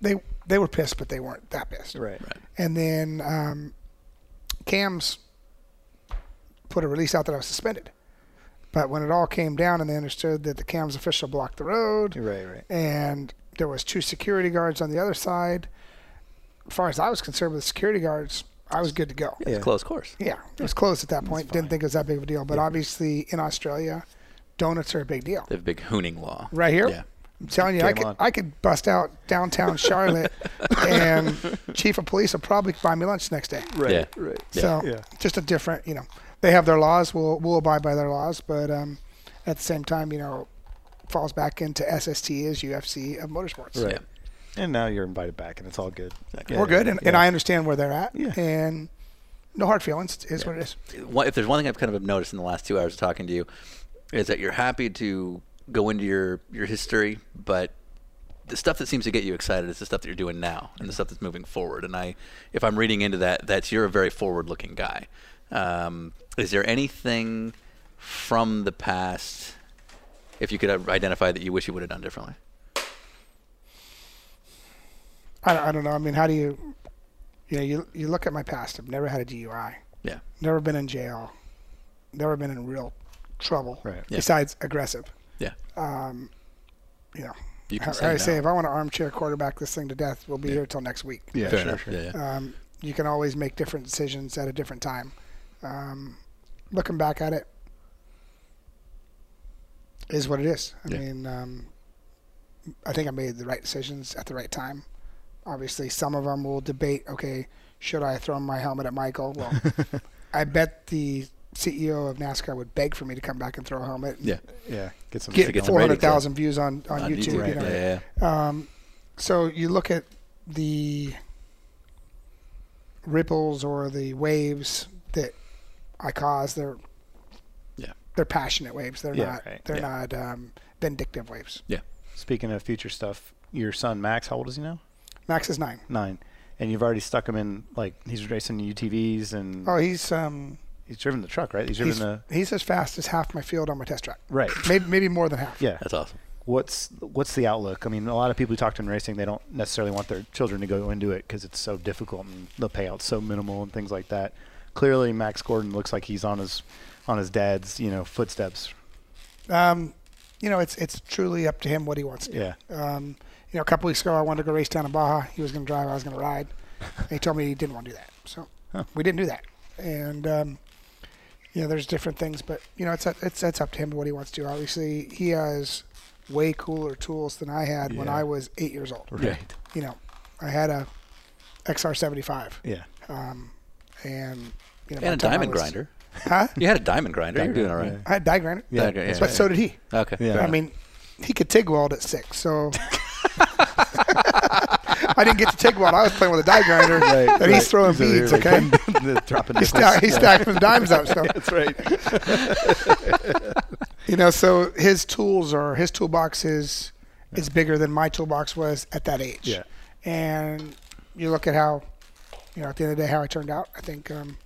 S2: they they were pissed, but they weren't that pissed.
S7: Right.
S2: And then um, Cam's put a release out that I was suspended. But when it all came down and they understood that the Cam's official blocked the road
S7: Right, right.
S2: and there was two security guards on the other side, as far as I was concerned with the security guards, I was good to go.
S5: It's a close course.
S2: Yeah, it was closed at that point. Didn't think it was that big of a deal. But obviously in Australia, donuts are a big deal.
S5: They have a big hooning law.
S2: Right here?
S5: Yeah.
S2: I'm telling you, I
S7: Game
S2: could,
S7: on.
S2: I could bust out downtown
S7: (laughs)
S2: Charlotte and chief of police will probably buy me lunch the next day.
S7: Right,
S5: Yeah.
S7: right.
S2: So
S7: Yeah.
S2: just a different, you know, they have their laws. We'll we'll abide by their laws, but um, at the same time, you know, falls back into SST as UFC of motorsports.
S7: Right.
S5: Yeah.
S7: And now you're invited back, and it's all good.
S5: Exactly.
S2: We're good, and, and
S7: Yeah.
S2: I understand where they're at,
S7: Yeah.
S2: and no hard feelings. It is what it is.
S5: One- If there's one thing I've kind of noticed in the last two hours of talking to you, is that you're happy to go into your, your history, but the stuff that seems to get you excited is the stuff that you're doing now and the stuff that's moving forward. And I, if I'm reading into that, that's you're a very forward-looking guy. Um, is there anything from the past, if you could uh, identify that you wish you would have done differently?
S2: I, don't- I don't know. I mean, how do you, you know, you you look at my past. I've never had a DUI,
S5: Yeah.
S2: never been in jail, never been in real trouble.
S7: Right.
S5: Yeah.
S2: Uh, Besides aggressive,
S5: Yeah.
S2: you know,
S5: You can
S2: I,
S5: say
S2: I say
S5: no.
S2: if I want to armchair quarterback this thing to death, we'll be here till next week.
S9: Yeah,
S5: Fair
S9: sure,
S5: enough.
S9: sure.
S5: Yeah, yeah.
S2: Um, you can always make different decisions at a different time. Um, looking back at it, is what it is. I
S9: Yeah.
S2: mean, um, I think I made the right decisions at the right time. Obviously, some of them will debate. Okay, should I throw my helmet at Michael? Well, I bet the CEO of NASCAR would beg for me to come back and throw a helmet. and
S5: Yeah.
S9: Yeah, get some.
S2: get
S5: get some
S2: four hundred
S5: ratings, yeah.
S2: thousand views on on
S5: On
S2: YouTube.
S5: YouTube,
S2: you know?
S5: yeah, yeah,
S2: So you look at the ripples or the waves that I cause. They're
S5: Yeah.
S2: they're passionate waves. They're
S9: Yeah,
S2: not
S9: right,
S2: they're
S5: yeah.
S2: not um, vindictive waves.
S5: yeah.
S9: Speaking of future stuff, your son Max, how old is he now?
S2: Max is nine.
S9: Nine. And you've already stuck him in like he's racing UTVs and
S2: Oh, he's um
S9: he's driven the truck, right? He's driven
S2: he's,
S9: the
S2: he's as fast as half my field on my test track.
S9: right.
S2: Maybe maybe more than half.
S9: Yeah.
S5: That's awesome.
S9: What's what's the outlook? I mean, a lot of people who talk to in racing, they don't necessarily want their children to go into it because it's so difficult and the payout's so minimal and things like that. Clearly, Max Gordon looks like he's on his on his dad's you know footsteps.
S2: Um, you know, it's it's truly up to him what he wants to do.
S9: Yeah.
S2: Um, you know, a couple weeks ago, I wanted to go race down in Baja. He was going to drive. I was going to ride. And he told me he didn't want to do that. So we didn't do that. And um, you know, there's different things, but you know, it's up- it's it's up to him what he wants to do. Obviously, he has way cooler tools than I had when
S9: Yeah.
S2: I was eight years old.
S9: Right.
S2: You know, I had a XR75
S9: Yeah.
S2: and you know, by
S5: And
S2: the
S5: a
S2: time I
S5: diamond
S2: was-
S5: grinder.
S2: Huh?
S5: You had a diamond grinder. You're doing all right.
S2: I had die grinder.
S5: Yeah, yeah,
S2: but
S5: yeah.
S2: so did he.
S5: Okay.
S9: Yeah.
S5: fair
S2: I
S5: enough.
S2: mean, he could TIG weld at six, so. (laughs) I didn't get to TIG weld. I was playing with a die grinder, and he's throwing beads, okay?
S9: (laughs) dropping
S2: He's, stack, he's stacking them dimes up,
S9: (laughs)
S2: so.
S9: That's right.
S2: You know, so his tools or his toolbox is, is bigger than my toolbox was at that age.
S9: Yeah.
S2: And you look at how, you know, at the end of the day, how I turned out. I think, um,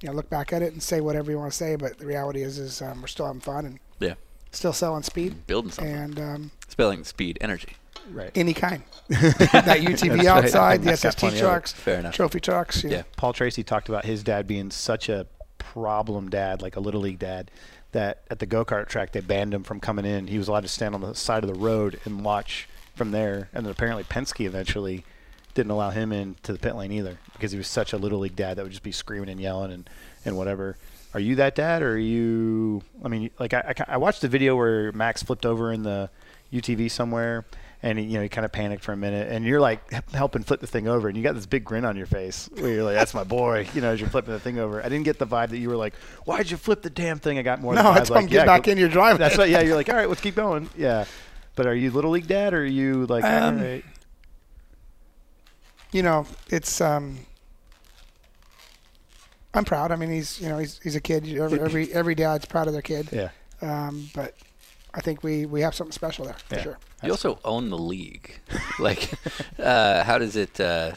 S2: you know, look back at it and say whatever you want to say, but the reality is, is um, we're still having fun and
S5: yeah.
S2: still selling speed
S5: Building something.
S2: and um,
S5: Spelling speed, energy.
S9: Right.
S2: any
S5: (laughs)
S2: kind. (laughs) that UTV outside, the
S9: That's got plenty
S2: SST
S9: of it.
S2: trucks,
S5: Fair enough.
S2: trophy trucks. you know.
S5: Yeah.
S9: Paul Tracy talked about his dad being such a problem dad, like a little league dad, that at the go kart track they banned him from coming in. He was allowed to stand on the side of the road and watch from there. And then apparently Penske eventually didn't allow him in to the pit lane either because he was such a little league dad that would just be screaming and yelling and, and whatever. Are you that dad or are you? I mean, like I, I ca- I watched the video where Max flipped over in the UTV somewhere, and he, you know he kind of panicked for a minute, and you're like h- helping flip the thing over, and you got this big grin on your face where you're like, "That's my boy," you know, as you're flipping the thing over. I didn't get the vibe that you were like, "Why'd you flip the damn thing?" I got
S2: (laughs)
S9: more.
S2: No,
S9: the vibe,
S2: that's fun.
S9: like,
S2: Get
S9: yeah,
S2: back
S9: go-
S2: in your driveway.
S9: (laughs) That's right. Yeah, you're like, "All right, let's keep going." Yeah, but are you little league dad or are you like?
S2: Um,
S9: all right.
S2: you know, it's. Um, I'm proud. I mean, he's you know he's he's a kid. You- Every every, every dad's proud of their kid.
S9: Yeah.
S2: Um, but I think we we have something special there for
S9: Yeah.
S2: sure.
S5: You also own the league. (laughs) like, uh, how does it? Uh,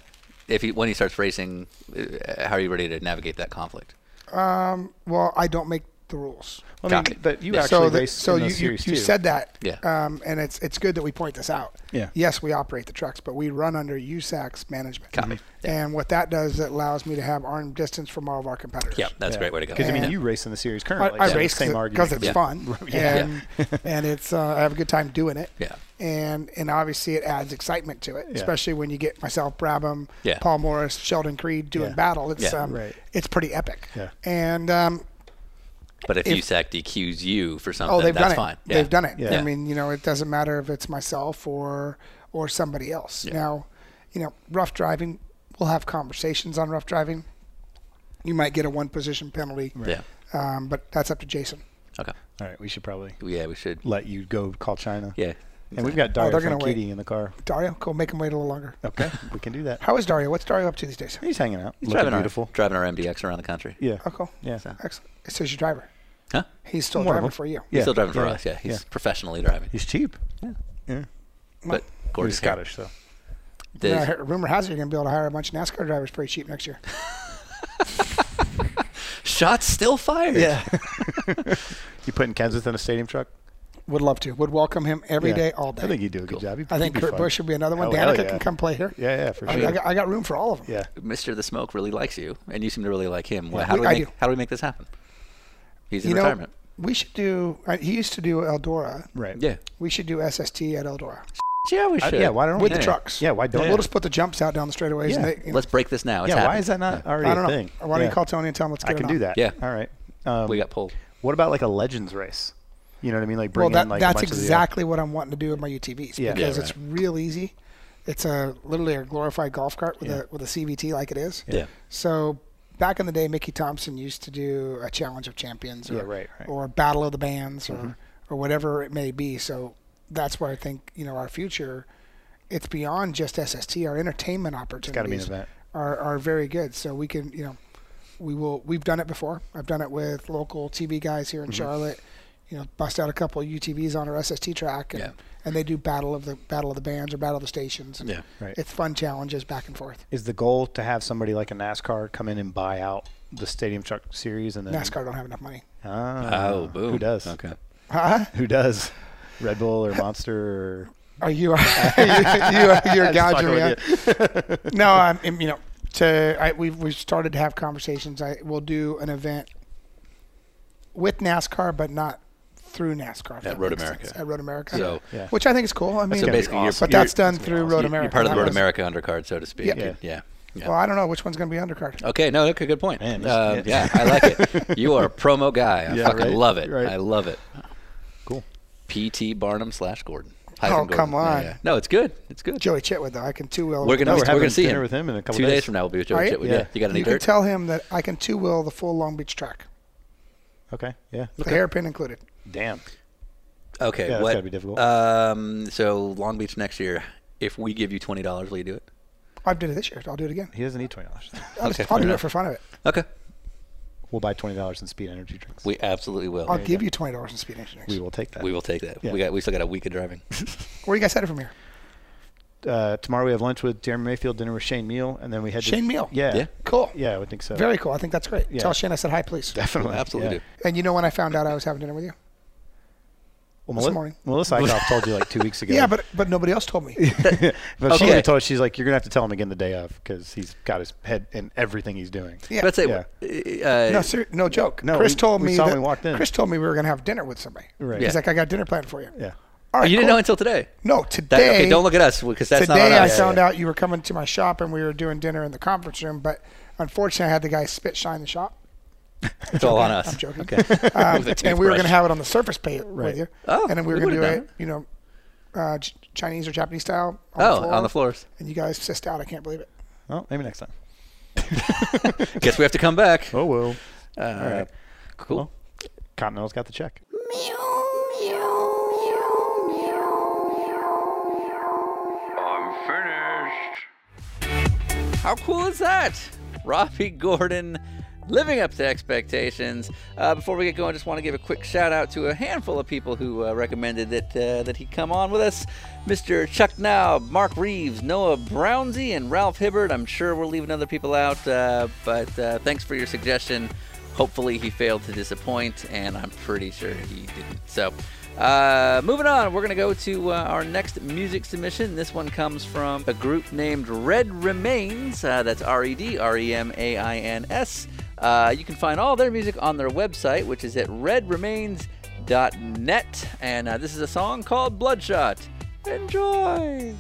S5: if he, when he starts racing, uh, how are you ready to navigate that conflict?
S2: Well, I don't make the rules.
S9: I mean,
S5: Got it.
S9: but you
S5: Yeah.
S9: actually
S2: so that-
S9: raced
S2: so
S9: in
S2: you,
S9: those
S2: you,
S9: series
S2: you
S9: too.
S2: said that.
S5: Yeah.
S2: Um, and it's it's good that we point this out.
S9: Yeah.
S2: Yes, we operate the trucks, but we run under USAC's management.
S5: Copy.
S2: And what that does, it allows me to have arm distance from all of our competitors.
S5: Yeah, that's a great way to go.
S9: Because I mean,
S2: And-
S9: you race in the series
S2: I,
S9: currently.
S2: I
S9: so the
S2: race
S9: same argument.
S2: because it's
S5: Yeah.
S9: (laughs)
S2: fun, and and it's uh, I have a good time doing it.
S5: Yeah.
S2: and and obviously it adds excitement to it, especially when you get myself, Brabham,
S5: Yeah.
S2: Paul Morris, Sheldon Creed doing
S9: Yeah.
S2: battle. It's
S5: Yeah.
S2: um,
S9: Right.
S2: it's pretty epic.
S9: Yeah.
S2: and um,
S5: but if,
S2: if-
S5: USAC DQs you for something,
S2: oh, they've
S5: that's
S2: done it.
S5: fine. Yeah.
S2: They've done it.
S9: Yeah.
S2: I mean, you know, it doesn't matter if it's myself or or somebody else. Now, you know, rough driving. We'll have conversations on rough driving. You might get a one position penalty,
S5: Yeah.
S2: um, but that's up to Jason.
S5: Okay.
S9: All right, we should probably
S5: Yeah, we should.
S9: let you go call China.
S5: Yeah.
S9: And we've got
S2: Oh,
S9: Dario
S2: they're
S9: from
S2: gonna wait.
S9: Kitty in the car.
S2: Dario, go make him wait a little longer.
S9: Okay, (laughs) we can do that.
S2: How is Dario? What's Dario up to these days?
S9: He's hanging out. looking
S5: driving our,
S9: beautiful.
S5: driving our MDX around the country.
S9: Yeah.
S2: Oh, cool.
S9: Yeah.
S2: Excellent. So he's your driver.
S5: Huh?
S2: He's still
S9: One of
S2: driving
S9: them.
S2: for you.
S5: He's still driving for
S9: Yeah.
S5: us. Yeah. He's
S9: Yeah.
S5: professionally driving.
S9: He's cheap.
S5: Yeah.
S9: Yeah.
S5: But
S9: He's
S5: gorgeous hair.
S9: Scottish, so.
S5: Does-
S2: Yeah, I heard- rumor has it you're going to be able to hire a bunch of NASCAR drivers pretty cheap next year.
S5: shots still fired. Yeah.
S9: You putting Kenseth in a stadium truck?
S2: Would love to. Would welcome him every
S9: Yeah.
S2: day, all day.
S9: I think you do a good job. He'd-
S2: I think
S9: he''d be
S2: Kurt
S9: fun.
S2: Busch should be another one.
S9: Oh, hell
S2: Danica
S9: yeah.
S2: can come play here.
S9: Yeah, yeah, for
S2: I,
S9: sure.
S2: I got, I got room for all of them.
S9: Yeah.
S5: Mr. The Smoke really likes you, and you seem to really like him. Well, how do we
S2: I
S5: make,
S2: do.
S5: how do we make this happen? He's in
S2: You know,
S5: retirement.
S2: we should do. I, he uh, used to do Eldora.
S9: Right.
S5: Yeah.
S2: We should do SST at Eldora.
S5: Yeah, we
S9: I-
S5: should.
S9: yeah, why don't
S2: with
S9: we?
S2: the trucks.
S9: Yeah, why don't
S2: we'll
S9: we?
S2: just put the jumps out down the straightaways?
S9: Yeah.
S2: And they, you know,
S5: Let's break this now. It's
S9: yeah, why
S5: happening.
S9: is that not already
S2: I don't
S9: a
S2: know.
S9: thing?
S2: Why don't
S9: yeah.
S2: you call Tony and tell him let's get
S9: I can
S2: it
S9: do
S2: on?
S9: that.
S5: Yeah.
S9: All right. Um,
S5: We got pulled.
S9: What about like a legends race? You know what I mean? Like
S2: Well,
S9: bring
S2: that,
S9: in like a
S2: that's
S9: bunch of the, uh,
S2: exactly what I'm wanting to do with my UTVs
S9: Yeah.
S2: because
S5: Yeah,
S2: it's real easy. It's a literally a glorified golf cart with a with a CVT like it is.
S5: Yeah.
S2: So back in the day, Mickey Thompson used to do a Challenge of Champions, or,
S9: Yeah, right, right. Mm-hmm.
S2: or Battle of the Bands, or or whatever it may be. So that's where I think you know our future. It's beyond just SST. Our entertainment
S9: gotta be an
S2: opportunities
S9: event.
S2: are are very good. So we can you know we will we've done it before. I've done it with local TV guys here in
S9: Mm-hmm.
S2: Charlotte. You know, bust out a couple UTVs on our SST track, and,
S5: Yeah.
S2: and they do battle of the battle of the bands or battle of the stations. and
S5: Yeah.
S9: Right.
S2: It's fun challenges back and forth.
S9: Is the goal to have somebody like a NASCAR come in and buy out the Stadium Truck Series and then
S2: NASCAR don't have enough money.
S9: Ah,
S5: Oh, boom.
S9: Who does?
S5: Okay.
S2: Huh?
S9: Who does? Red Bull or Monster or
S2: Are you (laughs) are you, you are, you're gouging me? out. no, I'm I'm, you know to I, we've we've started to have conversations. I will do an event with NASCAR, but not through NASCAR. if
S5: At
S2: that
S5: Road
S2: makes
S5: America.
S2: At Road America.
S5: So-
S9: Yeah.
S2: which I think is cool. I mean,
S5: So basically, you're,
S2: but
S5: you're,
S2: that's done through Road
S5: you're-
S2: America.
S5: You're part of the
S2: That
S5: Road
S2: was-
S5: America undercard, so to speak.
S2: Yeah.
S5: Yeah. Yeah. Oh.
S2: Well, I don't know which one's going to be undercard.
S5: Okay, no, okay, good point.
S9: Man,
S5: um,
S9: this-
S5: yeah, I like
S9: (laughs)
S5: it. You are a promo guy. I
S9: Yeah,
S5: fucking
S9: right,
S5: love it.
S9: right.
S5: I love it.
S9: Cool.
S5: PT Barnum slash Gordon. Hyphen
S2: Oh,
S5: Gordon.
S2: come
S5: Yeah,
S2: on.
S5: yeah. No, it's good. It's good.
S2: Joey Chitwood, though, I can two wheel.
S5: We're gonna
S9: No,
S5: we're,
S9: we're having
S5: gonna see
S9: dinner
S5: him
S9: with him in a couple
S5: Two
S9: days.
S5: from now, we'll be with Joe
S2: Are you?
S5: Chitwood.
S9: Yeah.
S5: Yeah. You got any
S2: You can
S5: dirt?
S2: tell him that I can two wheel the full Long Beach track,
S9: Okay. Yeah.
S2: the hairpin included.
S9: Damn.
S5: okay,
S9: Yeah, that's
S5: what?
S9: gotta be difficult.
S5: Um, so Long Beach next year. If we give you twenty dollars, will you do it?
S2: I've done it this year. I'll do it again.
S9: He doesn't need twenty dollars.
S2: I'll, just,
S5: Okay,
S2: I'll
S5: fair
S2: do it
S5: enough.
S2: for fun of it.
S5: Okay,
S9: We'll buy twenty dollars in speed energy drinks.
S5: we absolutely will.
S2: I'll give you twenty dollars in speed engineering.
S9: we will take that.
S5: we will take that.
S9: Yeah.
S5: We got we still got a week of driving.
S2: Where you guys headed from here?
S9: Uh, tomorrow we have lunch with Jeremy Mayfield, dinner with Shane Meal, and then we head to-
S2: Shane Meal.
S9: Yeah.
S5: Yeah.
S2: (laughs) Cool.
S9: Yeah, I would think so.
S2: Very cool. I think that's great.
S9: Yeah.
S2: Tell Shane I said hi, please.
S5: (laughs)
S9: definitely.
S5: absolutely
S9: yeah.
S5: do.
S2: And you know when I found out I was having dinner with you?
S9: Well,
S2: This
S9: Melissa,
S2: morning.
S9: Melissa
S2: (laughs)
S9: Eichhoff told you like two weeks ago.
S2: Yeah, but but nobody else told
S9: (laughs)
S2: me.
S9: But she
S5: Okay.
S9: already told us, she's like, you're gonna have to tell him again the day of because he's got his head in everything he's doing.
S2: Yeah.
S5: That's it.
S9: Yeah.
S5: Uh,
S2: No, ser- no joke.
S9: No,
S2: Chris
S9: we-
S2: told
S9: we
S2: me.
S9: saw
S2: that-
S9: when we walked in.
S2: Chris told me we were gonna have dinner with somebody.
S9: Right.
S2: He's
S5: Yeah.
S2: like, I got dinner planned for you.
S9: Yeah.
S2: All right.
S5: you didn't
S2: cool.
S5: know until today.
S2: No, today.
S5: That, okay, don't look at us because that's not on
S2: today I
S5: us.
S2: found out you were coming to my shop and we were doing dinner in the conference room, but unfortunately I had the guy spit shine the shop.
S5: It's all on us.
S2: I'm joking.
S5: Okay.
S2: (laughs) Um,
S5: With a
S2: and we were going to
S5: toothbrush.
S2: have it on the surface plate with you.
S5: Oh,
S2: and then we were
S5: we
S2: going to do
S5: would've done
S2: it, you know, uh, Ch- Chinese or Japanese style. On
S5: Oh,
S2: the floor.
S5: on the floors.
S2: And you guys sissed out. I can't believe it.
S9: Well, maybe next time.
S5: Guess we have to come back.
S9: Oh well.
S5: Uh, Cool.
S9: Well, Continental's got the check.
S6: I'm finished.
S5: How cool is that? Robbie Gordon living up to expectations. Uh, before we get going, I just want to give a quick shout out to a handful of people who uh, recommended that uh, that he come on with us. Mr. Chuck Naub, Mark Reeves, Noah Brownsey, and Ralph Hibbert. I'm sure we're leaving other people out, uh, but uh, thanks for your suggestion. Hopefully, he failed to disappoint, and I'm pretty sure he didn't. So, uh, moving on, we're going to go to uh, our next music submission. This one comes from a group named Red Remains. Uh, that's R E D R E M A I N S. Uh, you can find all their music on their website, which is at redremains.net. And uh, this is a song called Bloodshot. Enjoy!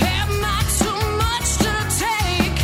S11: Am I too much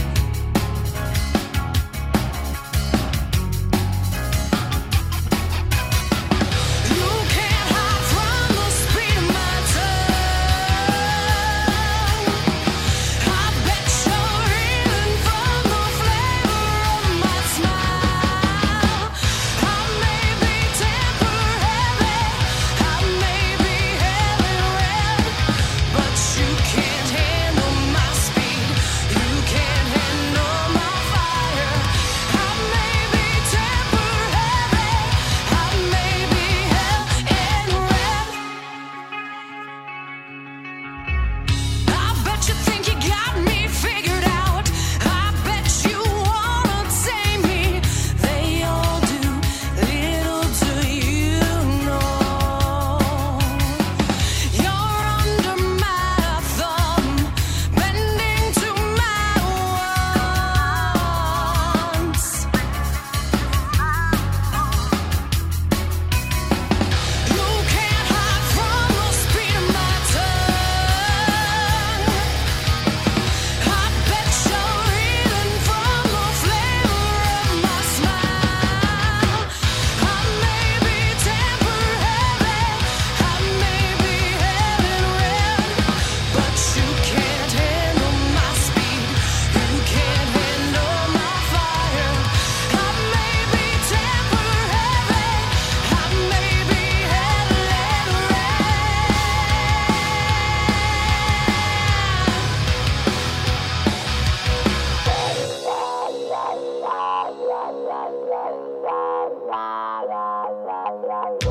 S6: Wow.